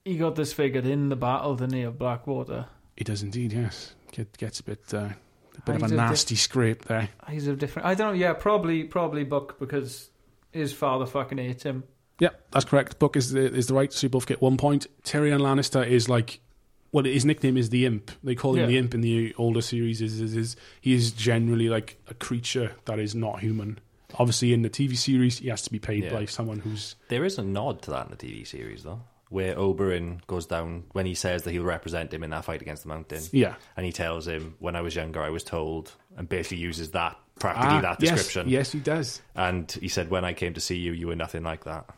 S2: He got this figured in the battle, didn't he, of Blackwater?
S1: It does indeed, yes. Get, gets a bit, uh, a bit of
S2: Eyes
S1: a
S2: of
S1: nasty scrape there.
S2: He's a different. I don't know. Yeah, probably, probably book because his father fucking hates him.
S1: Yeah, that's correct. Book is the, is the right. So you both get one point. Tyrion Lannister is like, well, his nickname is the Imp. They call him
S2: Yeah.
S1: the Imp in the older series. Is, is, is he is generally like a creature that is not human. Obviously, in the TV series, he has to be paid
S3: Yeah.
S1: by someone who's
S3: There is a nod to that in the TV series, though, where Oberyn goes down when he says that he'll represent him in that fight against the Mountain.
S1: yeah.
S3: And he tells him, when I was younger, I was told, and basically uses that, practically that
S1: Ah, yes,
S3: description.
S1: Yes, he does.
S3: And he said, when I came to see you, you were nothing like that. [laughs]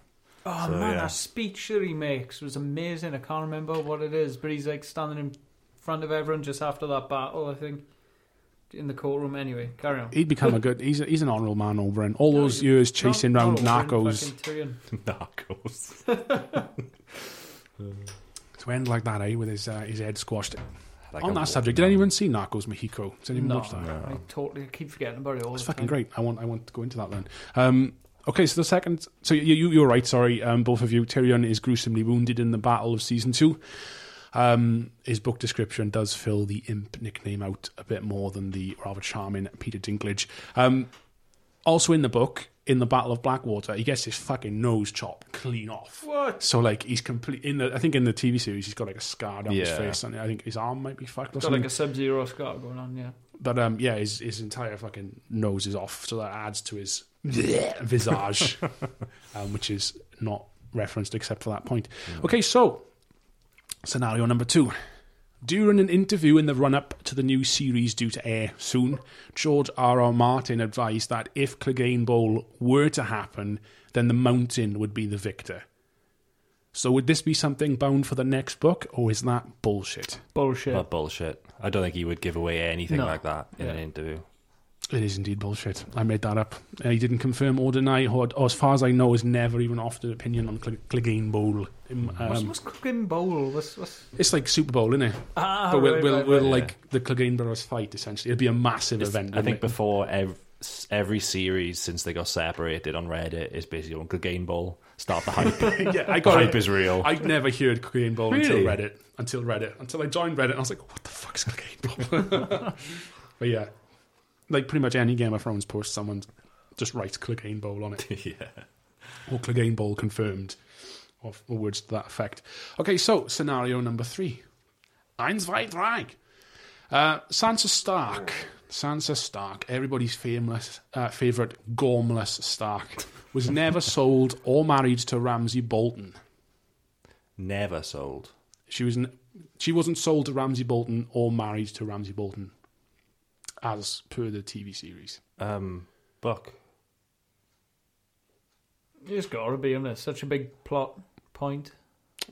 S2: Oh
S3: So,
S2: man,
S3: yeah.
S2: that speech that he makes was amazing. I can't remember what it is, but he's like standing in front of everyone just after that battle. I think in the courtroom anyway. Carry on.
S1: He'd become a good. He's, a, he's an honourable man over in all those years chasing round
S2: Donald Trump,
S1: narcos.
S2: fucking Tyrion.
S3: Narcos.
S1: To end like that, eh? With his uh, his head squashed.
S3: Like
S1: On
S3: a
S1: that
S3: wolf.
S1: subject, did anyone see Narcos Mexico? Did anyone
S2: No,
S1: watch that?
S2: I totally keep forgetting about it all.
S1: It's
S2: the
S1: fucking
S2: time.
S1: great. I want I want to go into that then. Um, okay, so the second, so you, you you're right. Sorry, um, both of you. Tyrion is gruesomely wounded in the battle of season two. Um, his book description does fill the imp nickname out a bit more than the rather charming Peter Dinklage. Um, also in the book, in the Battle of Blackwater, he gets his fucking nose chopped clean off.
S2: What?
S1: So like he's complete in the. I think in the TV series, he's got like a scar down his
S3: Yeah.
S1: face, and I think his arm might be fucked or
S2: Got
S1: something.
S2: like a sub-zero scar going on. Yeah.
S1: But um, yeah, his, his entire fucking nose is off, so that adds to his visage, um, which is not referenced except for that point. Okay, so scenario number two. During an interview in the run up to the new series due to air soon, George R. R. Martin advised that if Clegane Bowl were to happen, then the mountain would be the victor. So, would this be something bound for the next book, or is that bullshit?
S2: Bullshit.
S3: But bullshit. I don't think he would give away anything
S2: No.
S3: like that in an
S2: Yeah.
S3: interview.
S1: It is indeed bullshit. I made that up. Uh, he didn't confirm or deny, or, or as far as I know, has never even offered an opinion on Cl- Clegane Bowl. Um,
S2: what's,
S1: um,
S2: what's cooking bowl? What's what's?
S1: it's like Super Bowl, isn't it?
S2: Ah,
S1: but we'll,
S2: right,
S1: we'll,
S2: right,
S1: we'll
S2: right.
S1: like the Clegane Brothers fight. Essentially, it'd be a massive event.
S3: I
S1: wouldn't
S3: think
S1: it?
S3: before every, every series since they got separated on Reddit is basically on Clegane Bowl. Start
S1: [laughs]
S3: the hype. the
S1: yeah, I got
S3: hype
S1: it.
S3: is real.
S1: I'd never heard Clegane Bowl
S3: Really?
S1: until Reddit. Until Reddit. Until I joined Reddit, and I was like, "What the fuck's Clegane Bowl?" [laughs] but yeah, like pretty much any Game of Thrones post, someone just writes Clegane Bowl on it.
S3: [laughs] yeah.
S1: or Clegane Bowl confirmed, or, f- or words to that effect. Okay, so scenario number three. Eins, zwei, drei. Uh, Sansa Stark. Sansa Stark, everybody's famous, uh, favourite gormless Stark, was never [laughs] sold or married to Ramsay Bolton.
S3: Never sold.
S1: She was n- she wasn't sold to Ramsay Bolton or married to Ramsay Bolton, as per the TV series.
S3: Um, book.
S2: It's gotta be, isn't it? Such a big plot point.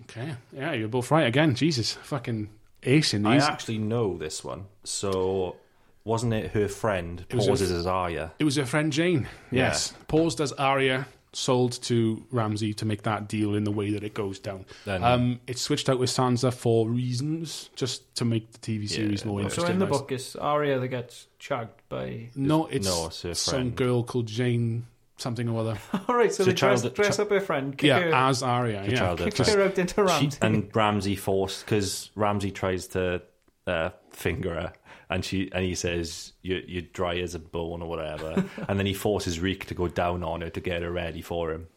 S1: Okay, yeah, you're both right again. Jesus, fucking ace in
S3: I
S1: these.
S3: actually know this one. So, wasn't it her friend
S1: was
S3: pauses
S1: her-
S3: as Arya?
S1: It was her friend Jane.
S3: Yeah.
S1: Yes. Paused as Arya, sold to Ramsay to make that deal in the way that it goes down.
S3: Then-
S1: um, it's switched out with Sansa for reasons, just to make the TV series
S3: Yeah,
S1: more
S3: no,
S1: interesting.
S2: So in the
S1: I-
S2: book, it's Arya that gets chagged by. [laughs]
S1: No, it's
S3: No, it's her
S1: some
S3: friend.
S1: girl called Jane something or
S3: [laughs]
S1: other.
S2: All right, so,
S3: So
S2: they dress,
S3: child-
S2: dress
S3: chi-
S2: up her friend, kick
S1: yeah,
S2: her,
S1: as Arya.
S3: The
S1: yeah.
S3: child eh?
S2: kick
S3: actress.
S2: her out into
S3: She- [laughs]
S2: Ramsay.
S3: and Ramsey forced because Ramsey tries to uh, finger her, and she and he says you're, you're dry as a bone or whatever, and then he forces Reek to go down on her to get her ready for him.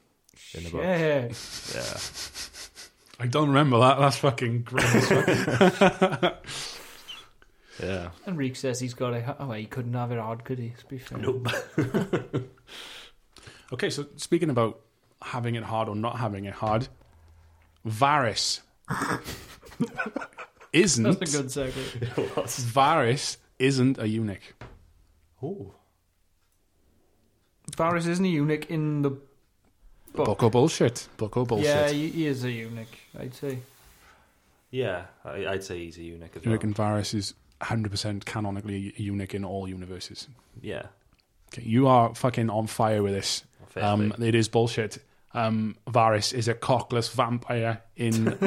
S3: In the book.
S2: yeah,
S3: Yeah.
S1: I don't remember that. That's fucking great.
S3: yeah,
S2: and Reek says he's got a. Oh, well, he couldn't have it hard, could he? To be fair.
S1: okay, so speaking about having it hard or not having it hard,
S2: [laughs]
S1: Varys isn't
S2: That's a good segue.
S1: Varys isn't a eunuch.
S2: [laughs] Varys isn't a eunuch in the. Book.
S1: Buckle bullshit. Buckle bullshit.
S2: Yeah, he, he is a eunuch. I'd say.
S3: yeah. I, I'd say he's a eunuch as
S1: Do you
S3: well.
S1: reckon Varys is 100% canonically a eunuch in all universes?
S3: Yeah,
S1: Okay, you are fucking on fire with this. Um,
S3: Obviously.
S1: it is bullshit. Um, Varys is a cockless vampire in
S3: [laughs]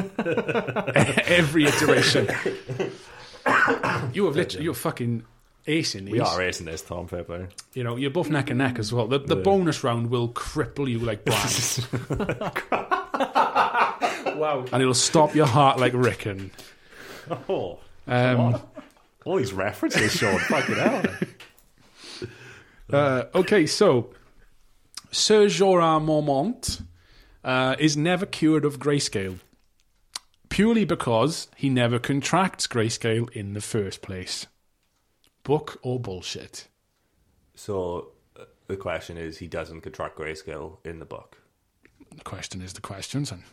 S1: every iteration.
S7: [laughs]
S1: you have literally, you're fucking acing these.
S3: we are racing this, Tom. Fair play.
S1: You know, you're both neck and neck as well. The, the
S3: Yeah.
S1: bonus round will cripple you [laughs] like Bran,
S2: Wow.
S1: and it'll stop your heart like Rickon.
S3: Oh,
S1: Um,
S3: all these references, Sean.
S1: [laughs]
S3: Fucking hell.
S1: Uh, okay, so Sir Jorah Mormont uh, is never cured of grayscale purely because he never contracts grayscale in the first place. Book or bullshit?
S3: So uh, the question is, he doesn't contract grayscale in the book.
S1: The question is the question, son.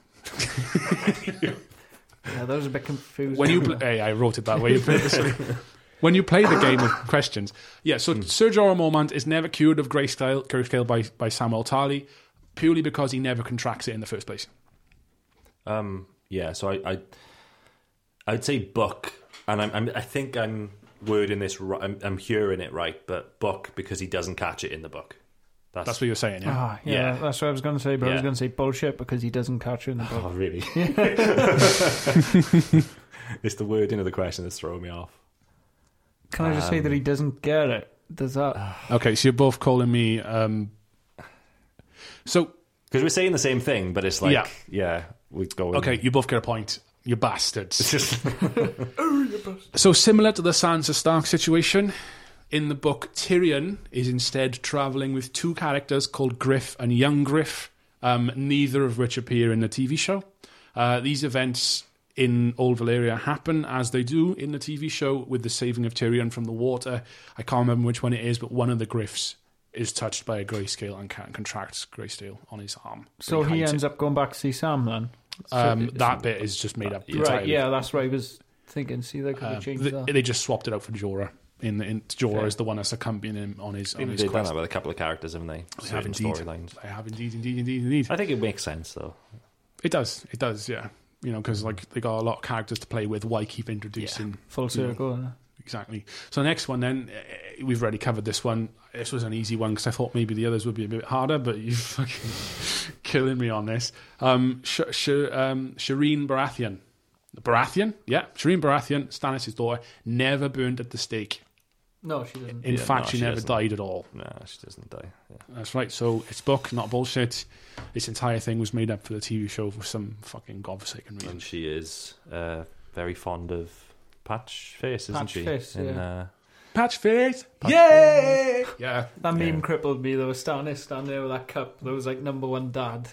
S2: Yeah, that was a bit confusing.
S1: When you pl- [laughs] hey, I wrote it that way purposely. when you play the game of questions, yeah. So Sir Jorah Mormont is never cured of grayscale, grayscale by by Samuel Tarly purely because he never contracts it in the first place.
S3: Um, yeah, so I, I, I'd say book, and I'm, I'm, I think I'm wording this, ri- I'm, I'm hearing it right, but book because he doesn't catch it in the book.
S1: That's what you're saying, yeah?
S2: Ah, yeah,
S3: Yeah.
S2: that's what I was going to say, but I was
S3: Yeah.
S2: going to say bullshit because he doesn't catch it in the book.
S1: [laughs]
S3: Oh, really? it's the wording of the question that's throwing me off.
S2: Can I just say that he doesn't get it? Does that?
S1: Okay, so you're both calling me. Um, so
S3: Because we're saying the same thing, but it's like,
S1: Yeah.
S3: yeah, we go. in-
S1: okay, you both get a point. You bastards.
S3: Just-
S1: [laughs] So similar to the Sansa Stark situation, in the book Tyrion is instead traveling with two characters called Griff and Young Griff, um, neither of which appear in the TV show. Uh, these events in Old Valyria happen as they do in the TV show with the saving of Tyrion from the water. I can't remember which one it is, but one of the Griffs is touched by a grayscale and can contracts grayscale on his arm.
S2: So he
S1: hides
S2: ends up going back to see Sam then.
S1: it. um, that bit is just made up.
S2: Right,
S1: entirely.
S2: yeah, that's what I was thinking. See, they could
S1: Um,
S2: have changed
S1: th-
S2: that.
S1: they just swapped it out for Jorah. In, in Jorah is the one that's accompanying him on his on his
S3: They've done
S1: quest.
S3: that with a couple of characters, haven't they?
S1: They have
S3: Certain
S1: indeed.
S3: storylines.
S1: I have indeed, indeed, indeed, indeed.
S3: I think it makes sense though.
S1: It does, it does, yeah. You know, because like they got a lot of characters to play with. Why keep introducing
S2: Full circle. innit?
S1: exactly? So next one, then eh, we've already covered this one. This was an easy one because I thought maybe the others would be a bit harder, but you're [laughs] fucking killing me on this. Um, Sh- Sh- um, Shireen Baratheon, Baratheon, yeah, Shireen Baratheon, Stannis' daughter, never burned at the stake.
S2: No, she doesn't.
S1: In
S3: Yeah,
S1: fact,
S3: no,
S1: she,
S3: she
S1: never
S3: doesn't.
S1: died at all.
S3: No, she doesn't die. Yeah.
S1: That's right. So it's book, not bullshit. This entire thing was made up for the TV show for some fucking godforsaken reason.
S3: And she is uh, very fond of Patch Face, isn't
S2: Patch
S3: she?
S2: Face,
S3: In,
S2: yeah.
S3: uh,
S1: Patch face, yay! Yeah,
S2: That meme
S3: Yeah.
S2: crippled me though. Stannis standing there with that cup that was like number one dad.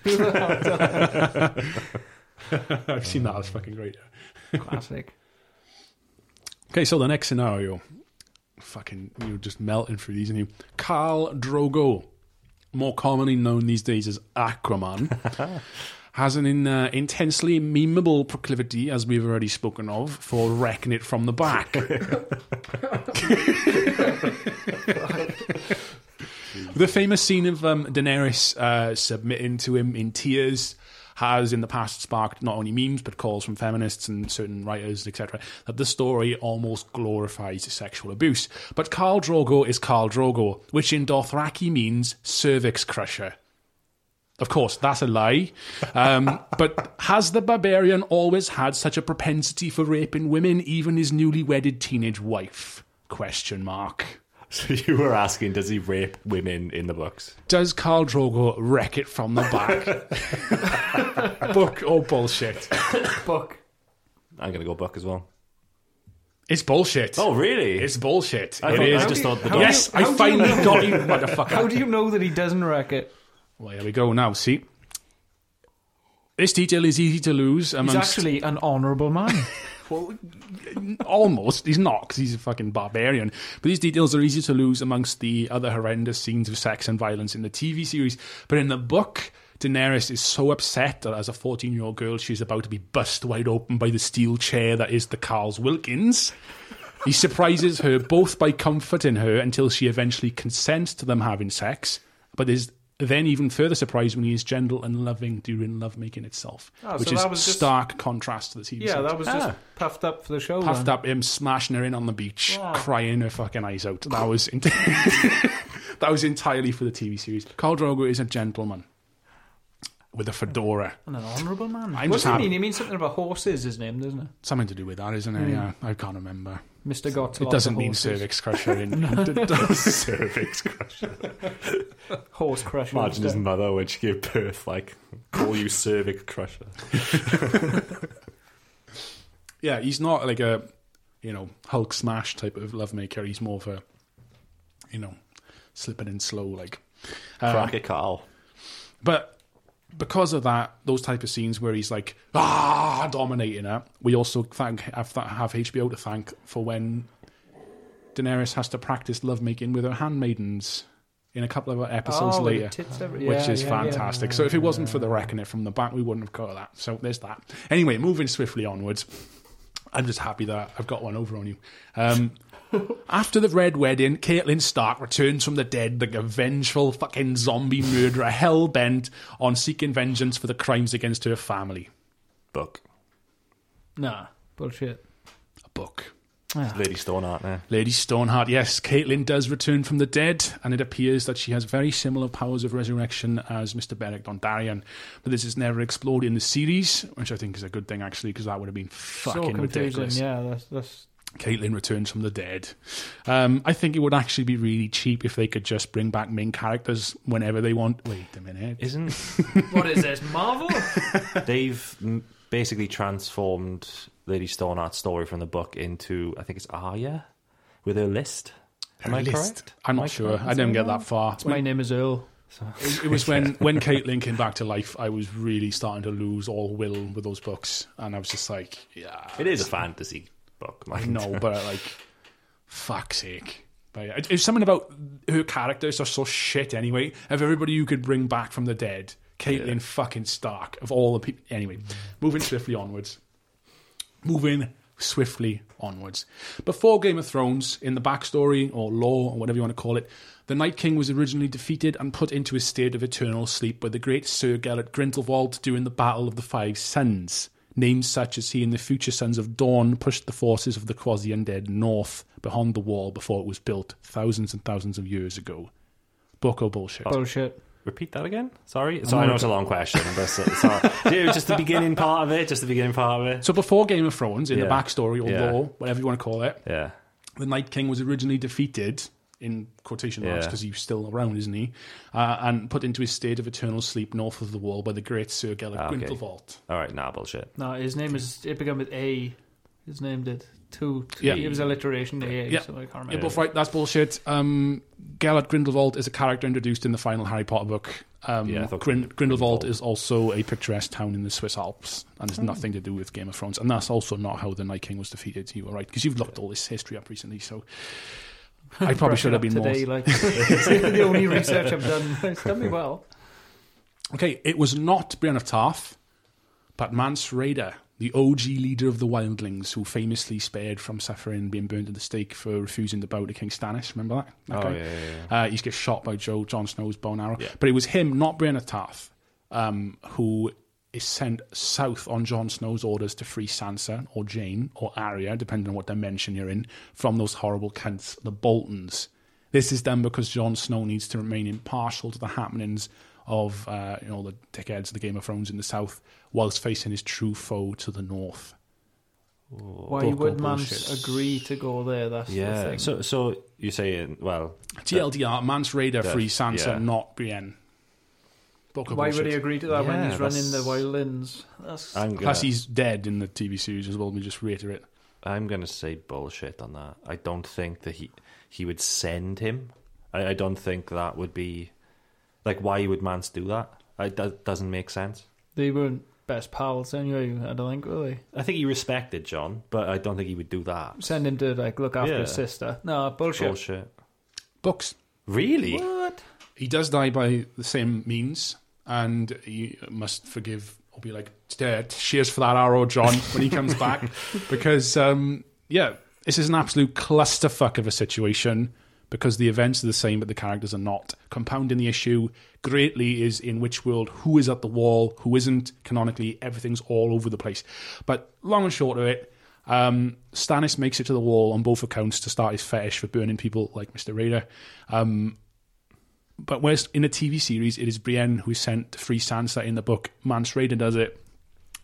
S1: I've seen that. That's fucking great.
S2: Classic.
S1: Okay, so the next scenario, fucking, you're just melting through these, and you, Carl Drogo, more commonly known these days as Aquaman. Has an in, uh, intensely memeable proclivity, as we've already spoken of, for wrecking it from the
S2: [laughs]
S1: back. The famous scene of um, Daenerys uh, submitting to him in tears has in the past sparked not only memes but calls from feminists and certain writers, etc., that the story almost glorifies sexual abuse. But Carl Drogo is Carl Drogo, which in Dothraki means cervix crusher. Of course, that's a lie. Um, [laughs] but has the barbarian always had such a propensity for raping women, even his newly wedded teenage wife? Question mark.
S3: so [laughs] you were asking, does he rape women in the books?
S1: Does Carl Drogo wreck it from the back?
S2: [laughs]
S1: Book or bullshit?
S2: Book.
S3: I'm going to go book as well.
S1: It's bullshit.
S3: Oh, really?
S1: It's bullshit.
S3: I,
S1: it
S3: thought-
S1: is.
S3: I just thought
S2: How
S3: the dog.
S2: do you-
S1: yes, I
S2: how do
S1: finally
S2: you-
S1: got you, motherfucker.
S2: How do you know that he doesn't wreck it?
S1: Well, here we go now. See, this detail is easy to lose.
S2: He's
S1: Amongst
S2: actually an honourable man.
S1: almost he's not because he's a fucking barbarian but these details are easy to lose amongst the other horrendous scenes of sex and violence in the tv series but in the book daenerys is so upset that as a 14 year old girl she's about to be bust wide open by the steel chair that is the carl's wilkins he surprises her both by comforting her until she eventually consents to them having sex but is then even further surprised when he is gentle and loving during lovemaking itself,
S2: Ah,
S1: which
S2: so
S1: is
S2: that was just-
S1: stark contrast to the TV
S2: yeah,
S1: series
S2: that was just
S3: Ah.
S2: puffed up for the show.
S1: puffed
S2: then.
S1: up him smashing her in on the beach,
S2: Wow.
S1: crying her fucking eyes out. That was ent- [laughs] that was entirely for the TV series. Carl Drogo is a gentleman with a fedora.
S2: And an honourable man.
S1: I'm just
S2: what does he
S1: happy-
S2: mean? He means something about horses, his name, doesn't it?
S1: Something to do with that, isn't it? Yeah, I can't remember.
S2: Mr. Got
S1: It doesn't mean cervix crusher. In, [laughs]
S3: cervix
S2: Horse crusher.
S3: Imagine his
S2: instead.
S3: mother when she gave birth, like, call you cervix crusher.
S1: yeah, he's not like a you know Hulk smash type of lovemaker. He's more of a you know slipping in slow like um,
S3: Crack it, Carl.
S1: But because of that, those type of scenes where he's like ah dominating it, we also thank have, have HBO to thank for when Daenerys has to practice lovemaking with her handmaidens in a couple of episodes
S2: Oh, with the
S1: later.
S2: tits every-
S1: Which
S2: yeah,
S1: is
S2: yeah, yeah.
S1: fantastic. so if it wasn't for the wrecking it from the back, we wouldn't have got that. So there's that. Anyway, moving swiftly onwards. I'm just happy that I've got one over on you.
S2: [laughs]
S1: Um, after the Red Wedding, Caitlin Stark returns from the dead like a vengeful fucking zombie murderer, hell bent on seeking vengeance for the crimes against her family.
S3: Book.
S2: Nah, bullshit.
S1: A book.
S3: Lady Stoneheart there.
S1: Lady Stoneheart, yes, Caitlin does return from the dead, and it appears that she has very similar powers of resurrection as Mr. Beric Dondarrion. But this is never explored in the series, which I think is a good thing, actually, because that would have been
S2: so
S1: fucking
S2: confusing.
S1: ridiculous.
S2: Yeah, that's, that's
S1: Caitlin returns from the dead. Um, I think it would actually be really cheap if they could just bring back main characters whenever they want. Wait a minute.
S3: Isn't
S2: what is this Marvel?
S3: they've m- basically transformed Lady Stoneheart's story from the book into I think it's Arya with her list. Am I correct?
S1: I'm
S3: Am I
S1: not sure.
S3: correct?
S1: I didn't get that far.
S2: My name is Earl.
S1: It
S2: [laughs]
S1: was when when Caitlin came back to life. I was really starting to lose all will with those books, and I was just like, yeah,
S3: It is a fantasy book.
S1: I
S3: Mike.
S1: know, but like, fuck's sake. But yeah, it- it's something about her characters are so shit anyway. Of everybody you could bring back from the dead, Caitlin fucking Stark of all the people. Anyway, moving swiftly onwards. Moving swiftly onwards. Before Game of Thrones, in the backstory or lore or whatever you want to call it, the Night King was originally defeated and put into a state of eternal sleep by the great Sir Gellert Grindelwald during the Battle of the Five Suns. Names such as he and the future Sons of Dawn pushed the forces of the quasi undead north behind the wall before it was built thousands and thousands of years ago. Book or bullshit?
S3: Oh.
S2: Bullshit.
S3: Repeat that again. Sorry. So I know it's a long question, but so, so, [laughs] Dude, just the beginning part of it. Just the beginning part of it.
S1: So before Game of Thrones, in the
S3: Yeah.
S1: backstory or
S3: Yeah.
S1: lore, whatever you want to call it,
S3: Yeah.
S1: the Night King was originally defeated in quotation marks
S3: Yeah.
S1: because he's still around, isn't he? Uh, and put into a state of eternal sleep north of the wall by the great Sir Gellert
S3: Ah, okay.
S1: Grindelwald.
S3: All right. Nah, bullshit.
S2: No, his name is. It began with A. His name did two. two
S1: Yeah.
S2: It was alliteration to A.
S1: Yeah.
S2: So I can't
S1: Yeah,
S2: remember.
S1: but right, that's bullshit. Um, Gellert Grindelwald is a character introduced in the final Harry Potter book. Um,
S3: Yeah, I thought
S1: Grin- Grindelwald
S3: Grindelwald.
S1: is also a picturesque town in the Swiss Alps, and
S3: Hmm.
S1: it's nothing to do with Game of Thrones. And that's also not how the Night King was defeated. You were right because you've looked all this history up recently,
S3: [laughs]
S1: so I probably should have been more
S2: today. Like [laughs] it's the only research I've done. [laughs] It's done me well.
S1: Okay, it was not Brienne of Tarth, but Mance Raider, the OG leader of the Wildlings, who famously spared from suffering being burned at the stake for refusing to bow to King Stannis. Remember that? that
S3: Oh,
S1: guy?
S3: yeah, yeah,
S1: Uh, he gets shot by Joe Jon Snow's bow and arrow.
S3: Yeah.
S1: But it was him, not Brienne of Tarth, um, who is sent south on Jon Snow's orders to free Sansa or Jane or Arya, depending on what dimension you're in, from those horrible cunts, the Boltons. This is done because Jon Snow needs to remain impartial to the happenings of uh, you know the dickheads of the Game of Thrones in the south, whilst facing his true foe to the north.
S2: Why
S1: Book or
S2: would man
S1: bullshit.
S2: agree to go there? That's The
S3: Yeah.
S2: thing.
S3: So, so you're saying, well,
S1: TLDR: Mance Raider
S3: That-
S1: free Sansa,
S3: yeah.
S1: not Brienne. Book of
S2: Why would
S1: bullshit.
S2: he agree to that when
S3: Yeah,
S2: he's running the
S3: that's-
S2: wildlands? That's
S3: I'm gonna,
S1: Plus, he's dead in the TV series as well. Let me just reiterate.
S3: I'm gonna say bullshit on that. I don't think that he he would send him. I, I don't think that would be like why would Mance do that? I, that doesn't make sense.
S2: they weren't best pals anyway. I don't think were they?
S3: I think he respected John, but I don't think he would do that.
S2: Send him to like look after
S3: Yeah.
S2: his sister. No bullshit.
S3: bullshit.
S1: Books.
S3: Really?
S1: He does die by the same means, and he must forgive or be like, "Dad, cheers for that arrow, John, when he comes back. Because, um, yeah, this is an absolute clusterfuck of a situation because the events are the same, but the characters are not. Compounding the issue greatly is in which world who is at the wall, who isn't. Canonically, everything's all over the place. But long and short of it, Um, Stannis makes it to the wall on both accounts to start his fetish for burning people like Mr. Raider. Um, but whereas in a TV series, it is Brienne who is sent to free Sansa in the book. Mance Raider does it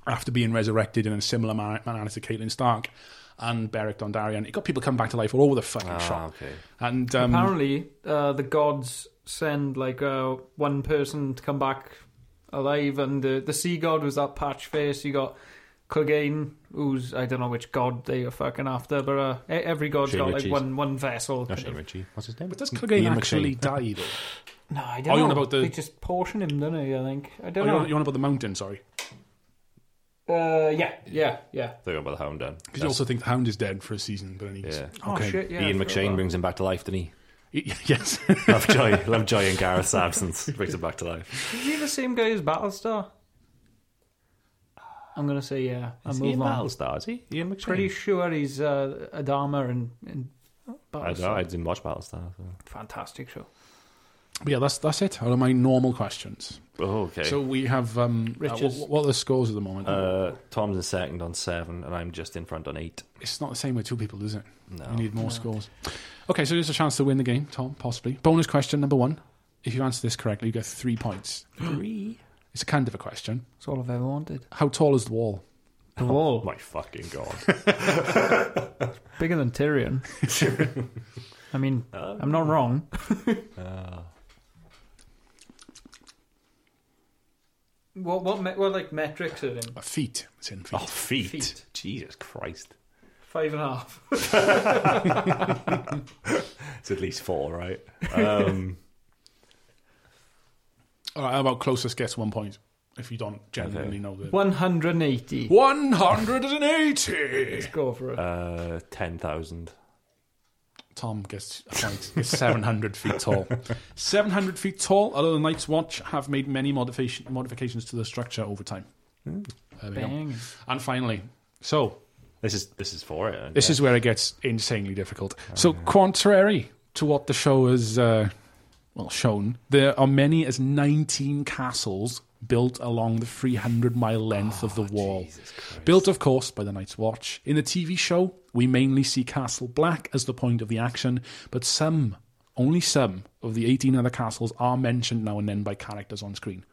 S1: after being resurrected in a similar man- manner to Catelyn Stark and Beric Dondarrion. It got people come back to life all over the fucking
S3: Ah,
S1: shop.
S3: okay.
S1: And um,
S2: Apparently, uh, the gods send like uh, one person to come back alive, and the the sea god was that patch face. You got Clegane, who's I don't know which god they are fucking after, but uh, e- every god's
S3: Shane
S2: got
S3: Richie's.
S2: like one one vessel.
S3: No,
S2: kind
S3: Shane
S2: of-
S3: Ritchie. What's his name?
S1: but does Clegane
S3: Ian
S1: actually
S3: McShane.
S1: die though?
S2: No, I
S1: Oh,
S2: don't
S1: you
S2: know.
S1: want about the-
S2: They just portion him, don't they? I think I
S1: Oh,
S2: don't
S1: you're, on-
S2: know.
S1: you're on about the mountain, sorry.
S2: Uh, yeah, yeah, yeah.
S3: They're going by the Hound then.
S1: Because you also think the Hound is dead for a season, but then he's
S3: Yeah.
S2: Oh
S1: okay.
S2: shit! Yeah,
S3: Ian
S2: I forgot that.
S3: McShane brings him back to life, didn't he?
S1: [laughs] yes.
S3: Lovejoy, Lovejoy, and Gareth's [laughs] absence brings him back to life.
S2: Is he the same guy as Battlestar? I'm gonna say yeah. I
S3: Is
S2: move
S3: he in
S2: on.
S3: Battlestar? Is he? Ian McShane.
S2: Pretty sure he's uh, Adama and, and
S3: I don't know. I didn't watch Battlestar. So.
S2: Fantastic show.
S1: But yeah, that's that's it. Out of my normal questions.
S3: Oh, okay.
S1: So we have um, uh,
S2: Rich's-
S1: what, what are the scores at the moment?
S3: uh, Tom's in second on seven, and I'm just in front on eight.
S1: it's not the same with two people, is it?
S3: No.
S1: You need more scores. Okay, so there's a chance to win the game, Tom, possibly. Bonus question number one. If you answer this correctly, you get three points.
S3: [gasps] three.
S1: It's a kind of a question.
S2: That's all I've ever wanted.
S1: How tall is the wall?
S2: The
S3: Oh.
S2: wall.
S3: My fucking [laughs] god.
S2: Bigger than
S3: [laughs]
S2: Tyrion. I mean,
S3: Uh.
S2: I'm not wrong. Uh. What, what, me- what like metrics are in?
S1: A feet. It's in feet.
S3: oh, feet.
S2: Feet.
S3: Jesus Christ.
S2: Five and a [laughs] half.
S3: It's at least four, right? Um,
S1: All right, how about closest gets one point? If you don't genuinely
S3: Oh. Okay.
S1: know the
S2: 180.
S1: 180!
S2: Let's go for it.
S3: uh, 10,000.
S1: Tom gets a
S3: [laughs]
S1: point. It's 700 feet tall. 700 feet tall, although the Night's Watch have made many modification, modifications to the structure over time. There we go.
S2: Bang.
S1: And finally, so
S3: This is this is for it.
S1: This is where it gets insanely difficult. so, contrary to what the show has, uh, well, shown, there are many as 19 castles built along the 300 mile length of the wall. Built, of course, by the Night's Watch. In the TV show, we mainly see Castle Black as the point of the action, but some, only some, of the 18 other castles are mentioned now and then by characters on screen.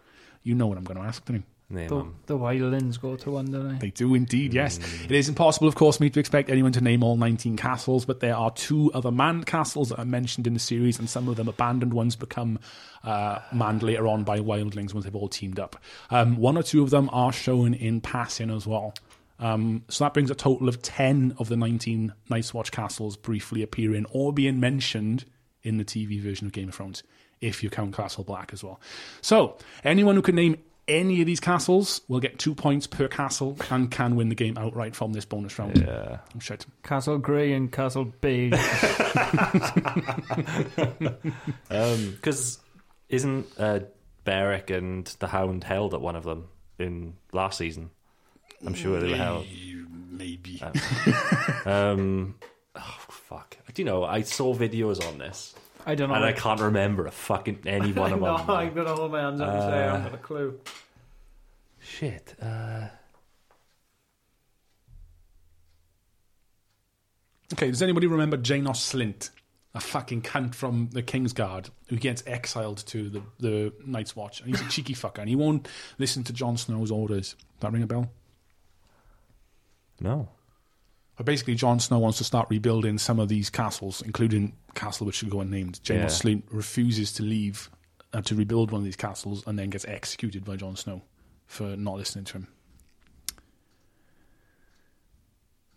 S1: You know what I'm going to ask, don't you?
S3: Name
S2: The,
S3: 'em.
S2: the Wildlands go to one, don't they?
S1: They do indeed, yes. It is impossible, of course, for me to expect anyone to name all 19 castles, but there are two other manned castles that are mentioned in the series, and some of them abandoned ones become uh, manned later on by wildlings once they've all teamed up. Um, one or two of them are shown in passing as well. Um, so that brings a total of 10 of the 19 Night's Watch castles briefly appearing or being mentioned in the TV version of Game of Thrones, if you count Castle Black as well. So, anyone who can name any of these castles will get two points per castle and can win the game outright from this bonus round.
S3: Yeah.
S1: Oh, shit.
S2: Castle Grey and Castle
S3: [laughs]
S2: Big.
S3: Hmm. Because isn't uh, Beric and the Hound held at one of them in last season? I'm sure they were held.
S1: Maybe.
S3: Um, [laughs] oh, fuck. Do you know, I saw videos on this,
S2: I don't know.
S3: and I can't remember a fucking any one of
S2: [laughs] no,
S3: them.
S2: I'm going to hold my hands up and say I haven't got a clue.
S3: Shit. Uh,
S1: Okay, does anybody remember Janos Slint? A fucking cunt from the King's Guard who gets exiled to the, the Night's Watch. And he's a cheeky fucker and he won't listen to Jon Snow's orders. Does that ring a bell?
S3: no.
S1: But basically, Jon Snow wants to start rebuilding some of these castles, including castle which should go unnamed. James Slint refuses to leave uh, to rebuild one of these castles, and then gets executed by Jon Snow for not listening to him.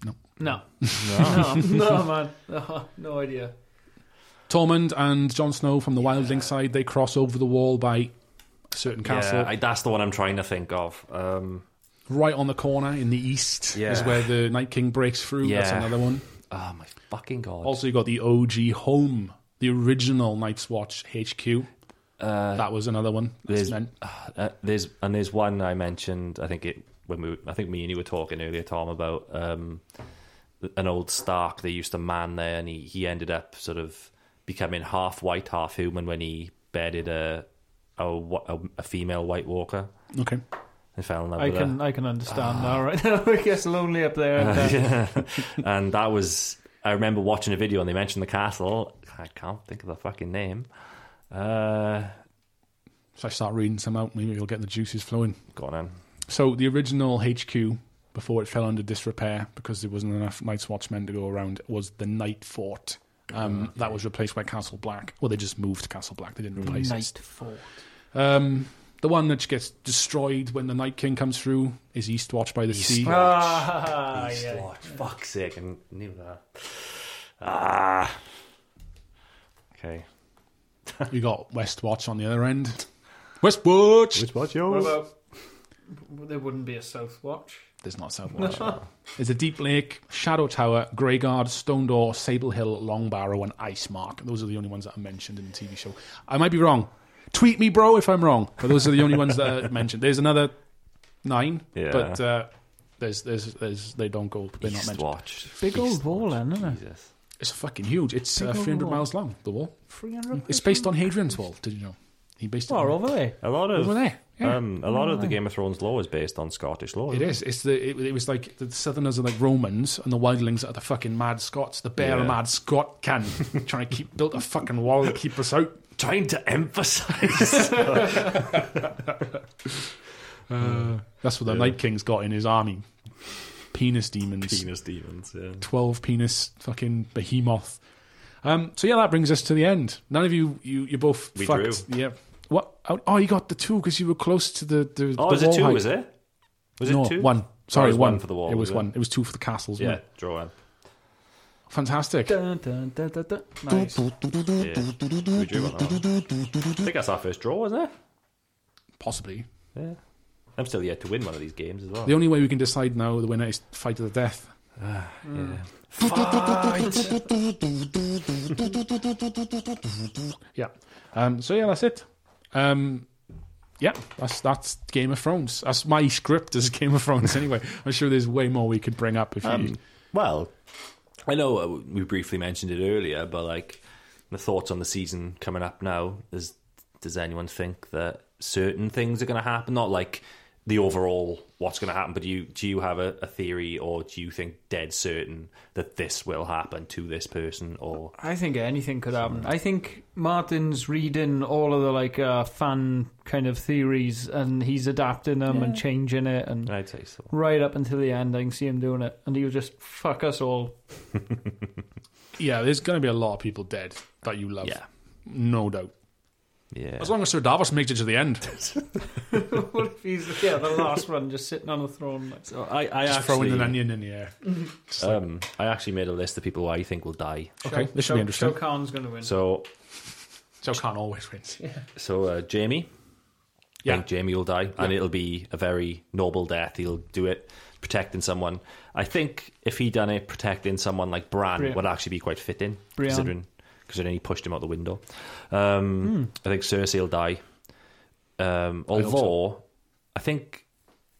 S2: No. No. [laughs] no, man. No, no idea.
S1: Tormund and Jon Snow from the Wildling side they cross over the wall by a certain castle
S3: Yeah, I, that's the one I'm trying to think of. Um,
S1: right on the corner in the east is
S3: Yeah.
S1: where the Night King breaks through. That's
S3: Yeah.
S1: another one.
S3: oh my fucking god!
S1: Also, you got the OG home, the original Night's Watch HQ. that was another one. That's
S3: Uh, there's,
S1: meant.
S3: uh, there's and there's one I mentioned. I think it when we I think me and you were talking earlier, Tom, about um, an old Stark. They used to man there, and he he ended up sort of becoming half white, half human when he bedded a a, wa- a, a female White Walker
S1: Okay.
S3: and fell in love
S2: I
S3: with
S2: can
S3: her.
S2: I can understand now, right? [laughs] now. it gets lonely up there. And, uh, [laughs]
S3: [laughs] Yeah. and that was I remember watching a video and they mentioned the castle. I can't think of the fucking name. Uh,
S1: If I start reading some out, maybe you'll get the juices flowing.
S3: go on. Then.
S1: So the original HQ, before it fell under disrepair because there wasn't enough Night's Watchmen to go around, was the Night Fort. Um, That was replaced by Castle Black. Well, they just moved Castle Black. They didn't replace it.
S2: Night Fort.
S1: Um, the one that gets destroyed when the Night King comes through is Eastwatch by the Sea.
S2: Ah,
S3: East
S2: yeah.
S3: Watch. Fuck's sake, I knew that. Ah. Okay.
S1: You got Westwatch on the other end. Westwatch.
S3: Watch
S2: What
S3: yours?
S2: about? There wouldn't be a South Watch.
S1: There's not Southwatch. There's a Deep Lake, Shadow Tower, Greyguard, Stone Door, Sable Hill, Long Barrow, and Ice Mark. Those are the only ones that are mentioned in the TV show. I might be wrong. Tweet me, bro, if I'm wrong. But those are the only ones that are mentioned. There's another nine,
S3: Yeah.
S1: but uh, there's, there's, there's, they don't go. They're not
S3: East
S1: mentioned.
S3: Watch.
S2: Big old
S3: East
S2: wall,
S3: Watch.
S2: then, isn't it?
S3: Jesus.
S1: It's fucking huge. It's uh, 300 miles long, the wall. It's based on Hadrian's Wall, did you know? He based it
S2: Far
S1: on-
S2: over there.
S3: A lot of
S1: Over there, yeah.
S3: um, a lot of the Game of Thrones lore is based on Scottish lore.
S1: It is. It's the. It, it was like the Southerners are like Romans, and the Wildlings are the fucking mad Scots. The bear
S3: Yeah.
S1: mad Scot
S3: [laughs]
S1: can trying to keep built a fucking wall to keep us out.
S3: Trying
S1: [laughs]
S3: to
S1: That's
S3: emphasize.
S1: what the
S3: Uh, Yeah.
S1: Night King's got in his army. Penis demons.
S3: penis demons. Yeah.
S1: Twelve penis fucking behemoth. Um. So yeah, that brings us to the end. None of you. You. You both.
S3: We
S1: fucked. Yeah. What? Oh, oh, you got the two because you were close to the. the
S3: Oh,
S1: the
S3: was it
S1: wall
S3: two?
S1: height.
S3: Was it? Was
S1: no,
S3: it two?
S1: one. Sorry,
S3: was
S1: one.
S3: one for the wall,
S1: It was
S3: was it?
S1: one. It was two for the castles.
S3: Yeah,
S1: Yeah.
S3: draw one.
S1: Fantastic.
S2: Dun, dun, dun, dun, dun. Nice.
S3: Yeah. We drew one. on that one. I think that's our first draw, isn't it?
S1: Possibly.
S3: Yeah. I'm still yet to win one of these games as well.
S1: The only way we can decide now the winner is fight to the death.
S3: yeah.
S1: Ah, Yeah. Um, so yeah, that's it. Um, yeah, that's that's Game of Thrones. That's my script as [laughs] Game of Thrones. Anyway, I'm sure there's way more we could bring up if you.
S3: Um, well, I know uh, we briefly mentioned it earlier, but like the thoughts on the season coming up now is does anyone think that certain things are going to happen? Not like the overall what's going to happen, but do you do you have a, a theory or do you think dead certain that this will happen to this person or
S2: I think anything could happen. I think Martin's reading all of the like uh, fan kind of theories, and he's adapting them and changing it, and
S3: I'd say so.
S2: right up until the end, I can see him doing it, and he'll just fuck us all. [laughs]
S1: Yeah, there's going to be a lot of people dead that you love.
S3: Yeah.
S1: No doubt.
S3: Yeah.
S1: As long as Sir Davos makes it to the [laughs] end,
S2: what if he's yeah the last one, just sitting on the throne? Like,
S3: So I, I
S1: just throwing an
S3: actually-
S1: onion in the air.
S3: Um, I actually made a list of people who I think will die.
S1: Okay, this should
S2: Shao-
S1: be interesting.
S2: Shao Kahn's going to win.
S3: So
S1: So Khan always wins.
S3: So uh, Jamie,
S1: Yeah.
S3: I think Jamie will die, and it'll be a very noble death. He'll do it protecting someone. I think if he done it protecting someone like Bran,
S2: Brienne.
S3: would actually be quite fitting,
S2: Brienne.
S3: considering considering he pushed him out the window. Um, I think Cersei will die. Um, although I think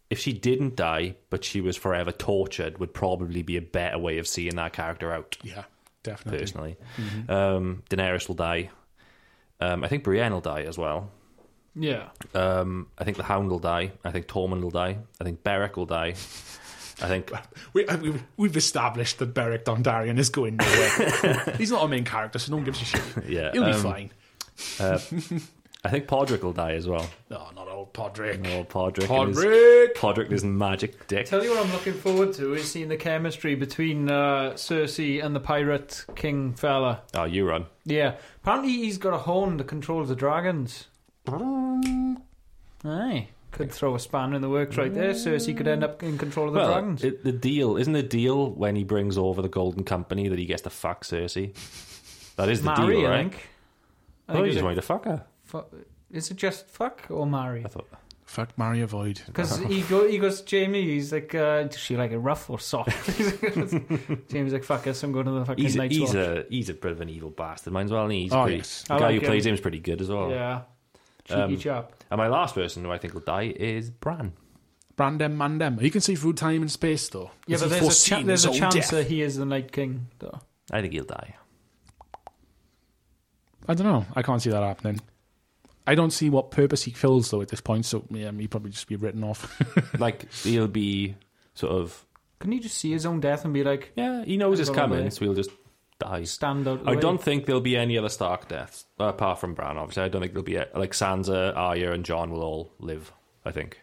S3: if she didn't die, but she was forever tortured, would probably be a better way of seeing that character out
S1: Yeah, definitely.
S3: personally.
S2: Mm-hmm.
S3: Um, Daenerys will die. Um, I think Brienne will die as well.
S2: yeah,
S3: Um, I think the Hound will die. I think Tormund will die. I think Beric will die.
S2: [laughs]
S3: I think
S1: We, I mean, uh, we've established that Beric Dondarrion is going nowhere. He's not a main character, so no one gives a shit.
S3: yeah.
S1: He'll be
S3: um,
S1: fine.
S3: I think Podrick will die as well.
S1: No, not old Podrick.
S3: Oh, Podrick. and his-
S1: Podrick!
S3: Podrick and his magic dick.
S2: tell you what I'm looking forward to is seeing the chemistry between uh, Cersei and the pirate king fella.
S3: Oh, you run.
S2: Yeah, apparently he's got a horn that controls the dragons.
S3: Um.
S2: Aye. Could throw a spanner in the works right there, Cersei could end up in control of the
S3: Well,
S2: dragons.
S3: it, the deal isn't the deal when he brings over the Golden Company that he gets to fuck Cersei. That is the
S2: marry,
S3: deal,
S2: I
S3: right?
S2: think. I
S3: Oh,
S2: think
S3: he's
S2: is,
S3: wanting
S2: it,
S3: to fuck her.
S2: fu- is it just fuck or marry?
S3: I thought.
S1: Fuck, marry, avoid.
S2: Because
S3: Oh.
S2: he, go, he goes to Jamie, he's like, uh, does she like it rough or soft? [laughs] Jamie's like, fuck us, I'm going to the fucking
S3: He's a,
S2: night's
S3: he's
S2: watch.
S3: a he's a bit of an evil bastard, mine's well. And he's
S1: Oh,
S3: pretty,
S1: yes.
S3: the
S2: I
S3: guy
S2: like
S3: who plays
S2: him.
S3: him is pretty good as well.
S2: Yeah. Cheeky
S3: Um,
S2: chap.
S3: And my last person who I think will die is Bran.
S1: Brandem Mandem. He can see through time and space, though.
S2: Yeah,
S1: Has
S2: but
S1: he
S2: there's a,
S1: foreseen
S2: cha- there's a
S1: his own
S2: chance
S1: death?
S2: that he is the Night King, though.
S3: I think
S2: [laughs]
S3: he'll die.
S1: I don't know. I can't see that happening. I don't see what purpose he fills, though, at this point, so yeah, he'd probably just be written off.
S3: like he'll be sort of
S2: Couldn't he just see his own death and be like,
S3: yeah he knows it's
S2: Gonna die.
S3: coming so he'll just die
S2: stand out? of the
S3: I
S2: way?
S3: don't think there'll be any other Stark deaths apart from Bran obviously I don't think there'll be a, like Sansa Arya and John will all live I think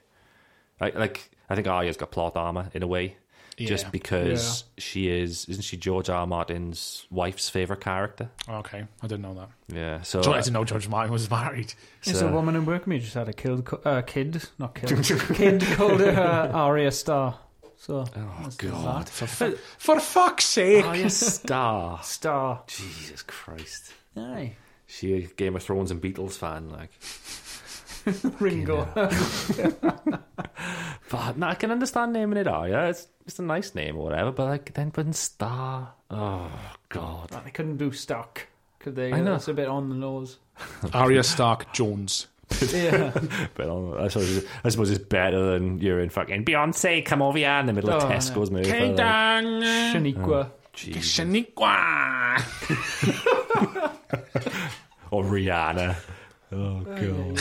S3: I, like I think Arya's got plot armor in a way
S1: Yeah.
S3: just because she is isn't she George R. R. Martin's wife's favorite character
S1: okay, I didn't know that.
S3: yeah so
S1: So I didn't know George Martin was married.
S2: It's
S3: So-
S2: a woman in work. Me just had a killed co- uh, kid, not
S3: [laughs]
S2: killed kid called her uh, Aria Star. So oh god,
S1: For, fu- for fuck's sake!
S3: [laughs] Arya Star
S2: Oh, Star.
S3: Jesus Christ
S2: Aye,
S3: she a Game of Thrones and Beatles fan like
S2: Ringo.
S3: But no, I can understand naming it all. Yeah, it's it's a nice name or whatever. But like then putting Star. Oh
S2: [laughs]
S3: God.
S2: [laughs] they couldn't do Stark, could they?
S3: I know.
S2: That's a bit on the
S3: [laughs]
S2: nose.
S1: Arya Stark Jones.
S2: yeah,
S3: But um, I suppose I suppose it's better than you're in fucking Beyonce. Come over here in the middle of
S2: Oh,
S3: Tesco's movie.
S1: Hey,
S3: like,
S1: dang!
S3: Oh.
S2: Shaniqua.
S1: Shaniqua.
S3: [laughs] Or Rihanna. Oh, God.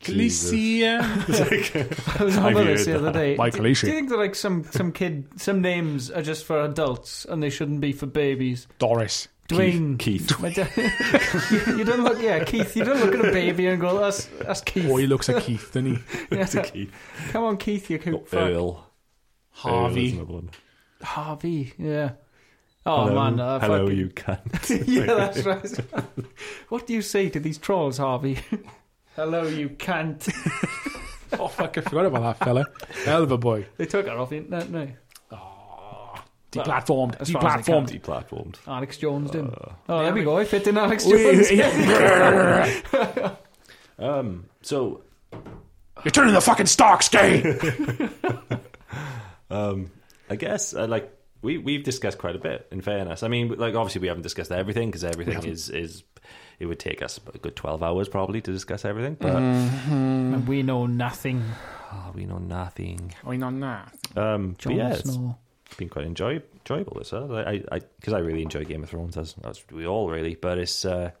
S3: Jesus.
S1: Alicia.
S2: I was on
S3: I've
S2: the list
S3: heard
S2: the other
S3: that.
S2: day.
S1: Mike
S2: do,
S1: Leachey.
S2: do you think that like some some kid some names are just for adults and they shouldn't be for babies?
S1: Doris.
S2: Dwayne. [laughs]
S3: Keith.
S2: My da- you don't look, yeah, Keith. You don't look at a baby and go, "That's that's Keith."
S1: Oh, he looks like Keith, doesn't he?
S2: [laughs] Yeah.
S3: Keith.
S2: Come on, Keith. You could
S3: Not Earl. Earl is
S1: Harvey.
S3: another one.
S2: Harvey. Yeah. Oh
S3: Hello,
S2: man. Uh,
S3: hello,
S2: fucking-
S3: you cunt.
S2: [laughs] yeah, that's right. [laughs] what do you say to these trolls, Harvey? [laughs] hello, you can't.
S1: [laughs] Oh, fuck, I forgot about that fella. Hell of a boy.
S2: They took her off the internet. No,
S1: Deplatformed.
S2: as far as they
S1: Deplatformed.
S3: Deplatformed.
S2: Alex Jones did.
S3: Uh,
S2: oh, there we go. I fit in Alex Jones.
S1: You're
S3: So,
S1: turning the fucking stocks gay.
S3: um, I guess uh, like we we've discussed quite a bit. In fairness, I mean, like obviously we haven't discussed everything because everything is is it would take us a good twelve hours probably to discuss everything. But
S1: Mm-hmm.
S2: And [laughs] we know nothing.
S3: ah, we know nothing.
S1: I know that.
S3: Um, but
S2: Jon
S3: yeah, it's
S2: Snow.
S3: been quite enjoy- enjoyable. This, uh, I I because I, really enjoy Game of Thrones as, as we all really. But it's uh,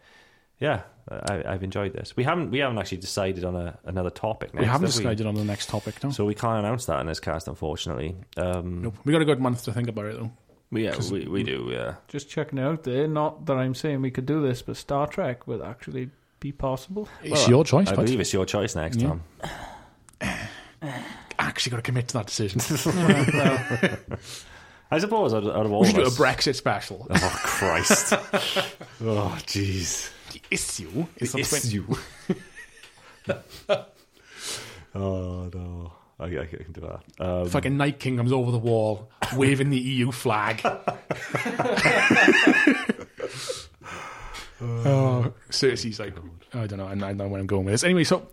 S3: yeah, I, I've enjoyed this. We haven't we haven't actually decided on a, another topic. Next,
S1: We haven't
S3: have
S1: decided on the next topic, no.
S3: So we can't announce that in this cast, unfortunately. Um,
S1: Nope. We got a good month to think about it, though.
S3: Yeah, we, we do. Yeah,
S2: Just checking it out there. Not that I'm saying we could do this, but Star Trek would actually be possible.
S1: It's your choice,
S3: I
S1: bud.
S3: believe it's your choice next
S1: Yeah.
S3: time.
S1: Actually, got to commit to that decision.
S3: I suppose out of, out of all
S1: we
S3: of
S1: should do a
S3: us-
S1: Brexit special.
S3: [laughs]
S1: [laughs]
S3: Oh Christ! oh jeez!
S1: The issue is the
S3: It's
S1: 20
S3: you. oh no! I, I can do that. Um,
S1: fucking Night King comes over the wall waving the EU flag. oh, Cersei's like, I don't know, I don't know where I'm going with this. Anyway, so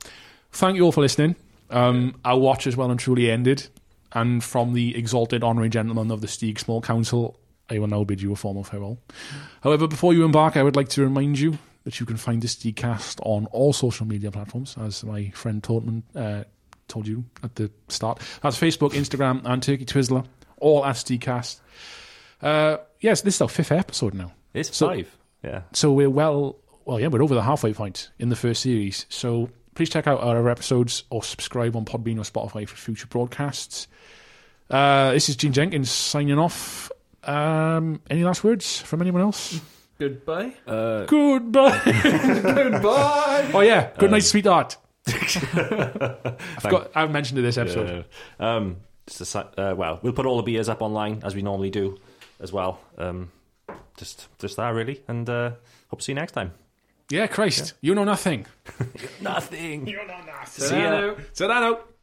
S1: thank you all for listening. Um, Our watch is well and truly ended, and from the exalted honorary gentleman of the Steeg Small Council, I will now bid you a formal farewell. However, before you embark, I would like to remind you that you can find this Steegcast on all social media platforms, as my friend Tortman uh, told you at the start. That's Facebook, Instagram, and Turkey Twizzler, all at Steegcast. Uh, yes, this is our fifth episode now.
S3: it's
S1: so-
S3: five. Yeah.
S1: So we're well, well, yeah, we're over the halfway point in the first series. So please check out our other episodes or subscribe on Podbean or Spotify for future broadcasts. Uh, this is Gene Jenkins signing off. Um, any last words from anyone else?
S2: Goodbye.
S1: Goodbye.
S2: Goodbye.
S1: Oh yeah, good night, sweetheart. I forgot. I mentioned it this episode.
S3: Yeah. Um, it's the, si- uh, well, we'll put all the beers up online as we normally do, as well. Um, just just that really, and uh, hope to see you next time.
S1: Yeah, Christ, you know nothing.
S3: Nothing. You know nothing. See ya.
S2: Hello.
S1: So that out.